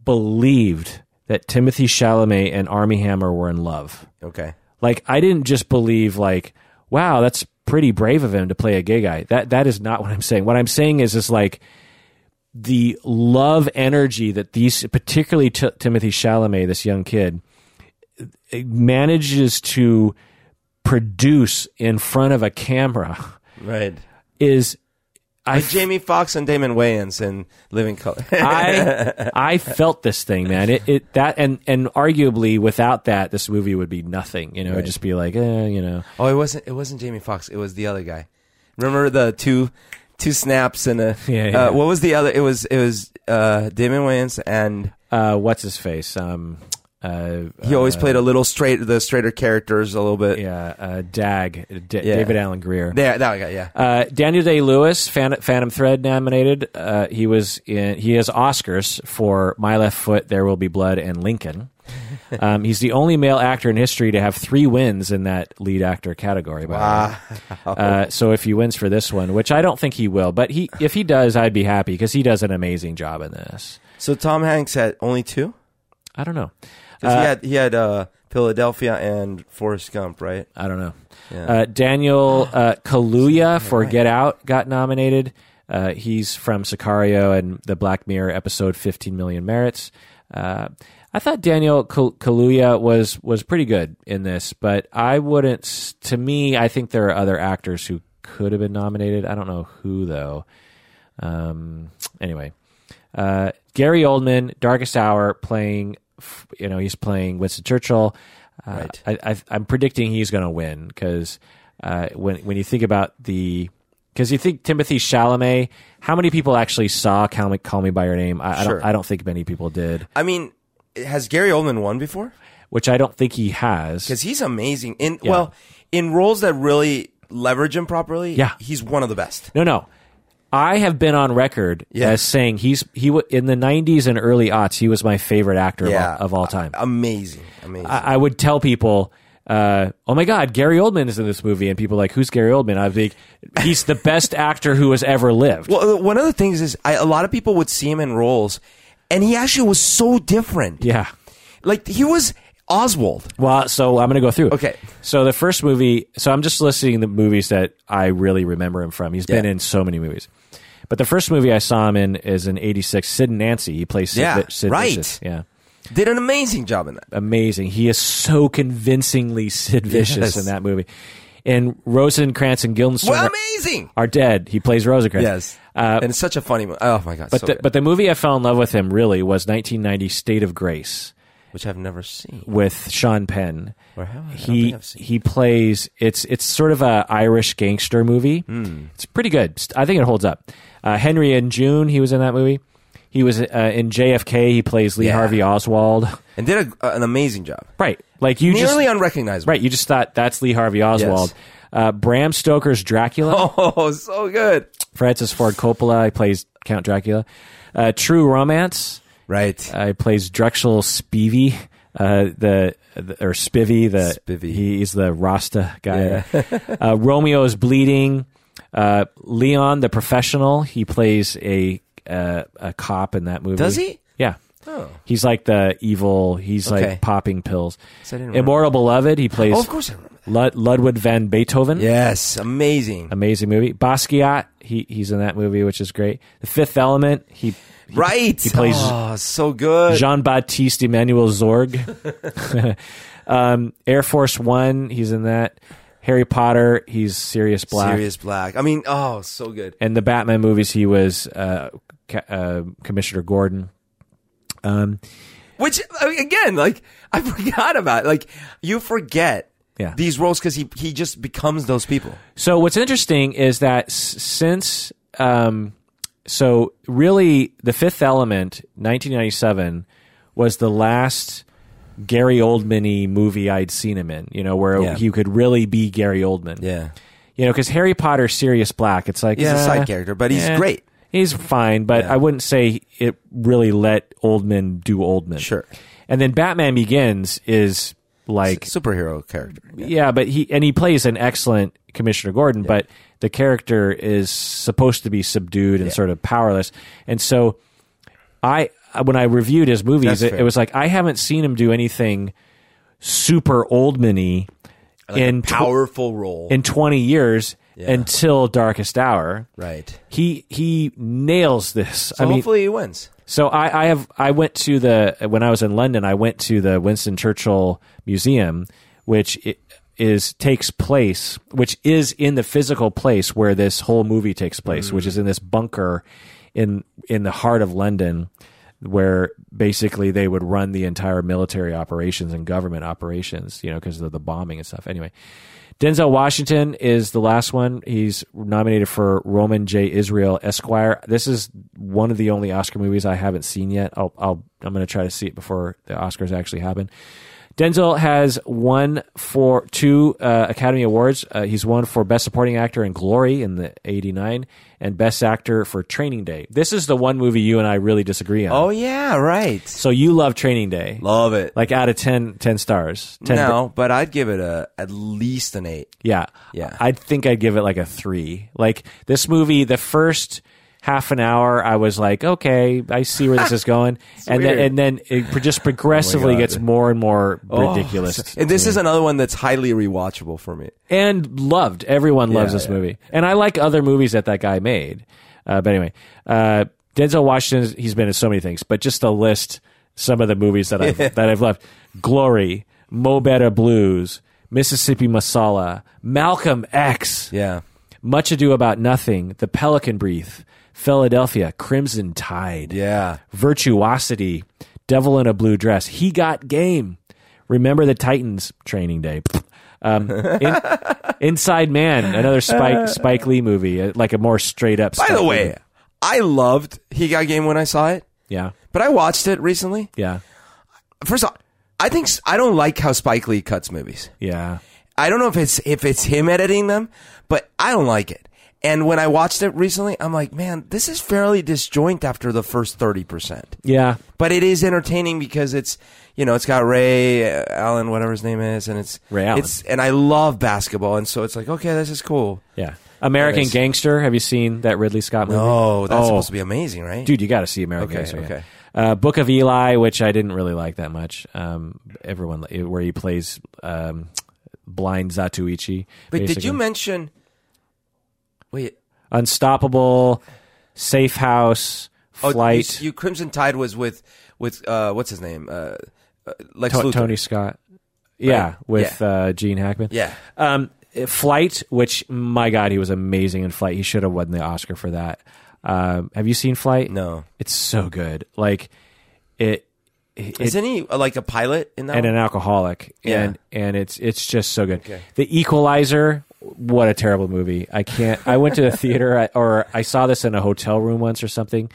believed that Timothy Chalamet and Army Hammer were in love.
Okay.
Like I didn't just believe like, wow, that's pretty brave of him to play a gay guy. That that is not what I'm saying. What I'm saying is is like the love energy that these particularly T- Timothy Chalamet, this young kid, it manages to produce in front of a camera
Right.
is I
Jamie Foxx and Damon Wayans in Living Color.
I I felt this thing, man. It, it that and and arguably without that, this movie would be nothing. You know, it'd just be like, eh, you know,
oh, it wasn't. It wasn't Jamie Foxx. It was the other guy. Remember the two, two snaps and a.
Yeah, yeah.
Uh, what was the other? It was. It was uh, Damon Wayans and
uh, what's his face? Um, uh,
he always played a little straight, the straighter characters a little bit. Yeah.
yeah, uh, Dag, D- David Allen Greer.
There, that guy. Yeah.
uh, Daniel Day Lewis, Phan- Phantom Thread nominated. Uh, he was in. He has Oscars for My Left Foot, There Will Be Blood, and Lincoln. Um, he's the only male actor in history to have three wins in that lead actor category. By the way. Uh, so if he wins for this one, which I don't think he will, but he if he does, I'd be happy because he does an amazing job in this.
So Tom Hanks had only two.
I don't know.
'Cause he had he had uh, Philadelphia and Forrest Gump, right?
I don't know.
Yeah.
Uh, Daniel uh, Kaluuya for Get Out got nominated. Uh, he's from Sicario and the Black Mirror episode 15 Million Merits. Uh, I thought Daniel Kal- Kaluuya was was pretty good in this, but I wouldn't. s- To me, I think there are other actors who could have been nominated. I don't know who though. Um, anyway, uh, Gary Oldman, Darkest Hour, playing. f- You know, he's playing Winston Churchill. Uh,
Right.
I, I, I'm predicting he's going to win because uh, when when you think about the because you think Timothy Chalamet, how many people actually saw Call Me, Call Me by Your Name? I, I don't
Sure.
I don't think many people did,
I mean, has Gary Oldman won before?
which I don't think he has.
because he's amazing in well in roles that really leverage him properly.
Yeah.
he's one of the best.
No, no. I have been on record
Yeah.
as saying he's he wa in the 90s and early aughts he was my favorite actor
Yeah.
of, all, of all time.
Amazing, amazing.
I, I would tell people, uh, "Oh my God, Gary Oldman is in this movie," and people are like, "Who's Gary Oldman?" I'd be, like, "He's the best actor who has ever lived."
well, uh, one of the things is I, a lot of people would see him in roles, and he actually was so different.
yeah.
like he was Oswald.
Well, so I'm going to go through.
Okay.
So the first movie. So I'm just listing the movies that I really remember him from. He's been
Yeah.
in so many movies. But the first movie I saw him in is in '86, Sid and Nancy. He plays Sid,
Yeah,
Sid
right.
Vicious. Yeah.
Did an amazing job in that.
amazing. He is so convincingly Sid Vicious
Yes.
in that movie. And Rosencrantz and Guildenstern
Well,
are-
amazing.
are dead. He plays Rosencrantz. Uh,
Yes, and it's such a funny movie. Oh my god,
But
so
the,
good.
but the movie I fell in love with him really was 1990 State of Grace
which I've never seen.
with Sean Penn.
Or have I? I don't
He
think I've seen
he plays it's it's sort of a Irish
Hmm.
gangster movie. It's pretty good. St- I think it holds up. Uh, Henry and June, he was in that movie. He was uh, in JFK. He plays Lee
Yeah.
Harvey Oswald.
and did a, uh, an amazing job.
Right. Like you just
Nearly unrecognizable.
right. You just thought that's Lee Harvey Oswald. Uh, Bram Stoker's Dracula.
Oh, so good.
Francis Ford Coppola. He plays Count Dracula. Uh, True Romance.
Right.
Uh, he plays Drexel Spivey, uh, the, the- or Spivey, the
Spivey.
he's the Rasta guy. uh, Romeo is bleeding. Uh, Leon, the professional, he plays a uh, a cop in that movie.
Does he?
Yeah.
Oh.
He's like the evil. He's
Okay.
like popping pills.
So I didn't remember.
Immortal Beloved. He plays
Oh, of course I remember.
Lud- Ludwig van Beethoven.
Yes, amazing.
Amazing movie. Basquiat. He he's in that movie, which is great. The Fifth Element. He
right.
he plays-
oh, so good.
Jean Baptiste Emmanuel Zorg. um, Air Force One, he's in that. Harry Potter, he's Sirius Black.
Serious Black. I mean, oh, so good.
And the Batman movies, he was uh, ca- uh, Commissioner Gordon. Um,
Which I mean, again, like I forgot about. Like you forget
Yeah.
these roles because he he just becomes those people.
so what's interesting is that s- since um, so really the Fifth Element, 1997, was the last Gary Oldman movie I'd seen him in. You know where
Yeah.
he could really be Gary Oldman.
Yeah.
You know, because Harry Potter, Sirius Black, it's like
He's a
eh,
side character, but he's
eh,
great.
He's fine, but
Yeah.
I wouldn't say it really let Oldman do Oldman.
Sure.
And then Batman Begins is like
Superhero character.
yeah. but he and he plays an excellent Commissioner Gordon, but the character is supposed to be subdued and sort of powerless. And so I when I reviewed his movies,
That's
it,
fair.
it was like I haven't seen him do anything super Oldman-y in tw-
Powerful role.
in 20 years until Darkest Hour.
right.
He he nails this. I
So
mean,
hopefully he wins.
so I, I have I went to the when I was in London, I went to the Winston Churchill Museum, which i- is takes place, which is in the physical place where this whole movie takes place,
Mm.
which is in this bunker in in the heart of London, where basically they would run the entire military operations and government operations, you know, because of the bombing and stuff. Anyway, Denzel Washington is the last one. He's nominated for Roman J. Israel Esquire. This is one of the only Oscar movies I haven't seen yet. I'll, I'll I'm going to try to see it before the Oscars actually happen. Denzel has won for two uh, Academy Awards. Uh, he's won for Best Supporting Actor in Glory in the '89 and Best Actor for Training Day. This is the one movie you and I really disagree on.
Oh yeah, right.
so you love Training Day?
Love it.
like out of 10, 10 stars? 10
no, but I'd give it a at least an eight.
Yeah.
Yeah.
I think I'd give it like a three. Like this movie, the first half an hour, I was like, okay, I see where this is going. and then,
weird. Oh
and then it pro- just progressively
God. Oh.
gets more and more ridiculous.
And this is another one that's highly rewatchable for me.
and loved. Everyone loves
Yeah,
this
yeah.
movie. And I like other movies that that guy made. Uh, but anyway, uh, Denzel Washington, he's been in so many things, but just to list some of the movies that I've, that I've loved Glory, Mo Better Blues, Mississippi Masala, Malcolm X.
Yeah.
Much Ado About Nothing, The Pelican Brief, Philadelphia, Crimson Tide,
Yeah.
Virtuosity, Devil in a Blue Dress, He Got Game, Remember the Titans, Training Day, um, in- Inside Man, another Spike Spike Lee movie, uh, like a more straight up.
By the way, I loved He Got Game when I saw it,
yeah,
but I watched it recently.
yeah,
First of all, I think s- I don't like how Spike Lee cuts movies.
yeah.
I don't know if it's if it's him editing them, but I don't like it. And when I watched it recently, I'm like, man, this is fairly disjoint after the first thirty percent.
Yeah,
But it is entertaining because it's you know it's got Ray uh, Allen, whatever his name is, and it's
Ray Allen.
It's and I love basketball, and so it's like, okay, this is cool.
yeah. American
Nice.
Gangster. Have you seen that Ridley Scott movie?
Oh, that's supposed to be amazing, right?
dude, you got to see American
Okay,
Gangster. yeah.
okay.
Uh, Book of Eli, which I didn't really like that much. Um, everyone, where he plays um, blind Zatuichi.
But did
basically.
you mention? Wait,
Unstoppable, Safe House,
oh, you-
Flight,
You, Crimson Tide was with with uh, what's his name? Uh, uh, Lex
To-
Luthor.
Tony Scott. Yeah,
Right?
with Uh, Gene Hackman.
Yeah.
Um, Flight, which my God, he was amazing in Flight. He should have won the Oscar for that. Um, have you seen Flight?
No.
It's so good. Like it. it
Isn't he uh, like a pilot in that?
and
one?
an alcoholic
Yeah.
and and it's it's just so good the equalizer what a terrible movie i can't i went to the theater I- or i saw this in a hotel room once or something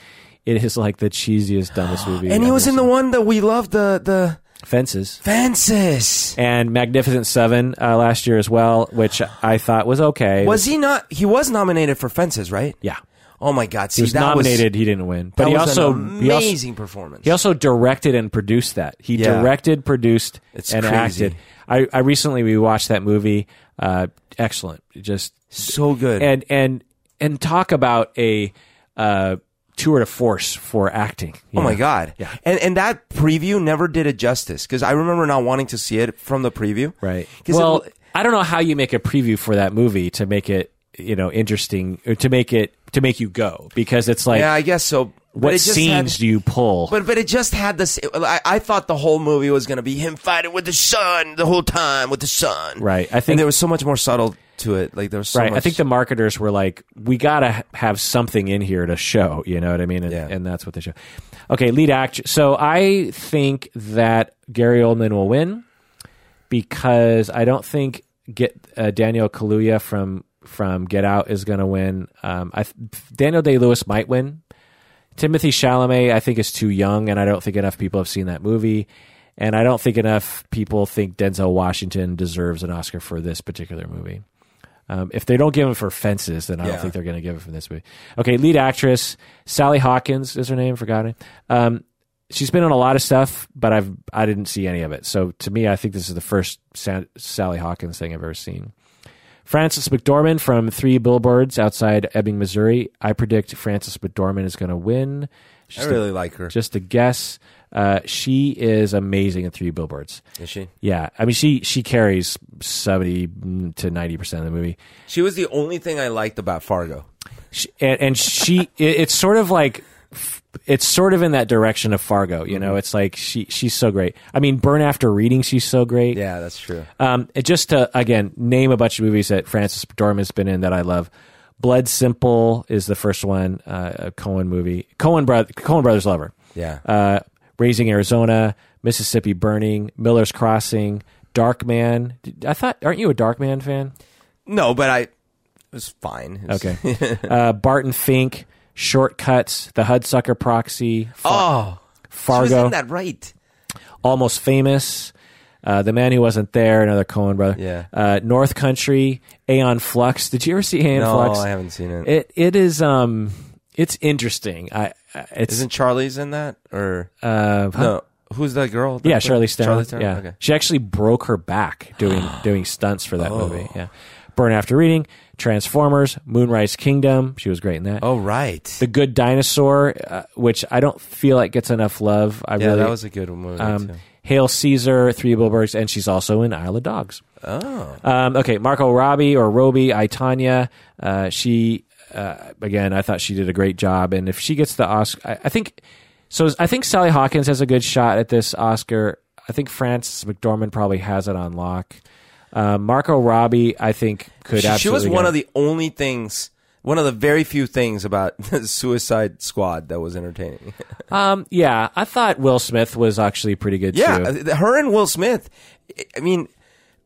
It is like the cheesiest, dumbest movie.
and he
I've
was
ever
in the
seen.
one that we loved, the the
Fences
fences.
and Magnificent Seven uh, last year as well, which I thought was okay.
Was he not? He was nominated for fences, right?
yeah,
Oh my God! See,
he was
that
nominated. he didn't win,
Was,
but he
that was
also
an
he also
amazing performance.
He also directed and produced that. He
Yeah.
directed, produced,
It's
and
crazy.
acted. I, I recently we watched that movie. Uh, excellent. Just
so good.
and and and talk about a uh, tour de force for acting. you
Oh my
know?
god!
Yeah.
and and that preview never did it justice because I remember not wanting to see it from the preview.
Right.
'Cause it-
Well, I don't know how you make a preview for that movie to make it you know interesting or to make it to make you go because it's like
yeah, I guess so. But
what
it just
scenes
had-
do you pull?
but but it just had this. I, I thought the whole movie was going to be him fighting with the sun the whole time with the sun.
Right. I think-
and there was so much more subtle to it. Like there was so
right.
much.
I think the marketers were like, we gotta ha- have something in here to show. You know what I mean? And,
Yeah.
and that's what they show. Okay, lead act. So I think that Gary Oldman will win because I don't think get uh, Daniel Kaluuya from from Get Out is going to win. Um, I th- Daniel Day Lewis might win. Timothy Chalamet, I think, is too young, and I don't think enough people have seen that movie. And I don't think enough people think Denzel Washington deserves an Oscar for this particular movie. Um, if they don't give him for Fences, then I
Yeah.
don't think they're going to give it for this movie. Okay, lead actress Sally Hawkins is her name. Forgot it. Um, she's been on a lot of stuff, but I've I didn't see any of it. So to me, I think this is the first Sa- Sally Hawkins thing I've ever seen. Frances McDormand from Three Billboards Outside Ebbing, Missouri. I predict Frances McDormand is going to win.
I
Just,
really like her.
a, just a guess. Uh, she is amazing in Three Billboards.
Is she?
Yeah, I mean she she carries seventy to ninety percent of the movie.
She was the only thing I liked about Fargo.
she, and, and she it, it's sort of like it's sort of in that direction of Fargo, you
Mm-hmm.
know. It's like she she's so great. I mean, Burn After Reading, she's so great.
Yeah, that's true.
Um, it just to again name a bunch of movies that Francis McDormand's been in that I love. Blood Simple is the first one, uh, a Cohen movie. Cohen brother, Cohen brothers lover.
Yeah.
Uh, Raising Arizona, Mississippi Burning, Miller's Crossing, Dark Man. I thought, aren't you a Dark Man fan?
No, but I it was fine. It was-
Okay. uh, Barton Fink, Shortcuts, The Hudsucker Proxy,
Oh, She was
Fargo,
in that right.
Almost Famous, uh, The Man Who Wasn't There, another Cohen brother.
Yeah.
Uh, North Country, Aeon Flux. Did you ever see Aeon
No,
Flux?
I haven't seen it.
It it is um it's interesting. I I- it's
Isn't Charlie's in that or
uh huh?
no? Who's that girl?
yeah Charlie Theron.
Charlie Theron.
Yeah,
Okay.
she actually broke her back doing doing stunts for that
Oh.
movie. Yeah, Burn After Reading, Transformers, Moonrise Kingdom. She was great in that.
Oh right.
The Good Dinosaur, uh, which I don't feel like gets enough love. I
yeah,
really
that was a good movie
um,
too.
Hail Caesar, Three Billboards, and she's also in Isle of Dogs.
Oh,
Um, okay, Marco Robbie or Roby Itanya. Uh, she uh, again, I thought she did a great job, and if she gets the Oscar, I, I think so. I think Sally Hawkins has a good shot at this Oscar. I think Frances McDormand probably has it on lock. Uh, Marco Robbie, I think, could
she,
absolutely.
she was
get
one
it.
of the only things, one of the very few things about the Suicide Squad that was entertaining.
Um, yeah, I thought Will Smith was actually pretty good too.
yeah, uh, her and Will Smith. I- I mean,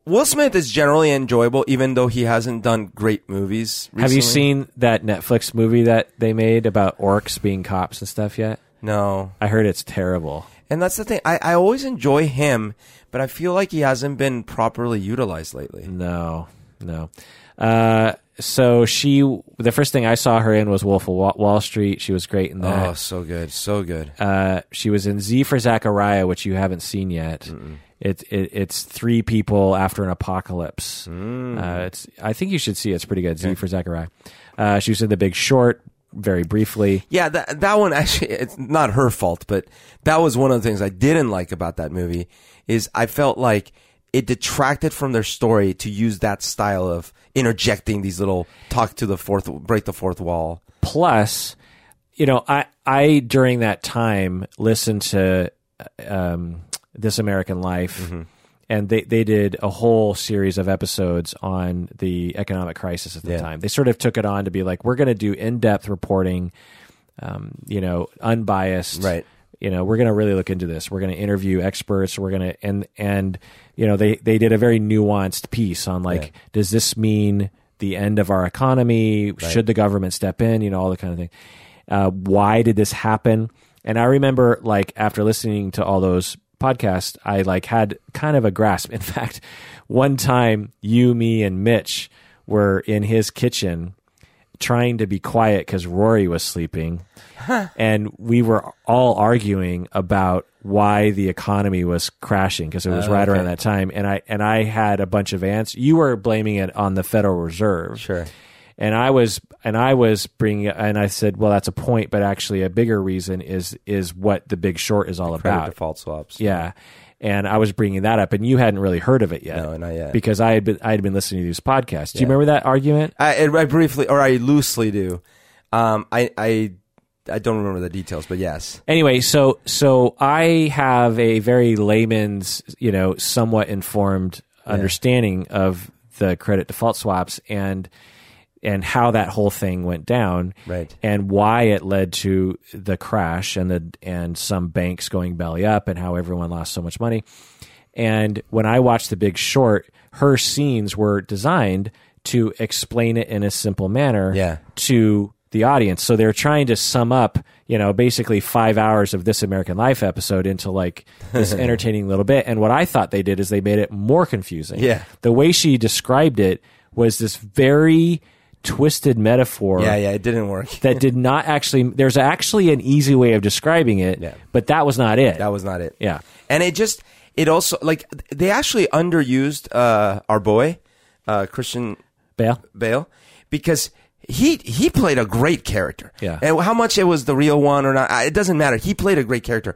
Will Smith is generally enjoyable, even though he hasn't done great movies. Recently.
Have you seen that Netflix movie that they made about orcs being cops and stuff yet?
No,
I heard it's terrible.
and that's the thing. I, I always enjoy him, but I feel like he hasn't been properly utilized lately.
Mm. No, no. Uh, so she, the first thing I saw her in was Wolf of Wa- Wall Street. She was great in
Oh,
that.
so good, so good.
Uh, she was in Z for Zachariah, which you haven't seen yet. It, it it's three people after an apocalypse.
Mm.
Uh, it's I think you should see it. it's pretty good. Z for Zachariah. Uh, she was in The Big Short very briefly.
Yeah, that that one actually it's not her fault, but that was one of the things I didn't like about that movie is I felt like it detracted from their story to use that style of interjecting these little talk to the fourth break the fourth wall.
plus you know i i during that time listened to um this american life
Mm-hmm.
and they they did a whole series of episodes on the economic crisis at the
Yeah.
time they sort of took it on to be like we're going to do in-depth reporting um you know unbiased
Right.
you know we're going to really look into this we're going to interview experts we're going to and and you know they they did a very nuanced piece on like does this mean the end of our economy should the government step in you know all that kind of thing Uh, why did this happen? And I remember, like, after listening to all those podcasts, I like had kind of a grasp. In fact, one time, you, me, and Mitch were in his kitchen trying to be quiet because Rory was sleeping, and we were all arguing about why the economy was crashing because it
Oh,
was right around that time. And I and I had a bunch of ants. You were blaming it on the Federal Reserve,
Sure.
and I was and I was bringing and I said, well, that's a point, but actually, a bigger reason is is what the Big Short is all
Credit
about.
default swaps.
Yeah. And I was bringing that up, and you hadn't really heard of it yet.
No, not yet.
Because I had been I had been listening to these podcasts. Do you remember that argument?
I, I briefly, or I loosely do. Um, I, I, I don't remember the details, but yes.
Anyway, so so I have a very layman's, you know, somewhat informed understanding of the credit default swaps and and how that whole thing went down,
Right.
And why it led to the crash and the and some banks going belly up and how everyone lost so much money. And when I watched The Big Short, her scenes were designed to explain it in a simple manner
Yeah.
to the audience. So they're trying to sum up, you know, basically five hours of This American Life episode into like this entertaining little bit. And what I thought they did is they made it more confusing.
Yeah.
The way she described it was this very twisted metaphor
Yeah, yeah, it didn't work.
that did not actually, there's actually an easy way of describing it,
Yeah.
but that was not it.
That was not it.
Yeah.
And it just, it also, like, they actually underused uh, our boy, uh, Christian
Bale?
Bale because he he played a great character.
Yeah.
And how much it was the real one or not, I- it doesn't matter. He played a great character,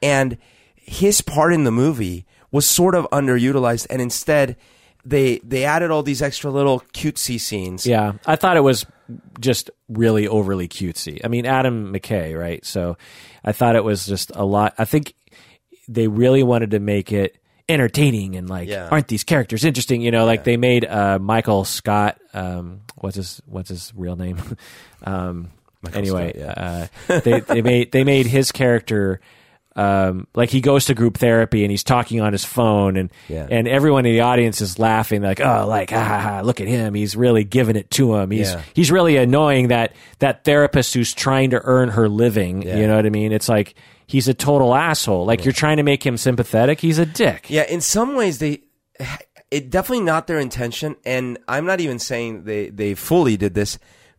and his part in the movie was sort of underutilized. And instead, they they added all these extra little cutesy scenes.
Yeah, I thought it was just really overly cutesy. I mean, Adam McKay, right? So I thought it was just a lot. I think they really wanted to make it entertaining and like,
Yeah.
aren't these characters interesting? You know, like they made uh, Michael Scott. Um, what's his What's his real name? um, anyway, uh, they they made they made his character. Um, like he goes to group therapy and he's talking on his phone and
Yeah.
and everyone in the audience is laughing like oh like ha ha ha look at him he's really giving it to him he's
Yeah.
he's really annoying that that therapist who's trying to earn her living you know what i mean it's like he's a total asshole like you're trying to make him sympathetic he's a dick
Yeah, in some ways they it definitely not their intention and I'm not even saying they they fully did this,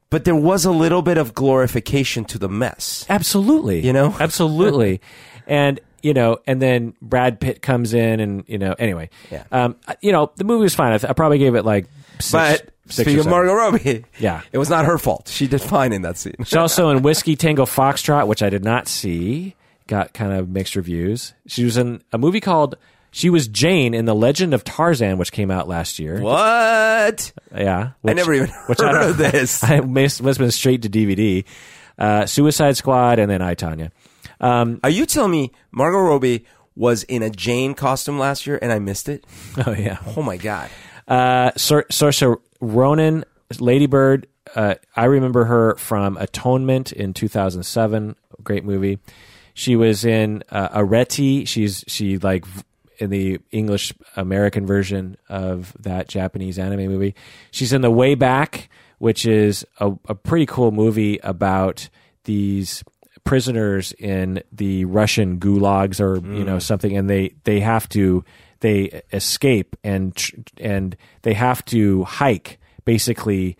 but there was a little bit of glorification to the mess.
absolutely
You know?
absolutely and you know and then brad pitt comes in and you know anyway
Yeah.
um you know the movie was fine i, th- I probably gave it like six,
But
six or
speaking of
seven.
Margot Robbie,
Yeah.
it was not her fault. She did fine in that scene.
She's also in Whiskey Tango Foxtrot, which I did not see. Got kind of mixed reviews. She was in a movie called She Was Jane in The Legend of Tarzan, which came out last year.
What?
Yeah.
I
which-
never even
which I
heard
don't-
of this.
I must, must have been straight to DVD. Uh, Suicide Squad and then I, Tanya.
Are Uh, you telling me Margot Robbie was in a Jane costume last year and I missed it?
Oh, yeah.
Oh my god!
Uh, Sor- Saoirse Ronan, Ladybird. Uh, I remember her from Atonement in 2007. Great movie. She was in uh, Areti. She's she like v- in the English American version of that Japanese anime movie. She's in The Way Back, which is a, a pretty cool movie about these prisoners in the Russian gulags or you know something, and they they have to they escape and tr- and they have to hike basically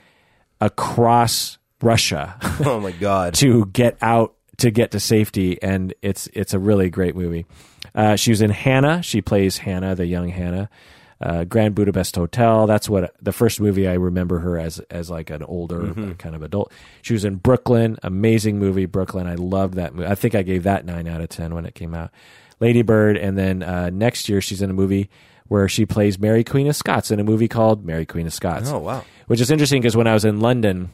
across Russia
Oh my god!
uh, to get out to get to safety, and it's it's a really great movie. Uh, she was in Hannah. She plays Hannah, the young Hannah. Uh, Grand Budapest Hotel. That's what the first movie I remember her as as like an older
Mm-hmm.
uh, kind of adult. She was in Brooklyn. Amazing movie, Brooklyn. I loved that movie. I think I gave that nine out of ten when it came out. Lady Bird, and then uh, next year she's in a movie where she plays Mary Queen of Scots in a movie called Mary Queen of Scots.
Oh, wow.
Which is interesting because when I was in London,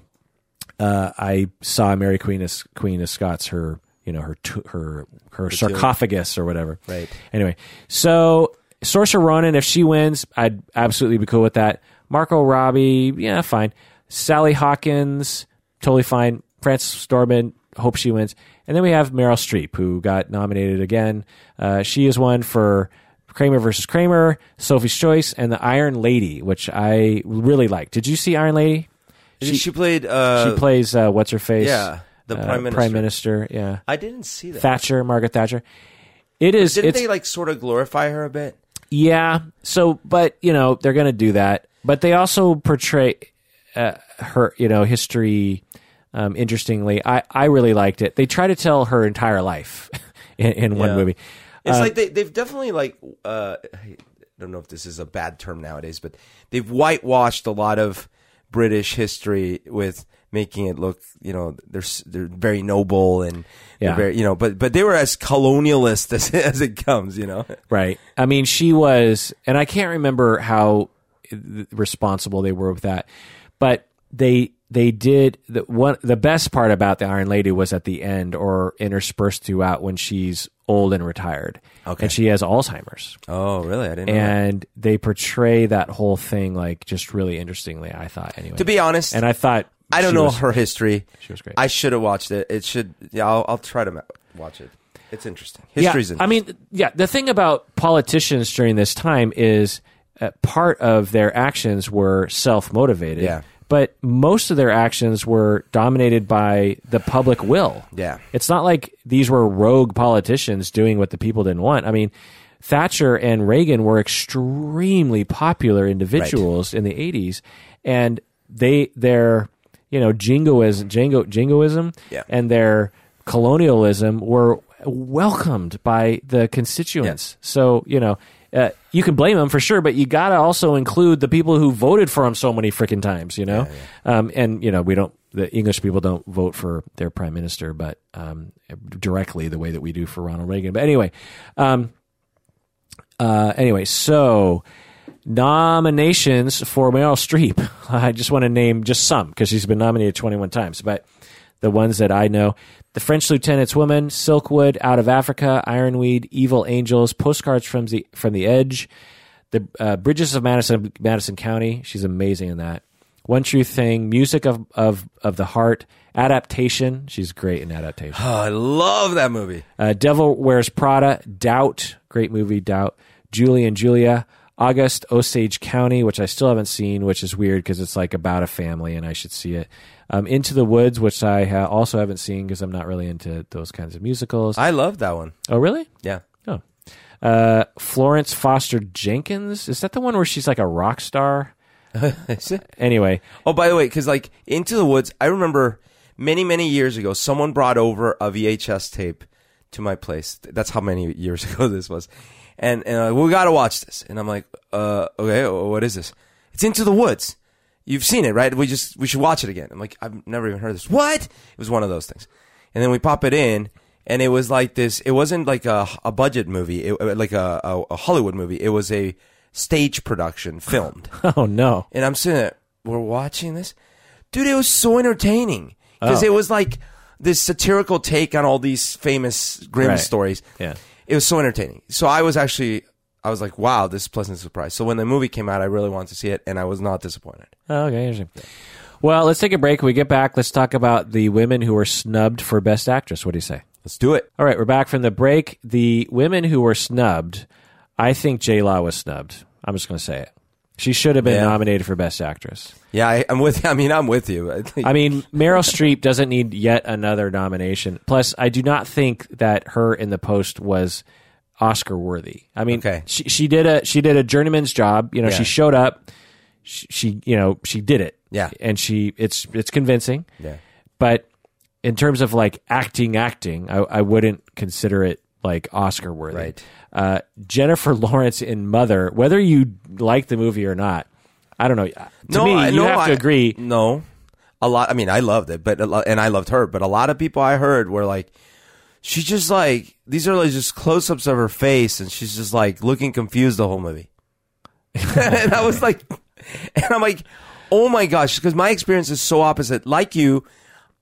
uh, I saw Mary Queen of, Queen of Scots, her you know her tu- her her sarcophagus or whatever.
Right.
Anyway, so Saoirse Ronan, if she wins, I'd absolutely be cool with that. Marco Robbie, yeah, fine. Sally Hawkins, totally fine. Frances Storman, hope she wins. And then we have Meryl Streep, who got nominated again. Uh, she is one for Kramer versus Kramer, Sophie's Choice, and The Iron Lady, which I really liked. Did you see Iron Lady?
She, she played. Uh,
She plays uh, what's her face?
yeah. The
uh,
prime minister.
prime minister. Yeah,
I didn't see that.
Thatcher, Margaret Thatcher. It is.
Didn't
it's,
they like sort of glorify her a bit?
Yeah. So, but you know, they're going to do that. But they also portray uh, her, you know, history um, interestingly. I I really liked it. They try to tell her entire life in, in one
Yeah.
movie.
It's like they they've definitely like uh, I don't know if this is a bad term nowadays, but they've whitewashed a lot of British history with making it look you know they're s- they're very noble and they're
Yeah.
very, you know but but they were as colonialist as as it comes you know
Right. I mean, she was, and I can't remember how responsible they were with that, but they they did the one the best part about the Iron Lady was at the end or interspersed throughout when she's old and retired,
Okay.
and she has Alzheimer's,
oh really I didn't
and they portray that whole thing like just really interestingly. I thought anyway.
to be honest
and I thought
I don't
she
know
was-
her history
she was great.
I should have watched it it should yeah I'll, I'll try to ma- watch it it's interesting history's
yeah,
interesting
I mean, yeah, the thing about politicians during this time is uh, part of their actions were self motivated.
Yeah.
But most of their actions were dominated by the public will.
Yeah.
It's not like these were rogue politicians doing what the people didn't want. I mean, Thatcher and Reagan were extremely popular individuals in the 80s and they their you know jingoism jingo, jingoism
Yeah.
and their colonialism were welcomed by the constituents. So, you know, uh, you can blame them for sure, but you got to also include the people who voted for him so many freaking times, you know? Um, and, you know, we don't, the English people don't vote for their prime minister, but um, directly the way that we do for Ronald Reagan. But anyway, um, uh, anyway, so nominations for Meryl Streep. I just want to name just some because she's been nominated 21 times, but the ones that I know The French Lieutenant's Woman, Silkwood, Out of Africa, Ironweed, Evil Angels, Postcards from the, from the Edge, The uh, Bridges of Madison, Madison County. She's amazing in that. One True Thing, Music of, of, of the Heart, Adaptation. She's great in Adaptation.
oh I love that movie
Uh, Devil Wears Prada, Doubt, great movie, Doubt, Julie and Julia, August, Osage County, which I still haven't seen, which is weird because it's like about a family and I should see it. Um, Into the Woods, which I ha- also haven't seen because I'm not really into those kinds of musicals.
I love that one
oh, really?
yeah
Oh. Uh, Florence Foster Jenkins. Is that the one where she's like a rock star? Anyway,
Oh, by the way, because like Into the Woods, I remember many, many years ago, someone brought over a VHS tape to my place. That's how many years ago this was, and and like, we got to watch this. And I'm like, uh, okay, wh- what is this? It's Into the Woods. You've seen it, right? We just we should watch it again. I'm like, I've never even heard this. What? It was one of those things, and then we pop it in. And it was like this. It wasn't like a, a budget movie, it, like a, a, a Hollywood movie. It was a stage production filmed.
oh no.
And I'm sitting there, we're watching this. Dude, it was so entertaining. Because it was like this satirical take on all these famous Grimm
Right.
stories.
Yeah.
It was so entertaining. So I was actually, I was like, wow, this is a pleasant surprise. So when the movie came out, I really wanted to see it, and I was not disappointed.
Oh, okay, interesting. Well, let's take a break. When we get back. Let's talk about the women who were snubbed for Best Actress. What do you say?
Let's do it.
All right, we're back from the break. The women who were snubbed, I think J Law was snubbed. I'm just going to say it. She should have been
Yeah.
nominated for Best Actress.
Yeah, I, I'm with. I mean, I'm with you. I think-
I mean, Meryl Streep doesn't need yet another nomination. Plus, I do not think that her in the post was Oscar worthy. I mean,
Okay.
she she did a she did a journeyman's job. You know, she
Yeah.
showed up. She, she you know she did it.
Yeah.
and she it's it's convincing.
yeah.
But in terms of like acting, acting, I, I wouldn't consider it like Oscar worthy.
Right.
Uh, Jennifer Lawrence in Mother, whether you like the movie or not, I don't know. To me,
I-
you have to
I-
agree.
No, a lot. I mean, I loved it, but a lot, and I loved her, but a lot of people I heard were like, she's just like these are like just close-ups of her face, and she's just like looking confused the whole movie. and I was like, and I'm like, oh my gosh, because my experience is so opposite. Like you,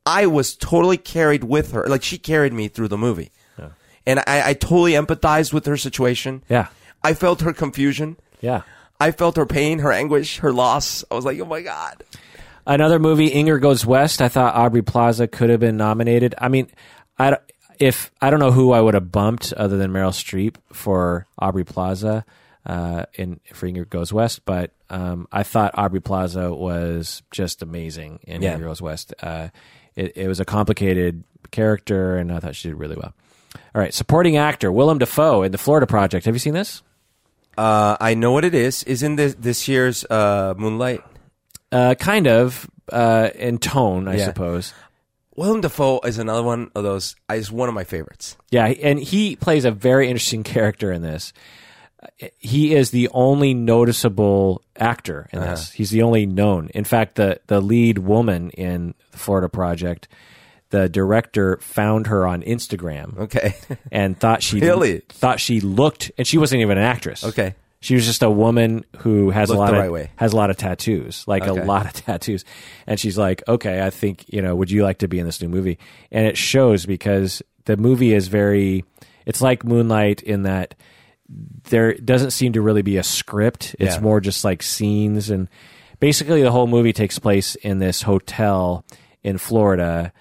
I was totally carried with her. Like she carried me through the movie, and I, I totally empathized with her situation.
Yeah.
I felt her confusion.
Yeah.
I felt her pain, her anguish, her loss. I was like, oh my god.
Another movie, Inger Goes West. I thought Aubrey Plaza could have been nominated. I mean, I don't- if I don't know who I would have bumped other than Meryl Streep for Aubrey Plaza. uh, in For Ingrid Goes West, but um, I thought Aubrey Plaza was just amazing in
Yeah.
Ingrid Goes West. Uh, it, it was a complicated character, and I thought she did really well. All right, supporting actor Willem Dafoe in The Florida Project. Have you seen this?
Uh, I know what it is. Is in this this year's uh, Moonlight.
Uh, kind of uh, in tone, I
Yeah.
suppose.
Willem Dafoe is another one of those. Is one of my favorites.
Yeah, and he plays a very interesting character in this. He is the only noticeable actor in this.
Uh-huh.
He's the only known. In fact, the the lead woman in the Florida Project, the director found her on Instagram
Okay,
and thought she
Really?
thought she looked, and she wasn't even an actress.
Okay.
she was just a woman who has a
Looked
lot
the
of
right way.
has a lot of tattoos, like a
Okay.
lot of tattoos. And she's like, "Okay, I think you know, would you like to be in this new movie?" And it shows because the movie is very, it's like Moonlight in that there doesn't seem to really be a script. It's
Yeah.
more just like scenes and basically the whole movie takes place in this hotel in Florida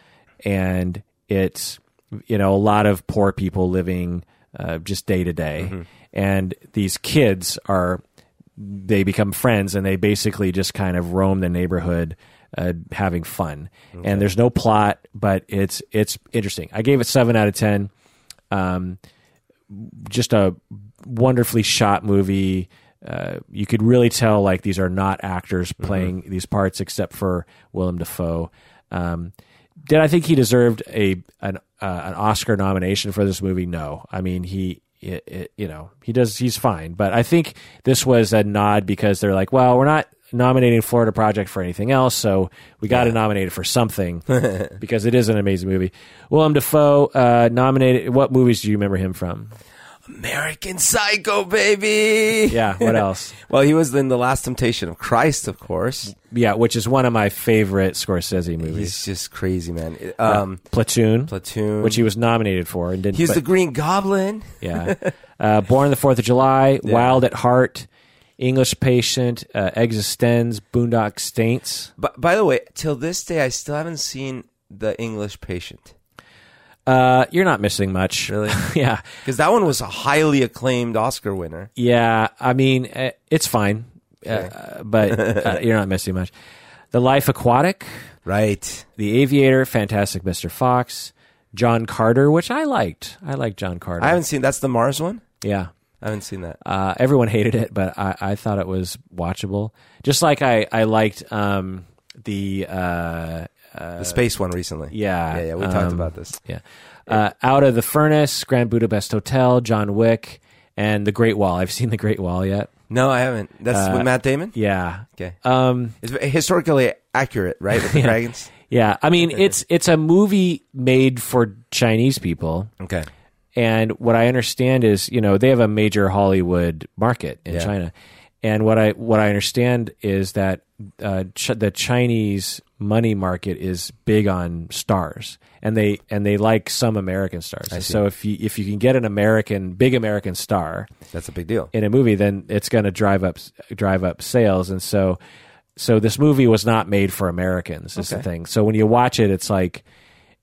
and it's you know a lot of poor people living uh, just day to day and these kids are they become friends and they basically just kind of roam the neighborhood uh, having fun and there's no plot but it's it's interesting i gave it 7 out of 10 um, just a wonderfully shot movie. Uh, you could really tell like these are not actors playing these parts, except for Willem Dafoe. Um, did I think he deserved a an uh, an Oscar nomination for this movie? No, I mean he. It, it, you know he does he's fine but i think this was a nod because they're like well we're not nominating florida project for anything else so we got to nominate it for something because it is an amazing movie willem dafoe uh, nominated what movies do you remember him from
American Psycho, baby.
yeah. What else?
Well, he was in the Last Temptation of Christ, of course.
yeah, which is one of my favorite Scorsese movies.
He's just crazy, man. It- Um,
Platoon,
Platoon.
which he was nominated for and didn't.
He's
but-
the Green Goblin.
yeah. Uh, Born on the Fourth of July, Wild at Heart, English Patient, uh, Existenz, Boondock Saints.
But by the way, till this day, I still haven't seen the English Patient
Uh, you're not missing much,
Really?
yeah,
because that one was a highly acclaimed Oscar winner.
yeah. I mean, uh, it's fine, uh, but uh, you're not missing much. The Life Aquatic,
Right.
The Aviator, Fantastic Mr. Fox, John Carter, which I liked. I liked John Carter.
I haven't seen. That's the Mars one.
yeah.
I haven't seen that.
Uh, everyone hated it, but I, I thought it was watchable. Just like I, I liked um, the uh,
the space one recently.
yeah
Yeah. Yeah. We talked
um,
about this.
yeah uh, out of the furnace, Grand Budapest Hotel, John Wick, and the Great Wall. I've seen the Great Wall yet.
No, I haven't. That's with Matt Damon.
Yeah,
Okay.
um,
It's historically accurate, right? With the dragons.
yeah. I mean, it's it's a movie made for Chinese people.
Okay.
And what I understand is, you know, they have a major Hollywood market in
Yeah.
China. And what I what I understand is that uh, ch- the Chinese money market is big on stars, and they and they like some American stars. And So if you if you can get an American big American star
That's a big deal.
in a movie, then it's going to drive up drive up sales. And so so this movie was not made for Americans. Is the
Okay.
thing. So when you watch it, it's like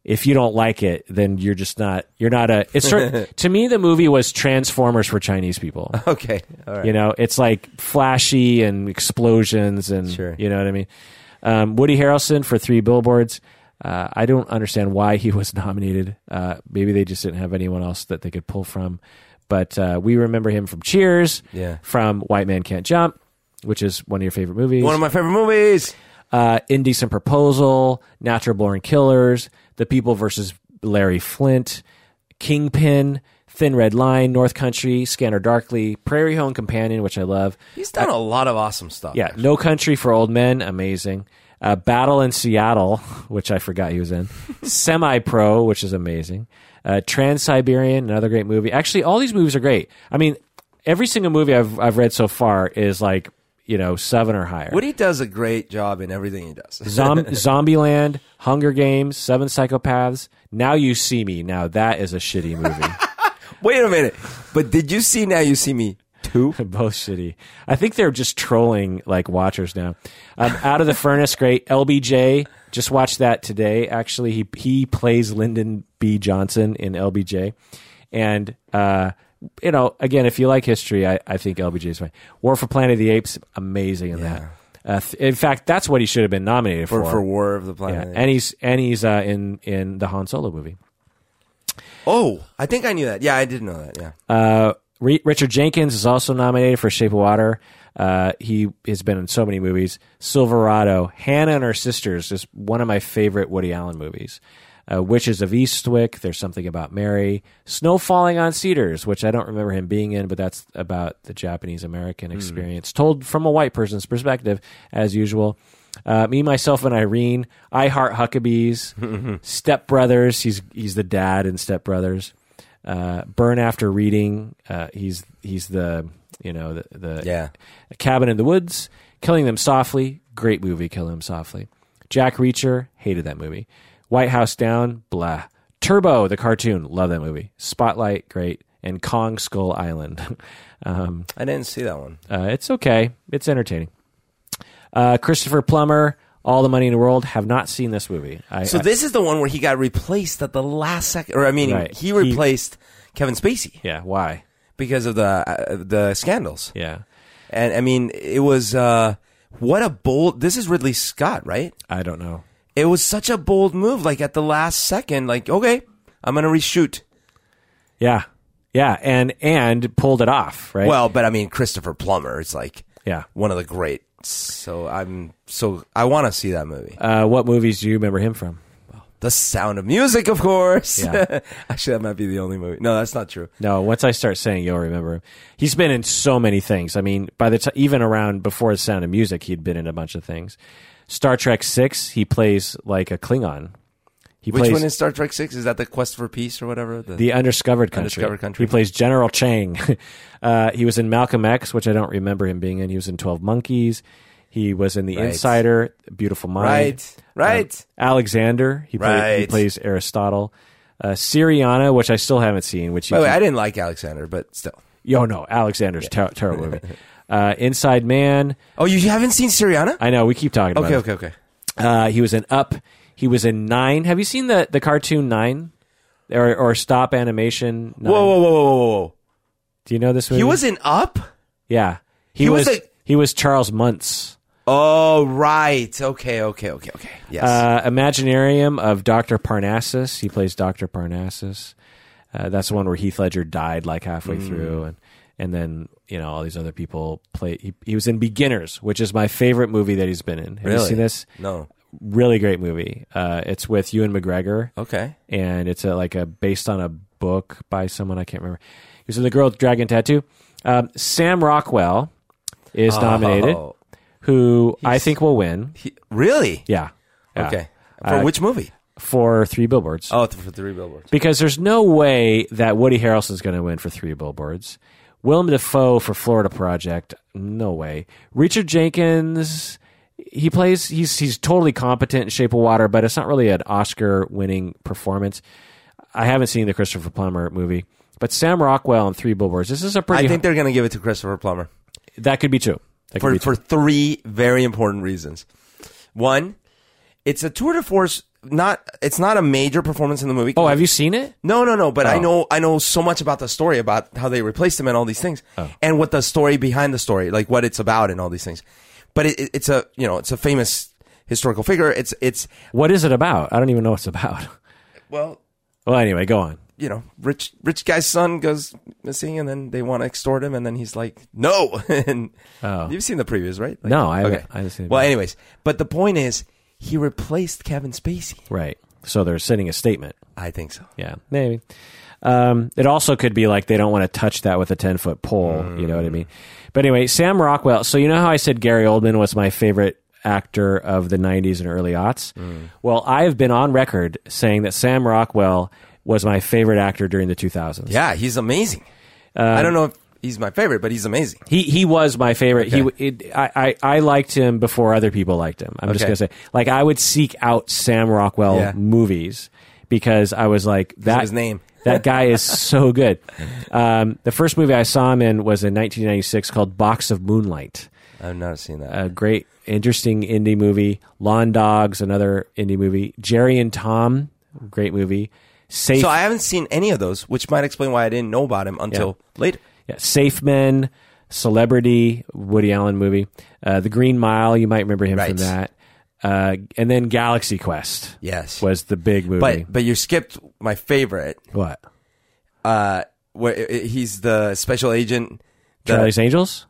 if you don't like it, then you're just not you're not a. It's sort to me the movie was Transformers for Chinese people.
Okay. All right.
You know, it's like flashy and explosions and
Sure.
you know what I mean. Um, Woody Harrelson for Three Billboards. Uh, I don't understand why he was nominated. Uh, maybe they just didn't have anyone else that they could pull from. But uh, we remember him from Cheers,
Yeah.
from White Man Can't Jump, which is one of your favorite movies
One of my favorite movies.
uh, Indecent Proposal, Natural Born Killers, The People versus Larry Flint, Kingpin, Thin Red Line, North Country, Scanner Darkly, Prairie Home Companion, which I love.
He's done a lot of awesome stuff.
Yeah, No Country for Old Men, amazing. Uh, Battle in Seattle, which I forgot he was in. Semi Pro, which is amazing. Uh, Trans Siberian, another great movie. Actually, all these movies are great. I mean, every single movie I've I've read so far is like you know seven or higher.
Woody does a great job in everything he does.
Zom- Zombieland, Hunger Games, Seven Psychopaths. Now you see me. Now that is a shitty movie.
Wait a minute. But did you see Now You See Me too?
Both shitty. I think they're just trolling like watchers now. Um, Out of the Furnace, great. LBJ, just watched that today. Actually, he he plays Lyndon B. Johnson in LBJ, and uh, you know, again, if you like history, I, I think LBJ is fine. War for Planet of the Apes, amazing in that. Uh, th- in fact, that's what he should have been nominated for.
for, for War of the
yeah.
Planet. of the
and he's and he's uh, in in the Han Solo movie.
Apes. oh, I think I knew that. Yeah, I did know that. Yeah.
Uh, Re- Richard Jenkins is also nominated for Shape of Water. Uh, he has been in so many movies. Silverado, Hannah and Her Sisters, just one of my favorite Woody Allen movies. Uh, Witches of Eastwick, There's Something About Mary. Snow Falling on Cedars, which I don't remember him being in, but that's about the Japanese American experience, told from a white person's perspective, as usual. Uh, me, myself, and Irene. I Heart Huckabees. Step Brothers. He's he's the dad in Step Brothers. Uh, Burn After Reading. Uh, he's he's the you know the, the
Yeah.
Cabin in the Woods. Killing Them Softly. Great movie. Killing Them Softly. Jack Reacher. Hated that movie. White House Down. Blah. Turbo the cartoon. Love that movie. Spotlight. Great. And Kong Skull Island. um,
I didn't see that one.
uh, it's okay. It's entertaining. Uh, Christopher Plummer, All the Money in the World. Have not seen this movie. I,
So
I-
this is the one where he got replaced at the last second, or I mean,
Right.
he replaced Kevin Spacey
yeah. Why?
because of the uh, the scandals.
Yeah.
And I mean, it was uh, what a bold. This is Ridley Scott, right?
I don't know.
It was such a bold move. Like at the last second, like okay, I'm gonna reshoot.
Yeah. Yeah. And and pulled it off. Right.
Well, but I mean, Christopher Plummer. It's like
Yeah.
one of the greats. So I'm so I want to see that movie.
Uh, what movies do you remember him from?
the Sound of Music, of course.
Yeah.
Actually, that might be the only movie. No, that's not true.
No, once I start saying, you'll remember him. He's been in so many things. I mean, by the time, even around before The Sound of Music, he'd been in a bunch of things. Star Trek Six, he plays like a Klingon. He
Which
plays
one is Star Trek Six? Is that the Quest for Peace or whatever? The,
the Undiscovered Country.
Undiscovered Country.
He plays General Chang. uh, he was in Malcolm X, which I don't remember him being in. He was in Twelve Monkeys. He was in The
Right.
Insider, Beautiful Mind.
right, Uh, right.
Um, Alexander. He, play- he
Right.
plays Aristotle. Uh, Syriana, which I still haven't seen. Which you
By the way,
can-
I didn't like Alexander, but still.
Yo, no, Alexander's ter- terrible movie. Uh, Inside Man.
Oh, you haven't seen Syriana?
I know we keep talking about.
Okay,
it.
okay, okay.
Uh, he was in Up. He was in Nine. Have you seen the the cartoon Nine, or or stop animation? Nine?
Whoa, whoa, whoa, whoa, whoa, whoa!
Do you know this movie?
He was in Up.
Yeah, he,
He
was.
was a-
he was Charles Muntz.
Oh, right. Okay, okay, okay, okay. Yes.
Uh, Imaginarium of Doctor Parnassus. He plays Doctor Parnassus. Uh, that's the one where Heath Ledger died like halfway
Mm.
through, and and then you know all these other people play. He, he was in Beginners, which is my favorite movie that he's been in. Have you
Really?
seen this?
no.
Really great movie. Uh, it's with Ewan McGregor,
Okay.
and it's a, like a based on a book by someone I can't remember. He was in The Girl with the Dragon Tattoo. Um, Sam Rockwell is nominated,
Oh,
who I think will win.
he- really?
Yeah. Yeah.
Okay. For which movie?
for Three Billboards.
Uh, Oh, th- for Three Billboards.
Because there's no way that Woody Harrelson's going to win for Three Billboards. Willem Dafoe for Florida Project, no way. Richard Jenkins, he plays. He's he's totally competent in Shape of Water, but it's not really an Oscar-winning performance. I haven't seen the Christopher Plummer movie, but Sam Rockwell in Three Billboards. This is a pretty.
I think they're going to give it to Christopher Plummer
that could be true. That could
for
be true.
for three very important reasons. One, it's a tour de force. Not it's not a major performance in the movie.
Oh, have you seen it?
No, no, no. But I
Oh.
know, I know so much about the story about how they replaced him and all these things,
Oh.
and what the story behind the story, like what it's about and all these things. But it, it- it's a, you know, it's a famous historical figure. It's, it's,
What is it about? I don't even know what it's about.
well,
Well, anyway, go on.
you know, rich, rich guy's son goes missing, and then they want to extort him, and then he's like, no. and
Oh.
you've seen the previews, right? Like,
No, I haven't- I haven't seen it.
Well, anyways, but the point is, he replaced Kevin Spacey.
Right. So they're sending a statement.
I think so.
Yeah, maybe. Um, it also could be like they don't want to touch that with a 10 foot pole. You know
Mm.
what I mean? But anyway, Sam Rockwell. So, you know how I said Gary Oldman was my favorite actor of the 90s and early aughts?
Mm.
Well, I have been on record saying that Sam Rockwell was my favorite actor during the 2000s.
Yeah, he's amazing.
Uh,
I don't know if he's my favorite, but he's amazing.
He he was my favorite. He it, I, I I liked him before other people liked him. I'm just
Okay.
gonna say, like I would seek out Sam Rockwell
Yeah.
movies because I was like that
his name.
that guy is so good. Um, the first movie I saw him in was in 1996 called Box of Moonlight.
I've not seen that.
A great, interesting indie movie. Lawn Dogs, another indie movie. Jerry and Tom, great movie. Safe,
So I haven't seen any of those, which might explain why I didn't know about him until later.
yeah, Safe Men, Celebrity, Woody Allen movie, uh, The Green Mile. You might remember him from
Right.
that, uh, and then Galaxy Quest
Yes.
was the big movie.
But but you skipped my favorite.
what
Uh, where i- i- he's the special agent. the
Charlie's Angels,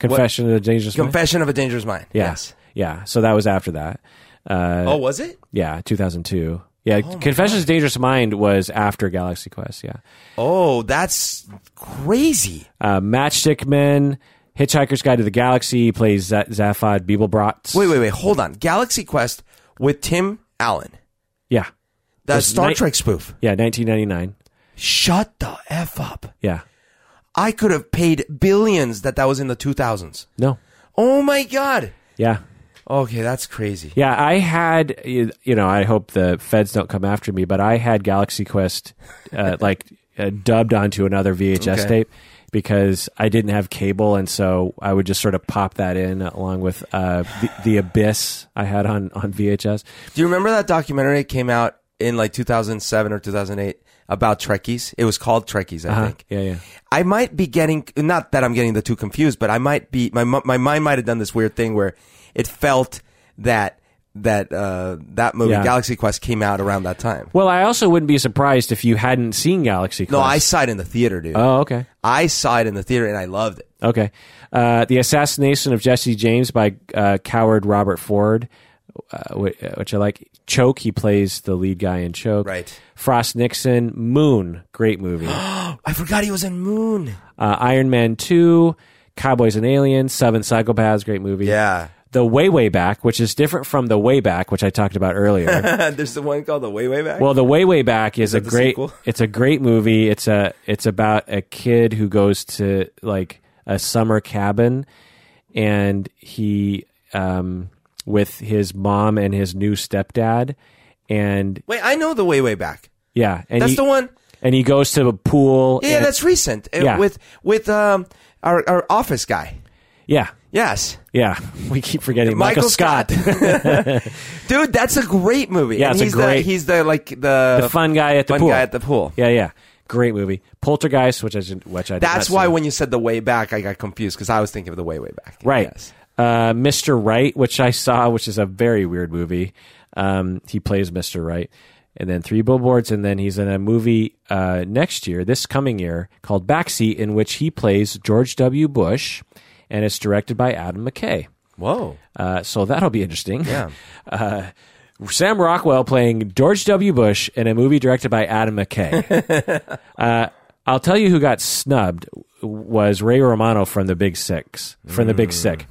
Confession of the Dangerous Mind?
Confession of a Dangerous Mind.
Yeah. Yeah. So that was after that. Uh,
Oh, was it?
Yeah, 2002. Yeah, Confessions of Dangerous Mind was after Galaxy Quest. Yeah.
Oh, that's crazy.
Uh, Matchstick Men, Hitchhiker's Guide to the Galaxy he plays Z- Zaphod Beeblebrots.
Wait, wait, wait. Hold on. Galaxy Quest with Tim Allen.
Yeah.
That
There's
Star
night-
Trek spoof.
Yeah, 1999.
Shut the f up.
Yeah.
I could have paid billions that that was in the 2000s.
No.
Oh my god.
Yeah.
Okay, that's crazy.
Yeah, I had you you know, I hope the feds don't come after me, but I had Galaxy Quest uh, like uh, dubbed onto another VHS
Okay.
tape because I didn't have cable, and so I would just sort of pop that in along with uh, the, the Abyss I had on on VHS.
Do you remember that documentary that came out in like 2007 or 2008 about Trekkies? It was called Trekkies, I
Uh-huh.
think.
Yeah, yeah.
I might be getting not that I'm getting the two confused, but I might be my mu- my mind might have done this weird thing where it felt that that uh, that movie
Yeah.
Galaxy Quest came out around that time.
Well, I also wouldn't be surprised if you hadn't seen Galaxy Quest.
No, I saw it in the theater, dude.
Oh, okay.
I saw it in the theater and I loved it.
Okay. Uh, the Assassination of Jesse James by uh, coward Robert Ford, uh, whi- uh, which I like. Choke, he plays the lead guy in Choke.
Right.
Frost Nixon, Moon, great movie. uh,
I forgot he was in Moon.
Iron Man 2, Cowboys and Aliens, Seven Psychopaths, great movie.
Yeah.
The Way Way Back, which is different from The Way Back, which I talked about earlier.
There's the one called The Way Way Back.
Well, the way way back is, a
the
great.
sequel?
It's a great movie. It's a it's about a kid who goes to like a summer cabin, and he um with his mom and his new stepdad, and
Wait, I know The Way Way Back.
yeah, and
That's
he,
the one.
and he goes to a pool.
Yeah,
and-
that's recent. Uh,
Yeah.
With with um our our office guy.
yeah,
Yes.
yeah. We keep forgetting Michael, Scott,
Dude, that's a great movie.
Yeah,
and
it's a
he's
great-
the, he's the like the,
the fun guy at the
fun
pool.
guy at the pool.
yeah, yeah. Great movie, Poltergeist, which I didn't- which I did
That's
not
why
see.
when you said the way back, I got confused because I was thinking of the way way back.
Right.
Yes.
Uh, Mr. Right, which I saw, which is a very weird movie. Um, he plays Mr. Right. And then Three Billboards. And then he's in a movie uh, next year, this coming year, called Backseat, in which he plays George W. Bush. And it's directed by Adam McKay.
Whoa.
Uh, so that'll be interesting.
Yeah.
Uh, Sam Rockwell playing George W. Bush in a movie directed by Adam McKay. uh, I'll tell you who got snubbed was Ray Romano from The Big Six. From The Big Sick,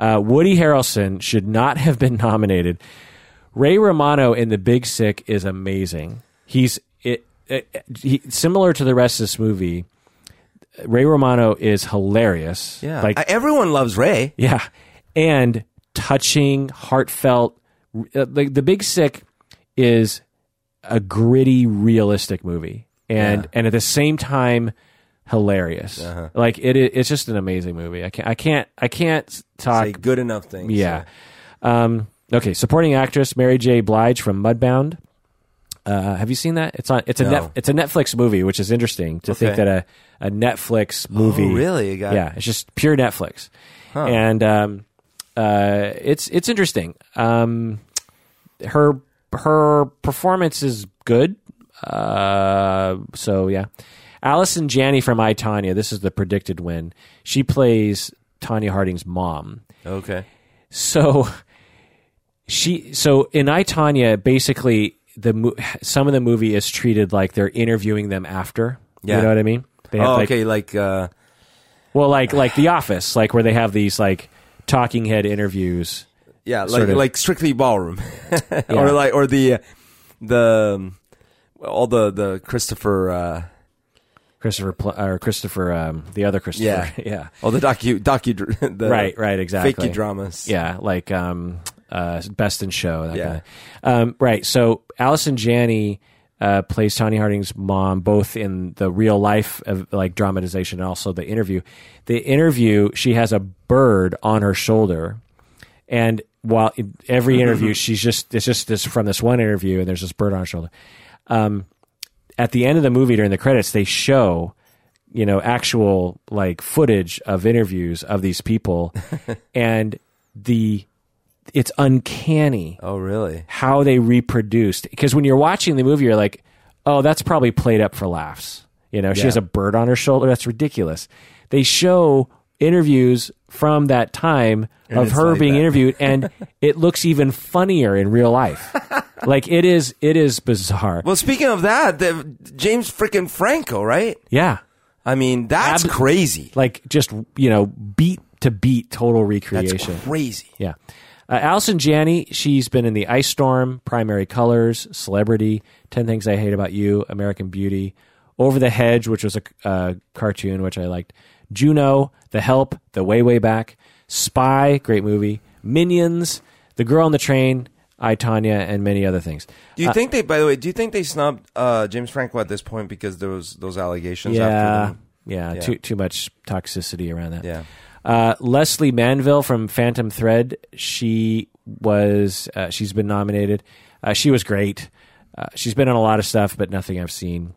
Mm.
uh, Woody Harrelson should not have been nominated. Ray Romano in The Big Sick is amazing. He's it, it, he, similar to the rest of this movie. Ray Romano is hilarious.
Yeah.
like
Uh, everyone loves Ray.
yeah. And touching, heartfelt. uh, Like The Big Sick is a gritty, realistic movie. And and at the same time hilarious.
Uh-huh.
Like it i- it's just an amazing movie. I can't I can't I can't s- talk
Say good enough things.
yeah. Um okay, supporting actress Mary J Blige from Mudbound. Uh, have you seen that? It's on. It's a
No.
net, it's a Netflix movie, which is interesting to think
Okay.
that a, a Netflix movie
Oh, really? You got-
yeah, it's just pure Netflix, and um, uh, it's it's interesting. Um, her her performance is good. Uh, so yeah, Allison Janney from I Tanya. This is the predicted win. She plays Tanya Harding's mom.
Okay.
So she so in I Tanya, basically the mo- some of the movie is treated like they're interviewing them after.
Yeah.
You know what I mean? They
Oh,
like,
okay. Like uh,
well, like like The Office, like where they have these like talking head interviews.
yeah, like
Sort of.
like strictly ballroom, or like or the the um, all the the Christopher uh,
Christopher Pl- or Christopher, um, the other Christopher.
Yeah.
yeah,
all Oh, the docu docu the
right, right, exactly.
fakey dramas.
Yeah, like um, uh, Best in Show. That
Yeah.
kind of. um, right. So Allison Janney uh, plays Tony Harding's mom, both in the real life of, like dramatization and also the interview. The interview, she has a bird on her shoulder, and while in every interview, she's just it's just this from this one interview, and there's this bird on her shoulder. Um, at the end of the movie during the credits, they show you know actual like footage of interviews of these people, and the it's uncanny
Oh, really?
how they reproduced. Because when you're watching the movie, you're like, oh, that's probably played up for laughs. You know, she
Yeah.
has a bird on her shoulder. That's ridiculous. They show interviews from that time of
it's
her
like
being
that.
interviewed, and it looks even funnier in real life. like it is, it is bizarre.
Well, speaking of that, the, James freaking Franco, right?
yeah,
I mean, that's
Ab-
crazy.
like just you know, beat to beat, total
That's
recreation.
crazy.
Yeah. Uh, Allison Janney, she's been in The Ice Storm, Primary Colors, Celebrity, 10 Things I Hate About You, American Beauty, Over the Hedge, which was a uh, cartoon, which I liked, Juno, The Help, The Way, Way Back, Spy, great movie, Minions, The Girl on the Train, I, Tanya, and many other things.
Do you think they? By the way, do you think they snubbed uh, James Franco at this point because there was those allegations?
Yeah.
After
Yeah,
Yeah.
too too much toxicity around that.
Yeah.
Uh, Leslie Manville from Phantom Thread. She was uh, she's been nominated. Uh, she was great. Uh, she's been on a lot of stuff, but nothing I've seen.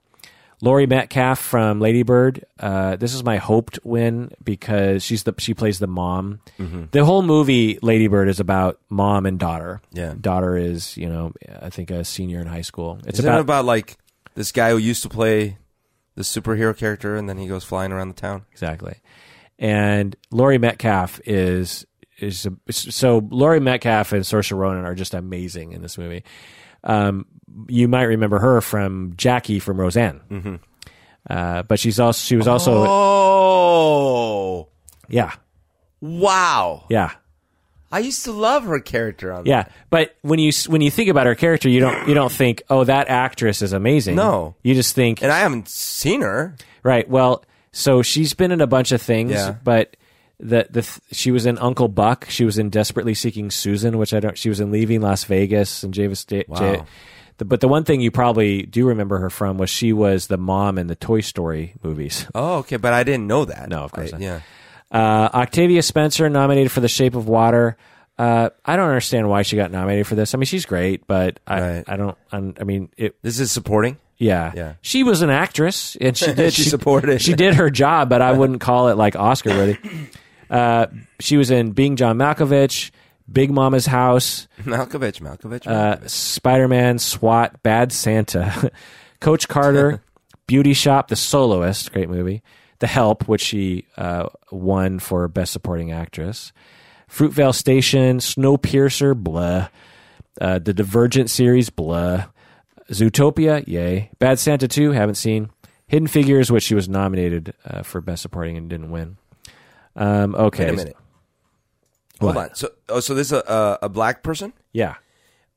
Lori Metcalf from Ladybird. Uh, this is my hoped win because she's the she plays the mom.
Mm-hmm.
The whole movie Ladybird is about mom and daughter.
Yeah.
daughter is you know I think a senior in high school. It's
It's Isn't
about
it about like this guy who used to play the superhero character and then he goes flying around the town?
exactly. And Laurie Metcalf is is a, so Laurie Metcalf and Saoirse Ronan are just amazing in this movie. Um, you might remember her from Jackie from Roseanne, mm-hmm. uh, but she's also she was also
Oh,
yeah
wow!
yeah
I used to love her character on.
yeah. But when you s- when you think about her character, you don't you don't think oh that actress is amazing.
No.
you just think
and I haven't seen her.
Right. Well, so she's been in a bunch of things,
Yeah.
but the the th- she was in Uncle Buck. She was in Desperately Seeking Susan, which I don't. She was in Leaving Las Vegas and Javis. Da- Ja- the, but the one thing you probably do remember her from was she was the mom in the Toy Story movies.
Oh, okay, but I didn't know that.
No, of course
I-
not.
Yeah,
Uh, Octavia Spencer nominated for The Shape of Water. Uh, I don't understand why she got nominated for this. I mean, she's great, but I
Right.
I don't. I'm, I mean, it
this is supporting.
yeah.
Yeah.
She was an actress and she did
She supported.
She did her job, but I wouldn't call it like Oscar worthy. Uh, she was in Being John Malkovich, Big Mama's House,
Malkovich, Malkovich.
uh,
Malkovich.
Spider Man, SWAT, Bad Santa, Coach Carter, Beauty Shop, The Soloist, great movie, The Help, which she uh, won for Best Supporting Actress, Fruitvale Station, Snowpiercer, blah, uh, the Divergent series, blah, Zootopia, yay, Bad Santa 2, haven't seen, Hidden Figures, which she was nominated uh, for Best Supporting and didn't win. Um, okay.
Wait a minute. Hold on. So, oh, so this is a, a, a black person?
Yeah.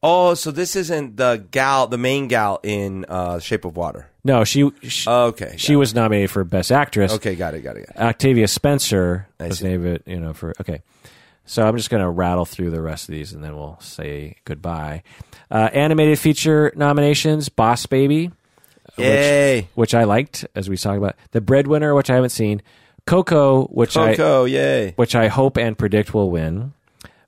Oh, so this isn't the gal, the main gal in uh, Shape of Water.
No, she she,
Oh, Okay,
she was nominated for Best Actress.
okay, got it, got it. Got it.
Octavia Spencer
I
was
see.
named it, you know, for okay. So I'm just going to rattle through the rest of these and then we'll say goodbye. Uh, animated feature nominations: Boss Baby,
Yay,
which I liked, as we talked about, The Breadwinner, which I haven't seen, Coco, which I
Coco, yay.
which I hope and predict will win,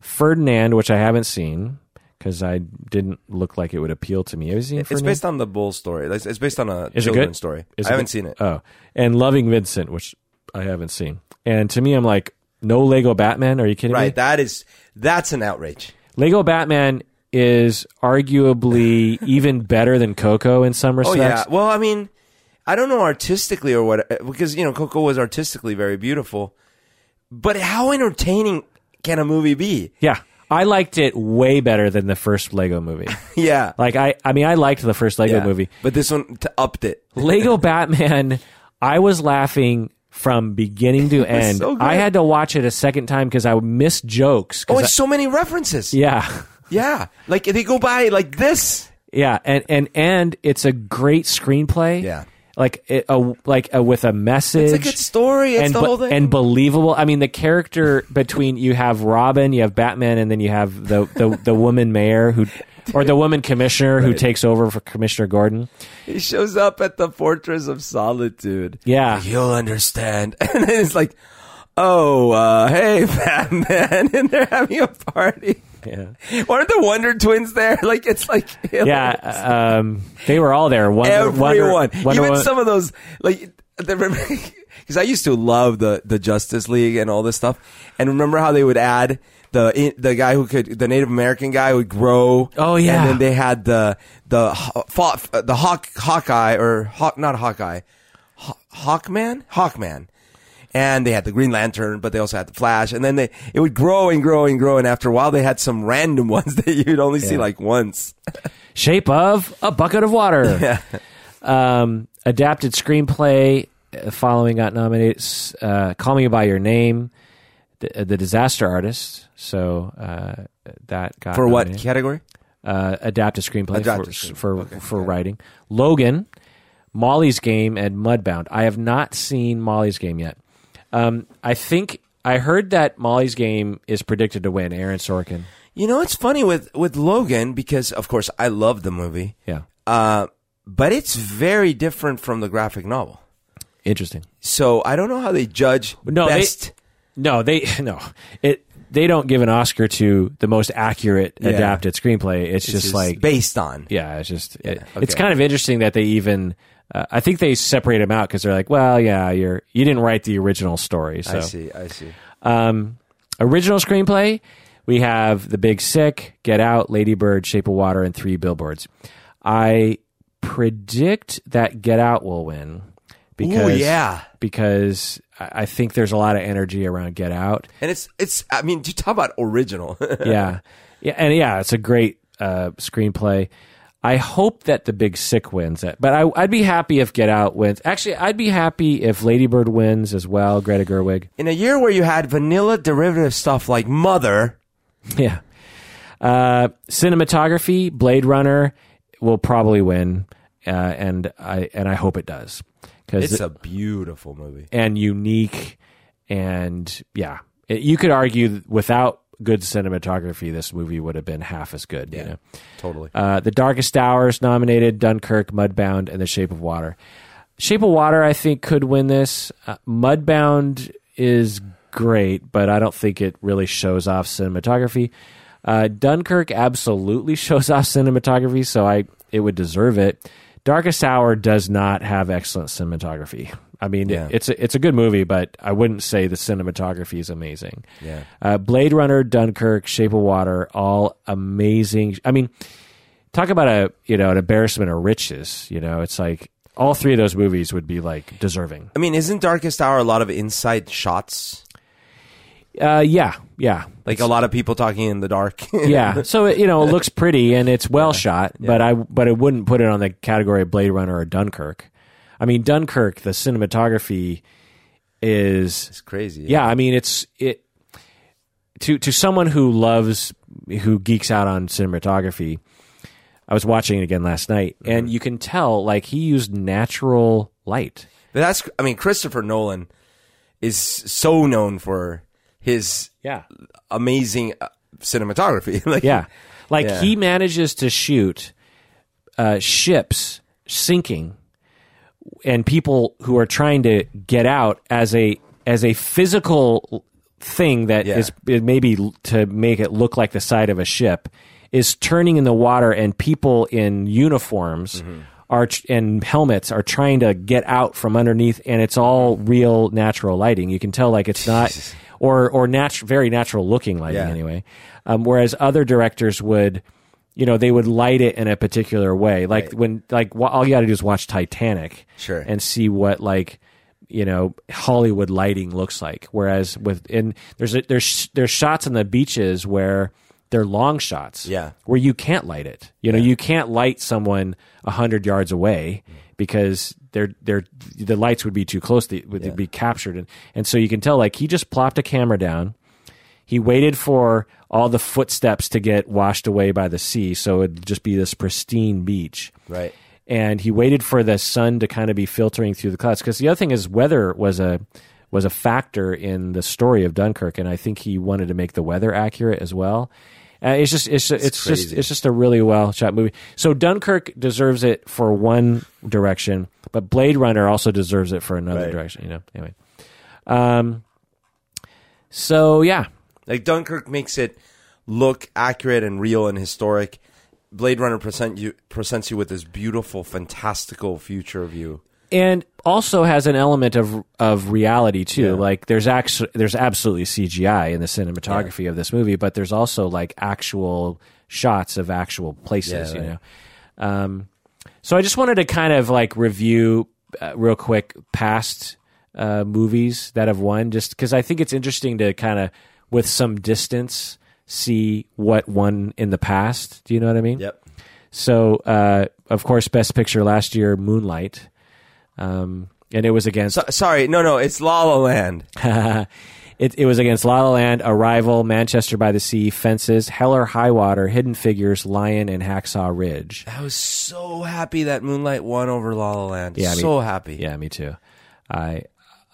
Ferdinand, which I haven't seen because I didn't look like it would appeal to me. Have you seen
It's
Ferdinand?
based on the bull story. Like, It's based on a
Is it
children's
good?
story.
Is
I
it
haven't
good?
seen it.
Oh, and Loving Vincent, which I haven't seen. And to me, I'm like, no Lego Batman? Are you kidding
Right,
me?
that is that's an outrage.
Lego Batman is arguably even better than Coco in some
Oh
respects.
yeah. Well, I mean, I don't know artistically or what because you know Coco was artistically very beautiful, but how entertaining can a movie be?
Yeah. I liked it way better than the first Lego movie.
Yeah,
like I, I mean, I liked the first Lego
yeah.
movie.
But this one t- upped it.
Lego Batman, I was laughing from beginning to end.
so good.
I had to watch it a second time because I would miss jokes. 'cause
Oh,
I-
it's so many references.
yeah.
Yeah, like they go by like this.
Yeah, and and and it's a great screenplay.
Yeah.
like it, a like a, with a message.
It's a good story. It's
and,
the
be-
whole thing.
and believable. I mean, the character between you have Robin, you have Batman, and then you have the the, the woman mayor who, or the woman commissioner who takes over for Commissioner Gordon.
he shows up at the Fortress of Solitude.
Yeah.
You'll understand. And then it's like, oh, uh, hey, Batman. And they're having a party.
Yeah.
Aren't the Wonder Twins there? Like it's like
Yeah, um, they were all there. Wonder,
everyone,
Wonder, Wonder
even
Wo-
some of those like because I used to love the the Justice League and all this stuff, and remember how they would add the the guy who could the Native American guy would grow.
Oh, yeah.
and then they had the the Haw- Fa- the Hawk Hawkeye or Hawk not Hawkeye, Haw- Hawkman Hawkman. And they had the Green Lantern, but they also had the Flash, and then they it would grow and grow and grow, and after a while they had some random ones that you'd only see like once.
shape of a bucket of water. Um, adapted screenplay uh, following got nominated. s- Uh, Call Me by Your Name, the, the Disaster Artist. So uh, that got
For what
nominated.
category?
uh, adapted screenplay
Adapted
for
screenplay.
for, for writing. Logan, Molly's Game, and Mudbound. I have not seen Molly's Game yet. Um, I think I heard that Molly's Game is predicted to win. Aaron Sorkin.
You know, it's funny with with Logan because, of course, I love the movie,
Yeah,
uh, but it's very different from the graphic novel.
interesting.
So I don't know how they judge
No, they-
best.
No, they no it. They don't give an Oscar to the most accurate
Yeah.
adapted screenplay. It's,
It's
just, like
based on.
yeah, it's just it-
Yeah,
it's
okay.
kind of interesting that they even. Uh, I think they separate them out because they're like, well, yeah, you're you didn't write the original story. So
I see. I see.
Um, original screenplay, we have The Big Sick, Get Out, Ladybird, Shape of Water, and Three Billboards. I predict that Get Out will win because
yeah.
because I I think there's a lot of energy around Get Out.
And it's it's. I mean, you talk about original.
Yeah, yeah, and yeah, it's a great uh, screenplay. I hope that The Big Sick wins it, but I, I'd be happy if Get Out wins. Actually, I'd be happy if Ladybird wins as well. Greta Gerwig.
in a year where you had vanilla derivative stuff like Mother,
Yeah. Uh, cinematography, Blade Runner will probably win, uh, and I and I hope it does
it's
because
a beautiful movie.
and unique and yeah, It- you could argue that without good cinematography, this movie would have been half as good. You know?
Totally.
Uh, the Darkest Hours nominated Dunkirk, Mudbound, and The Shape of Water. Shape of Water, I think, could win this. Uh, Mudbound is great, but I don't think it really shows off cinematography. Uh, Dunkirk absolutely shows off cinematography, so I it would deserve it. Darkest Hour does not have excellent cinematography. I mean, it-
Yeah.
it's a, it's a good movie, but I wouldn't say the cinematography is amazing.
Yeah.
Uh, Blade Runner, Dunkirk, Shape of Water, all amazing. I mean, talk about a you know an embarrassment of riches. You know, it's like all three of those movies would be like deserving.
I mean, isn't Darkest Hour a lot of inside shots?
Uh, yeah, yeah,
Like a lot of people talking in the dark.
yeah. So it, you know, it looks pretty and it's well shot, but I but I wouldn't put it on the category of Blade Runner or Dunkirk. I mean, Dunkirk, the cinematography is
it's crazy.
yeah i mean it's it to to someone who loves who geeks out on cinematography i was watching it again last night and you can tell like he used natural light
But that's, I mean, Christopher Nolan is so known for his
yeah
amazing uh, cinematography. like,
yeah like
Yeah.
he manages to shoot uh, ships sinking and people who are trying to get out as a as a physical thing that
Yeah.
is it maybe l- to make it look like the side of a ship is turning in the water and people in uniforms
Mm-hmm.
are tr- and helmets are trying to get out from underneath and it's all real natural lighting you can tell like it's not or or natu- very natural looking lighting
Yeah.
anyway um, whereas other directors would you know they would light it in a particular way like when like wa- all you got to do is watch Titanic
Sure.
and see what like you know Hollywood lighting looks like. Whereas with and there's a, there's there's shots on the beaches where they're long shots,
Yeah.
where you can't light it. You know, you can't light someone hundred yards away because they're they're the lights would be too close. They would be captured, and and so you can tell like he just plopped a camera down. He waited for all the footsteps to get washed away by the sea, so it'd just be this pristine beach
Right.
and he waited for the sun to kind of be filtering through the clouds because the other thing is weather was a was a factor in the story of Dunkirk, and I think he wanted to make the weather accurate as well. Uh, it's just it's it's, just
crazy.
it's just a really well shot movie. So Dunkirk deserves it for one direction, but Blade Runner also deserves it for another
Right.
direction. You know, anyway. Um. So yeah,
Like, Dunkirk makes it look accurate and real and historic. Blade Runner present you, presents you with this beautiful, fantastical future view.
and also has an element of of reality too. Like there's actually there's absolutely CGI in the cinematography of this movie, but there's also like actual shots of actual places.
Yeah,
You know, um, so I just wanted to kind of like review uh, real quick past uh, movies that have won, just because I think it's interesting to kind of with some distance see what won in the past. Do you know what I mean?
Yep.
So, uh, of course, Best Picture last year, Moonlight, um, and it was against
So, sorry, no, no, it's La La Land.
it, it was against La La Land, Arrival, Manchester by the Sea, Fences, Hell or High Water, Hidden Figures, Lion, and Hacksaw Ridge.
I was so happy that Moonlight won over La La Land.
Yeah, I mean-
so happy.
Yeah, me too. I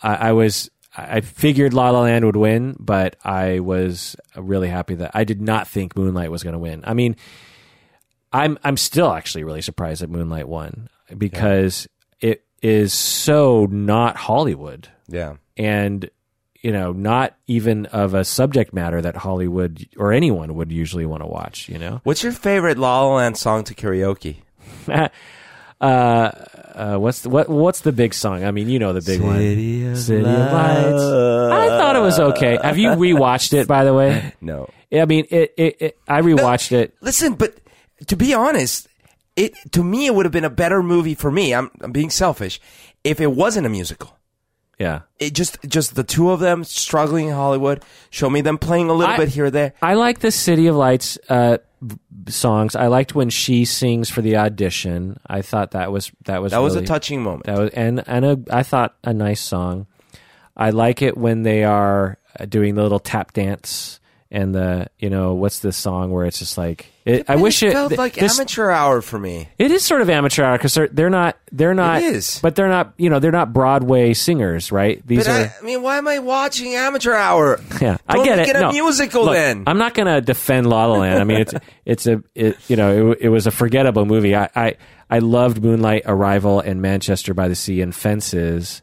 I, I was I I figured La La Land would win, but I was really happy that I did not think Moonlight was going to win. I mean, I'm I'm still actually really surprised that Moonlight won because it is so not Hollywood
Yeah.
and you know not even of a subject matter that Hollywood or anyone would usually want to watch. You know,
What's your favorite La La Land song to karaoke?
uh, uh, what's the, what what's the big song? I mean, you know the big one. City of Lights. I thought it was okay. Have you rewatched it, by the way?
No.
I mean, it. it, it I rewatched it.
Listen, but to be honest, it to me it would have been a better movie for me. I'm, I'm being selfish. If it wasn't a musical,
Yeah,
it just just the two of them struggling in Hollywood. Show me them playing a little
I-
bit here or there.
I like the City of Lights uh, b- songs. I liked when she sings for the audition. I thought that was that was
That was a
really-
touching moment.
That was and and a, I thought a nice song. I like it when they are uh, doing the little tap dance and the you know what's this song where it's just like it, I wish it,
felt
th-
like
this-
amateur hour for me.
It is sort of amateur hour because they're, they're not they're not
is.
but they're not you know they're not Broadway singers right these
But
are
I, I mean, why am I watching amateur hour?
yeah I
Don't
get
make
it
a
No.
musical
Look,
then.
I'm not gonna defend La La Land I mean it's it's a it, you know it, w- it was a forgettable movie I, I I loved Moonlight Arrival and Manchester by the Sea and Fences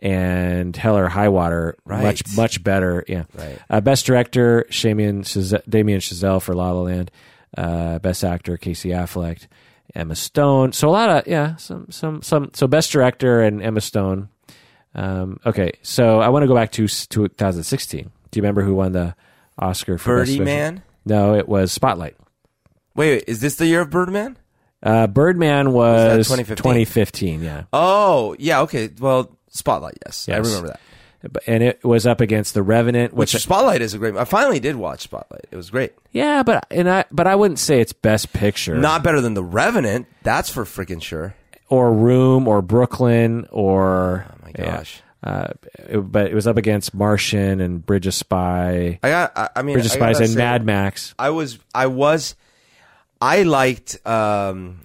and Hell or High Water
Right.
much much better yeah
Right.
uh, best director Damien Chazelle, Damien Chazelle for La La Land uh, best actor Casey Affleck Emma Stone so a lot of yeah some some some so best director and Emma Stone um, okay so I want to go back to s- 2016 do you remember who won the Oscar for best
Birdie
Visual?
Man?
no it was Spotlight
Wait, wait, is this the year of Birdman?
uh, Birdman was
2015?
2015 yeah
Oh, yeah, okay. Well, Spotlight, yes. I
Yes.
remember that.
But- and it was up against The Revenant
Which
which
Spotlight is a great I finally did watch Spotlight. It was great.
Yeah, but and I but I wouldn't say it's best picture
Not better than The Revenant, that's for freaking sure.
or Room or Brooklyn or
Oh my
yeah.
gosh.
Uh, it- but it was up against Martian and Bridge of Spy,
I got I, I mean
Bridge of
I
Spies
gotta
and
say,
Mad Max.
I was I was I liked um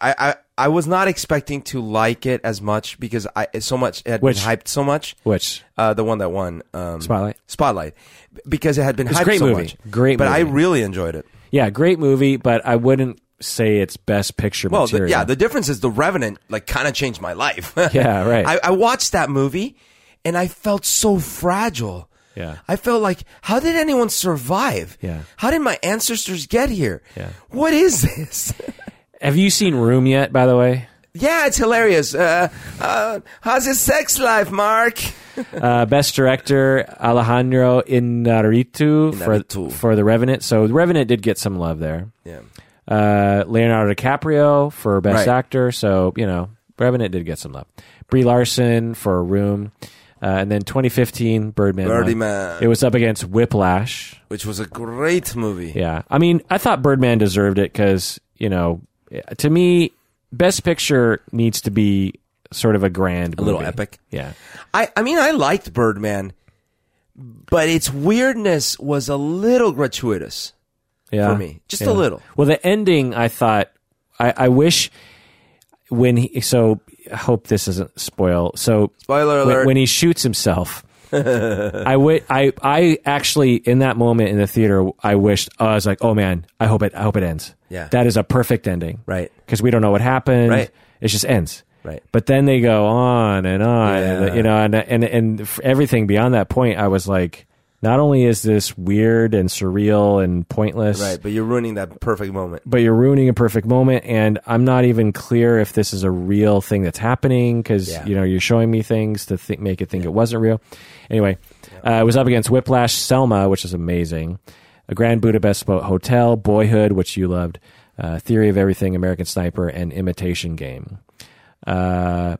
I, I I was not expecting to like it as much because I it's so much it had
Which?
been hyped so much.
Which
Uh, the one that won um,
Spotlight?
Spotlight, B- because it had been
It's a
hyped
great
so
movie.
much.
Great
but I
movie.
really enjoyed it.
yeah, great movie, but I wouldn't say it's best picture
Well, the,
material.
yeah, the difference is the Revenant like kind of changed my life.
Yeah, right.
I, I watched that movie, and I felt so fragile.
Yeah.
I felt like, how did anyone survive?
Yeah.
How did my ancestors get here?
Yeah.
What is this?
Have you seen Room yet? By the way,
yeah, it's hilarious. Uh, uh, how's his sex life, Mark?
uh, best director Alejandro Inarritu,
Inarritu.
for for The Revenant. So The Revenant did get some love there.
Yeah.
uh, Leonardo DiCaprio for Best
Right.
Actor. So you know, Revenant did get some love. Brie Larson for Room, uh, and then 2015 Birdman. won.
Birdman.
It was up against Whiplash.
Which was a great movie.
Yeah, I mean, I thought Birdman deserved it because you know, to me, Best Picture needs to be sort of a grand, a
little epic.
Yeah,
I, I mean, I liked Birdman, but its weirdness was a little gratuitous
yeah,
for me. Just
Yeah.
a little.
Well, the ending, I thought, I, I wish when he. So, I hope this doesn't spoil. So,
Spoiler
when-
alert.
When, he shoots himself, I wi- I I actually in that moment in the theater, I wished I was like, oh man, I hope it I hope it ends.
Yeah.
that is a perfect ending,
Right.
Because we don't know what happened.
Right.
it just ends.
Right.
But then they go on and on, and,
Yeah.
you know, and and and f- everything beyond that point, I was like, not only is this weird and surreal and pointless,
Right, but you're ruining that perfect moment.
but you're ruining a perfect moment. And I'm not even clear if this is a real thing that's happening because
Yeah.
you know you're showing me things to th- make it think it wasn't real. Anyway, uh, it was up against Whiplash, Selma, which is amazing, a Grand Budapest Bo- Hotel, Boyhood, which you loved, uh, Theory of Everything, American Sniper, and Imitation Game. Uh,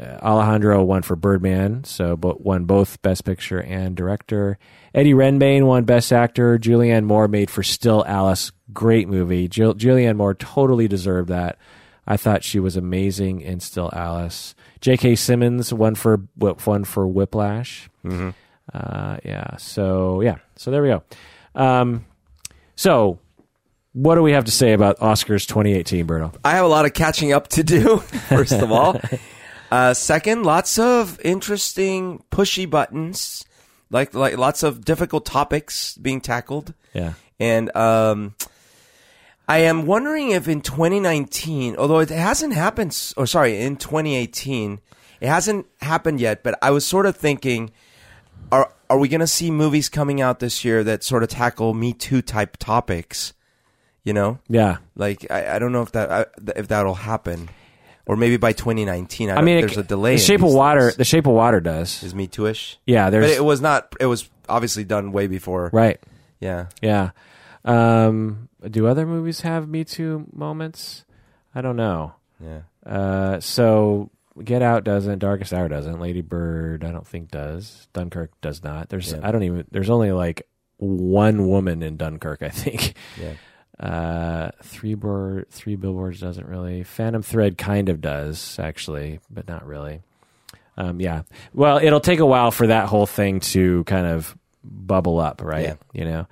Alejandro won for Birdman, so bo- won both Best Picture and Director. Eddie Renbane won Best Actor. Julianne Moore made for Still Alice. Great movie. Jul- Julianne Moore totally deserved that. I thought she was amazing in Still Alice. J.K. Simmons won for Wh- won for Whiplash. Uh, yeah. So yeah. So there we go. Um, so what do we have to say about Oscars 2018, Bruno?
I have a lot of catching up to do, first of all. Uh, second, lots of interesting pushy buttons, like like lots of difficult topics being tackled.
Yeah.
And um, I am wondering if in 2019, although it hasn't happened, s- or sorry, in 2018, it hasn't happened yet, but I was sort of thinking, are, are we going to see movies coming out this year that sort of tackle Me Too type topics? You know?
Yeah.
Like, I, I don't know if that I, th- if that'll happen. Or maybe by 2019. I,
I
don't-
mean, it-
there's a delay.
The
in
Shape of
these
Water.
things.
The Shape of Water does.
is Me Too-ish.
Yeah,
But
there's
it was not, it was obviously done way before.
right.
Yeah.
Yeah. Um, do other movies have Me Too moments? I don't know.
Yeah.
Uh, so Get Out doesn't. Darkest Hour doesn't. Lady Bird, I don't think does. Dunkirk does not. There's
Yeah.
I don't even. There's only like one woman in Dunkirk, I think.
Yeah.
Uh, three board, three billboards doesn't really. Phantom Thread kind of does actually, but not really. Um, yeah. Well, it'll take a while for that whole thing to kind of bubble up, right?
Yeah.
You know.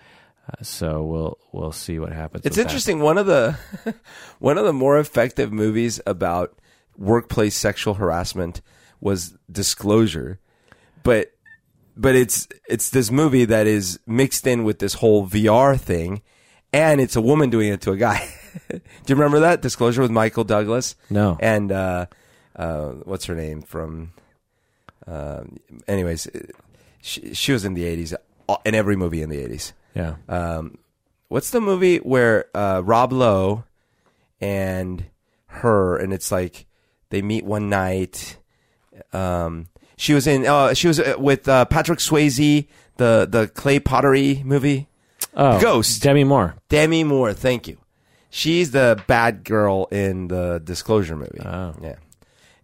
Uh, so we'll we'll see what happens. with
It's
that.
interesting. One of the one of the more effective movies about workplace sexual harassment was Disclosure, but but it's it's this movie that is mixed in with this whole VR thing, and it's a woman doing it to a guy. Do you remember that Disclosure with Michael Douglas?
No.
And uh, uh, what's her name from? Uh, anyways, she, she was in the '80s, uh, in every movie in the '80s
Yeah.
um, what's the movie where uh, Rob Lowe and her, and it's like they meet one night. Um, she was in. Uh, she was uh, with uh, Patrick Swayze, the the clay pottery movie.
Oh,
Ghost.
Demi Moore.
Demi Moore, thank you. She's the bad girl in the Disclosure movie.
Oh.
Yeah,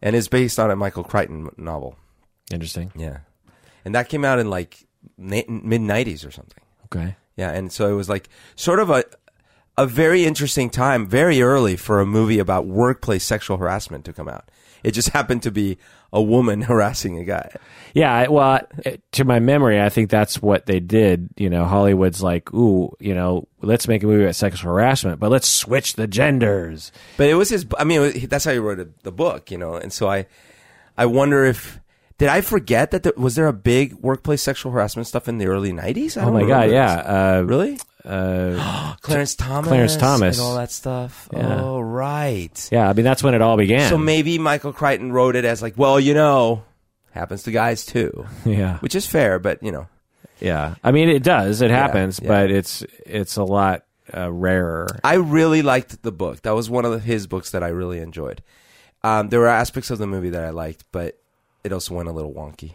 and it's based on a Michael Crichton novel.
Interesting.
Yeah, and that came out in like na- mid '90s or something.
Okay.
Yeah, and so it was like sort of a a very interesting time, very early for a movie about workplace sexual harassment to come out. It just happened to be a woman harassing a guy.
Yeah, I- well, I- to my memory, I think that's what they did. You know, Hollywood's like, ooh, you know, let's make a movie about sexual harassment, but let's switch the genders.
But it was his. I mean, it was- that's how he wrote the book, you know. And so I, I wonder if did I forget that there, was there a big workplace sexual harassment stuff in the early nineties?
Oh my god, yeah, uh,
really?
uh,
Clarence Thomas,
Clarence Thomas.
and all that stuff.
Yeah.
Oh right.
yeah. I mean, that's when it all began.
So maybe Michael Crichton wrote it as like, well, you know, happens to guys too.
yeah,
which is fair, but you know,
yeah. I mean, it does, it happens,
yeah.
but it's it's a lot uh, rarer.
I really liked the book. That was one of his books that I really enjoyed. Um, there were aspects of the movie that I liked, but it also went a little wonky.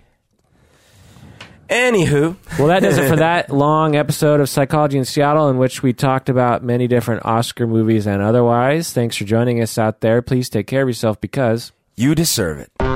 Anywho,
Well, that does it for that long episode of Psychology in Seattle, in which we talked about many different Oscar movies and otherwise. Thanks for joining us out there. Please take care of yourself because.
you deserve it.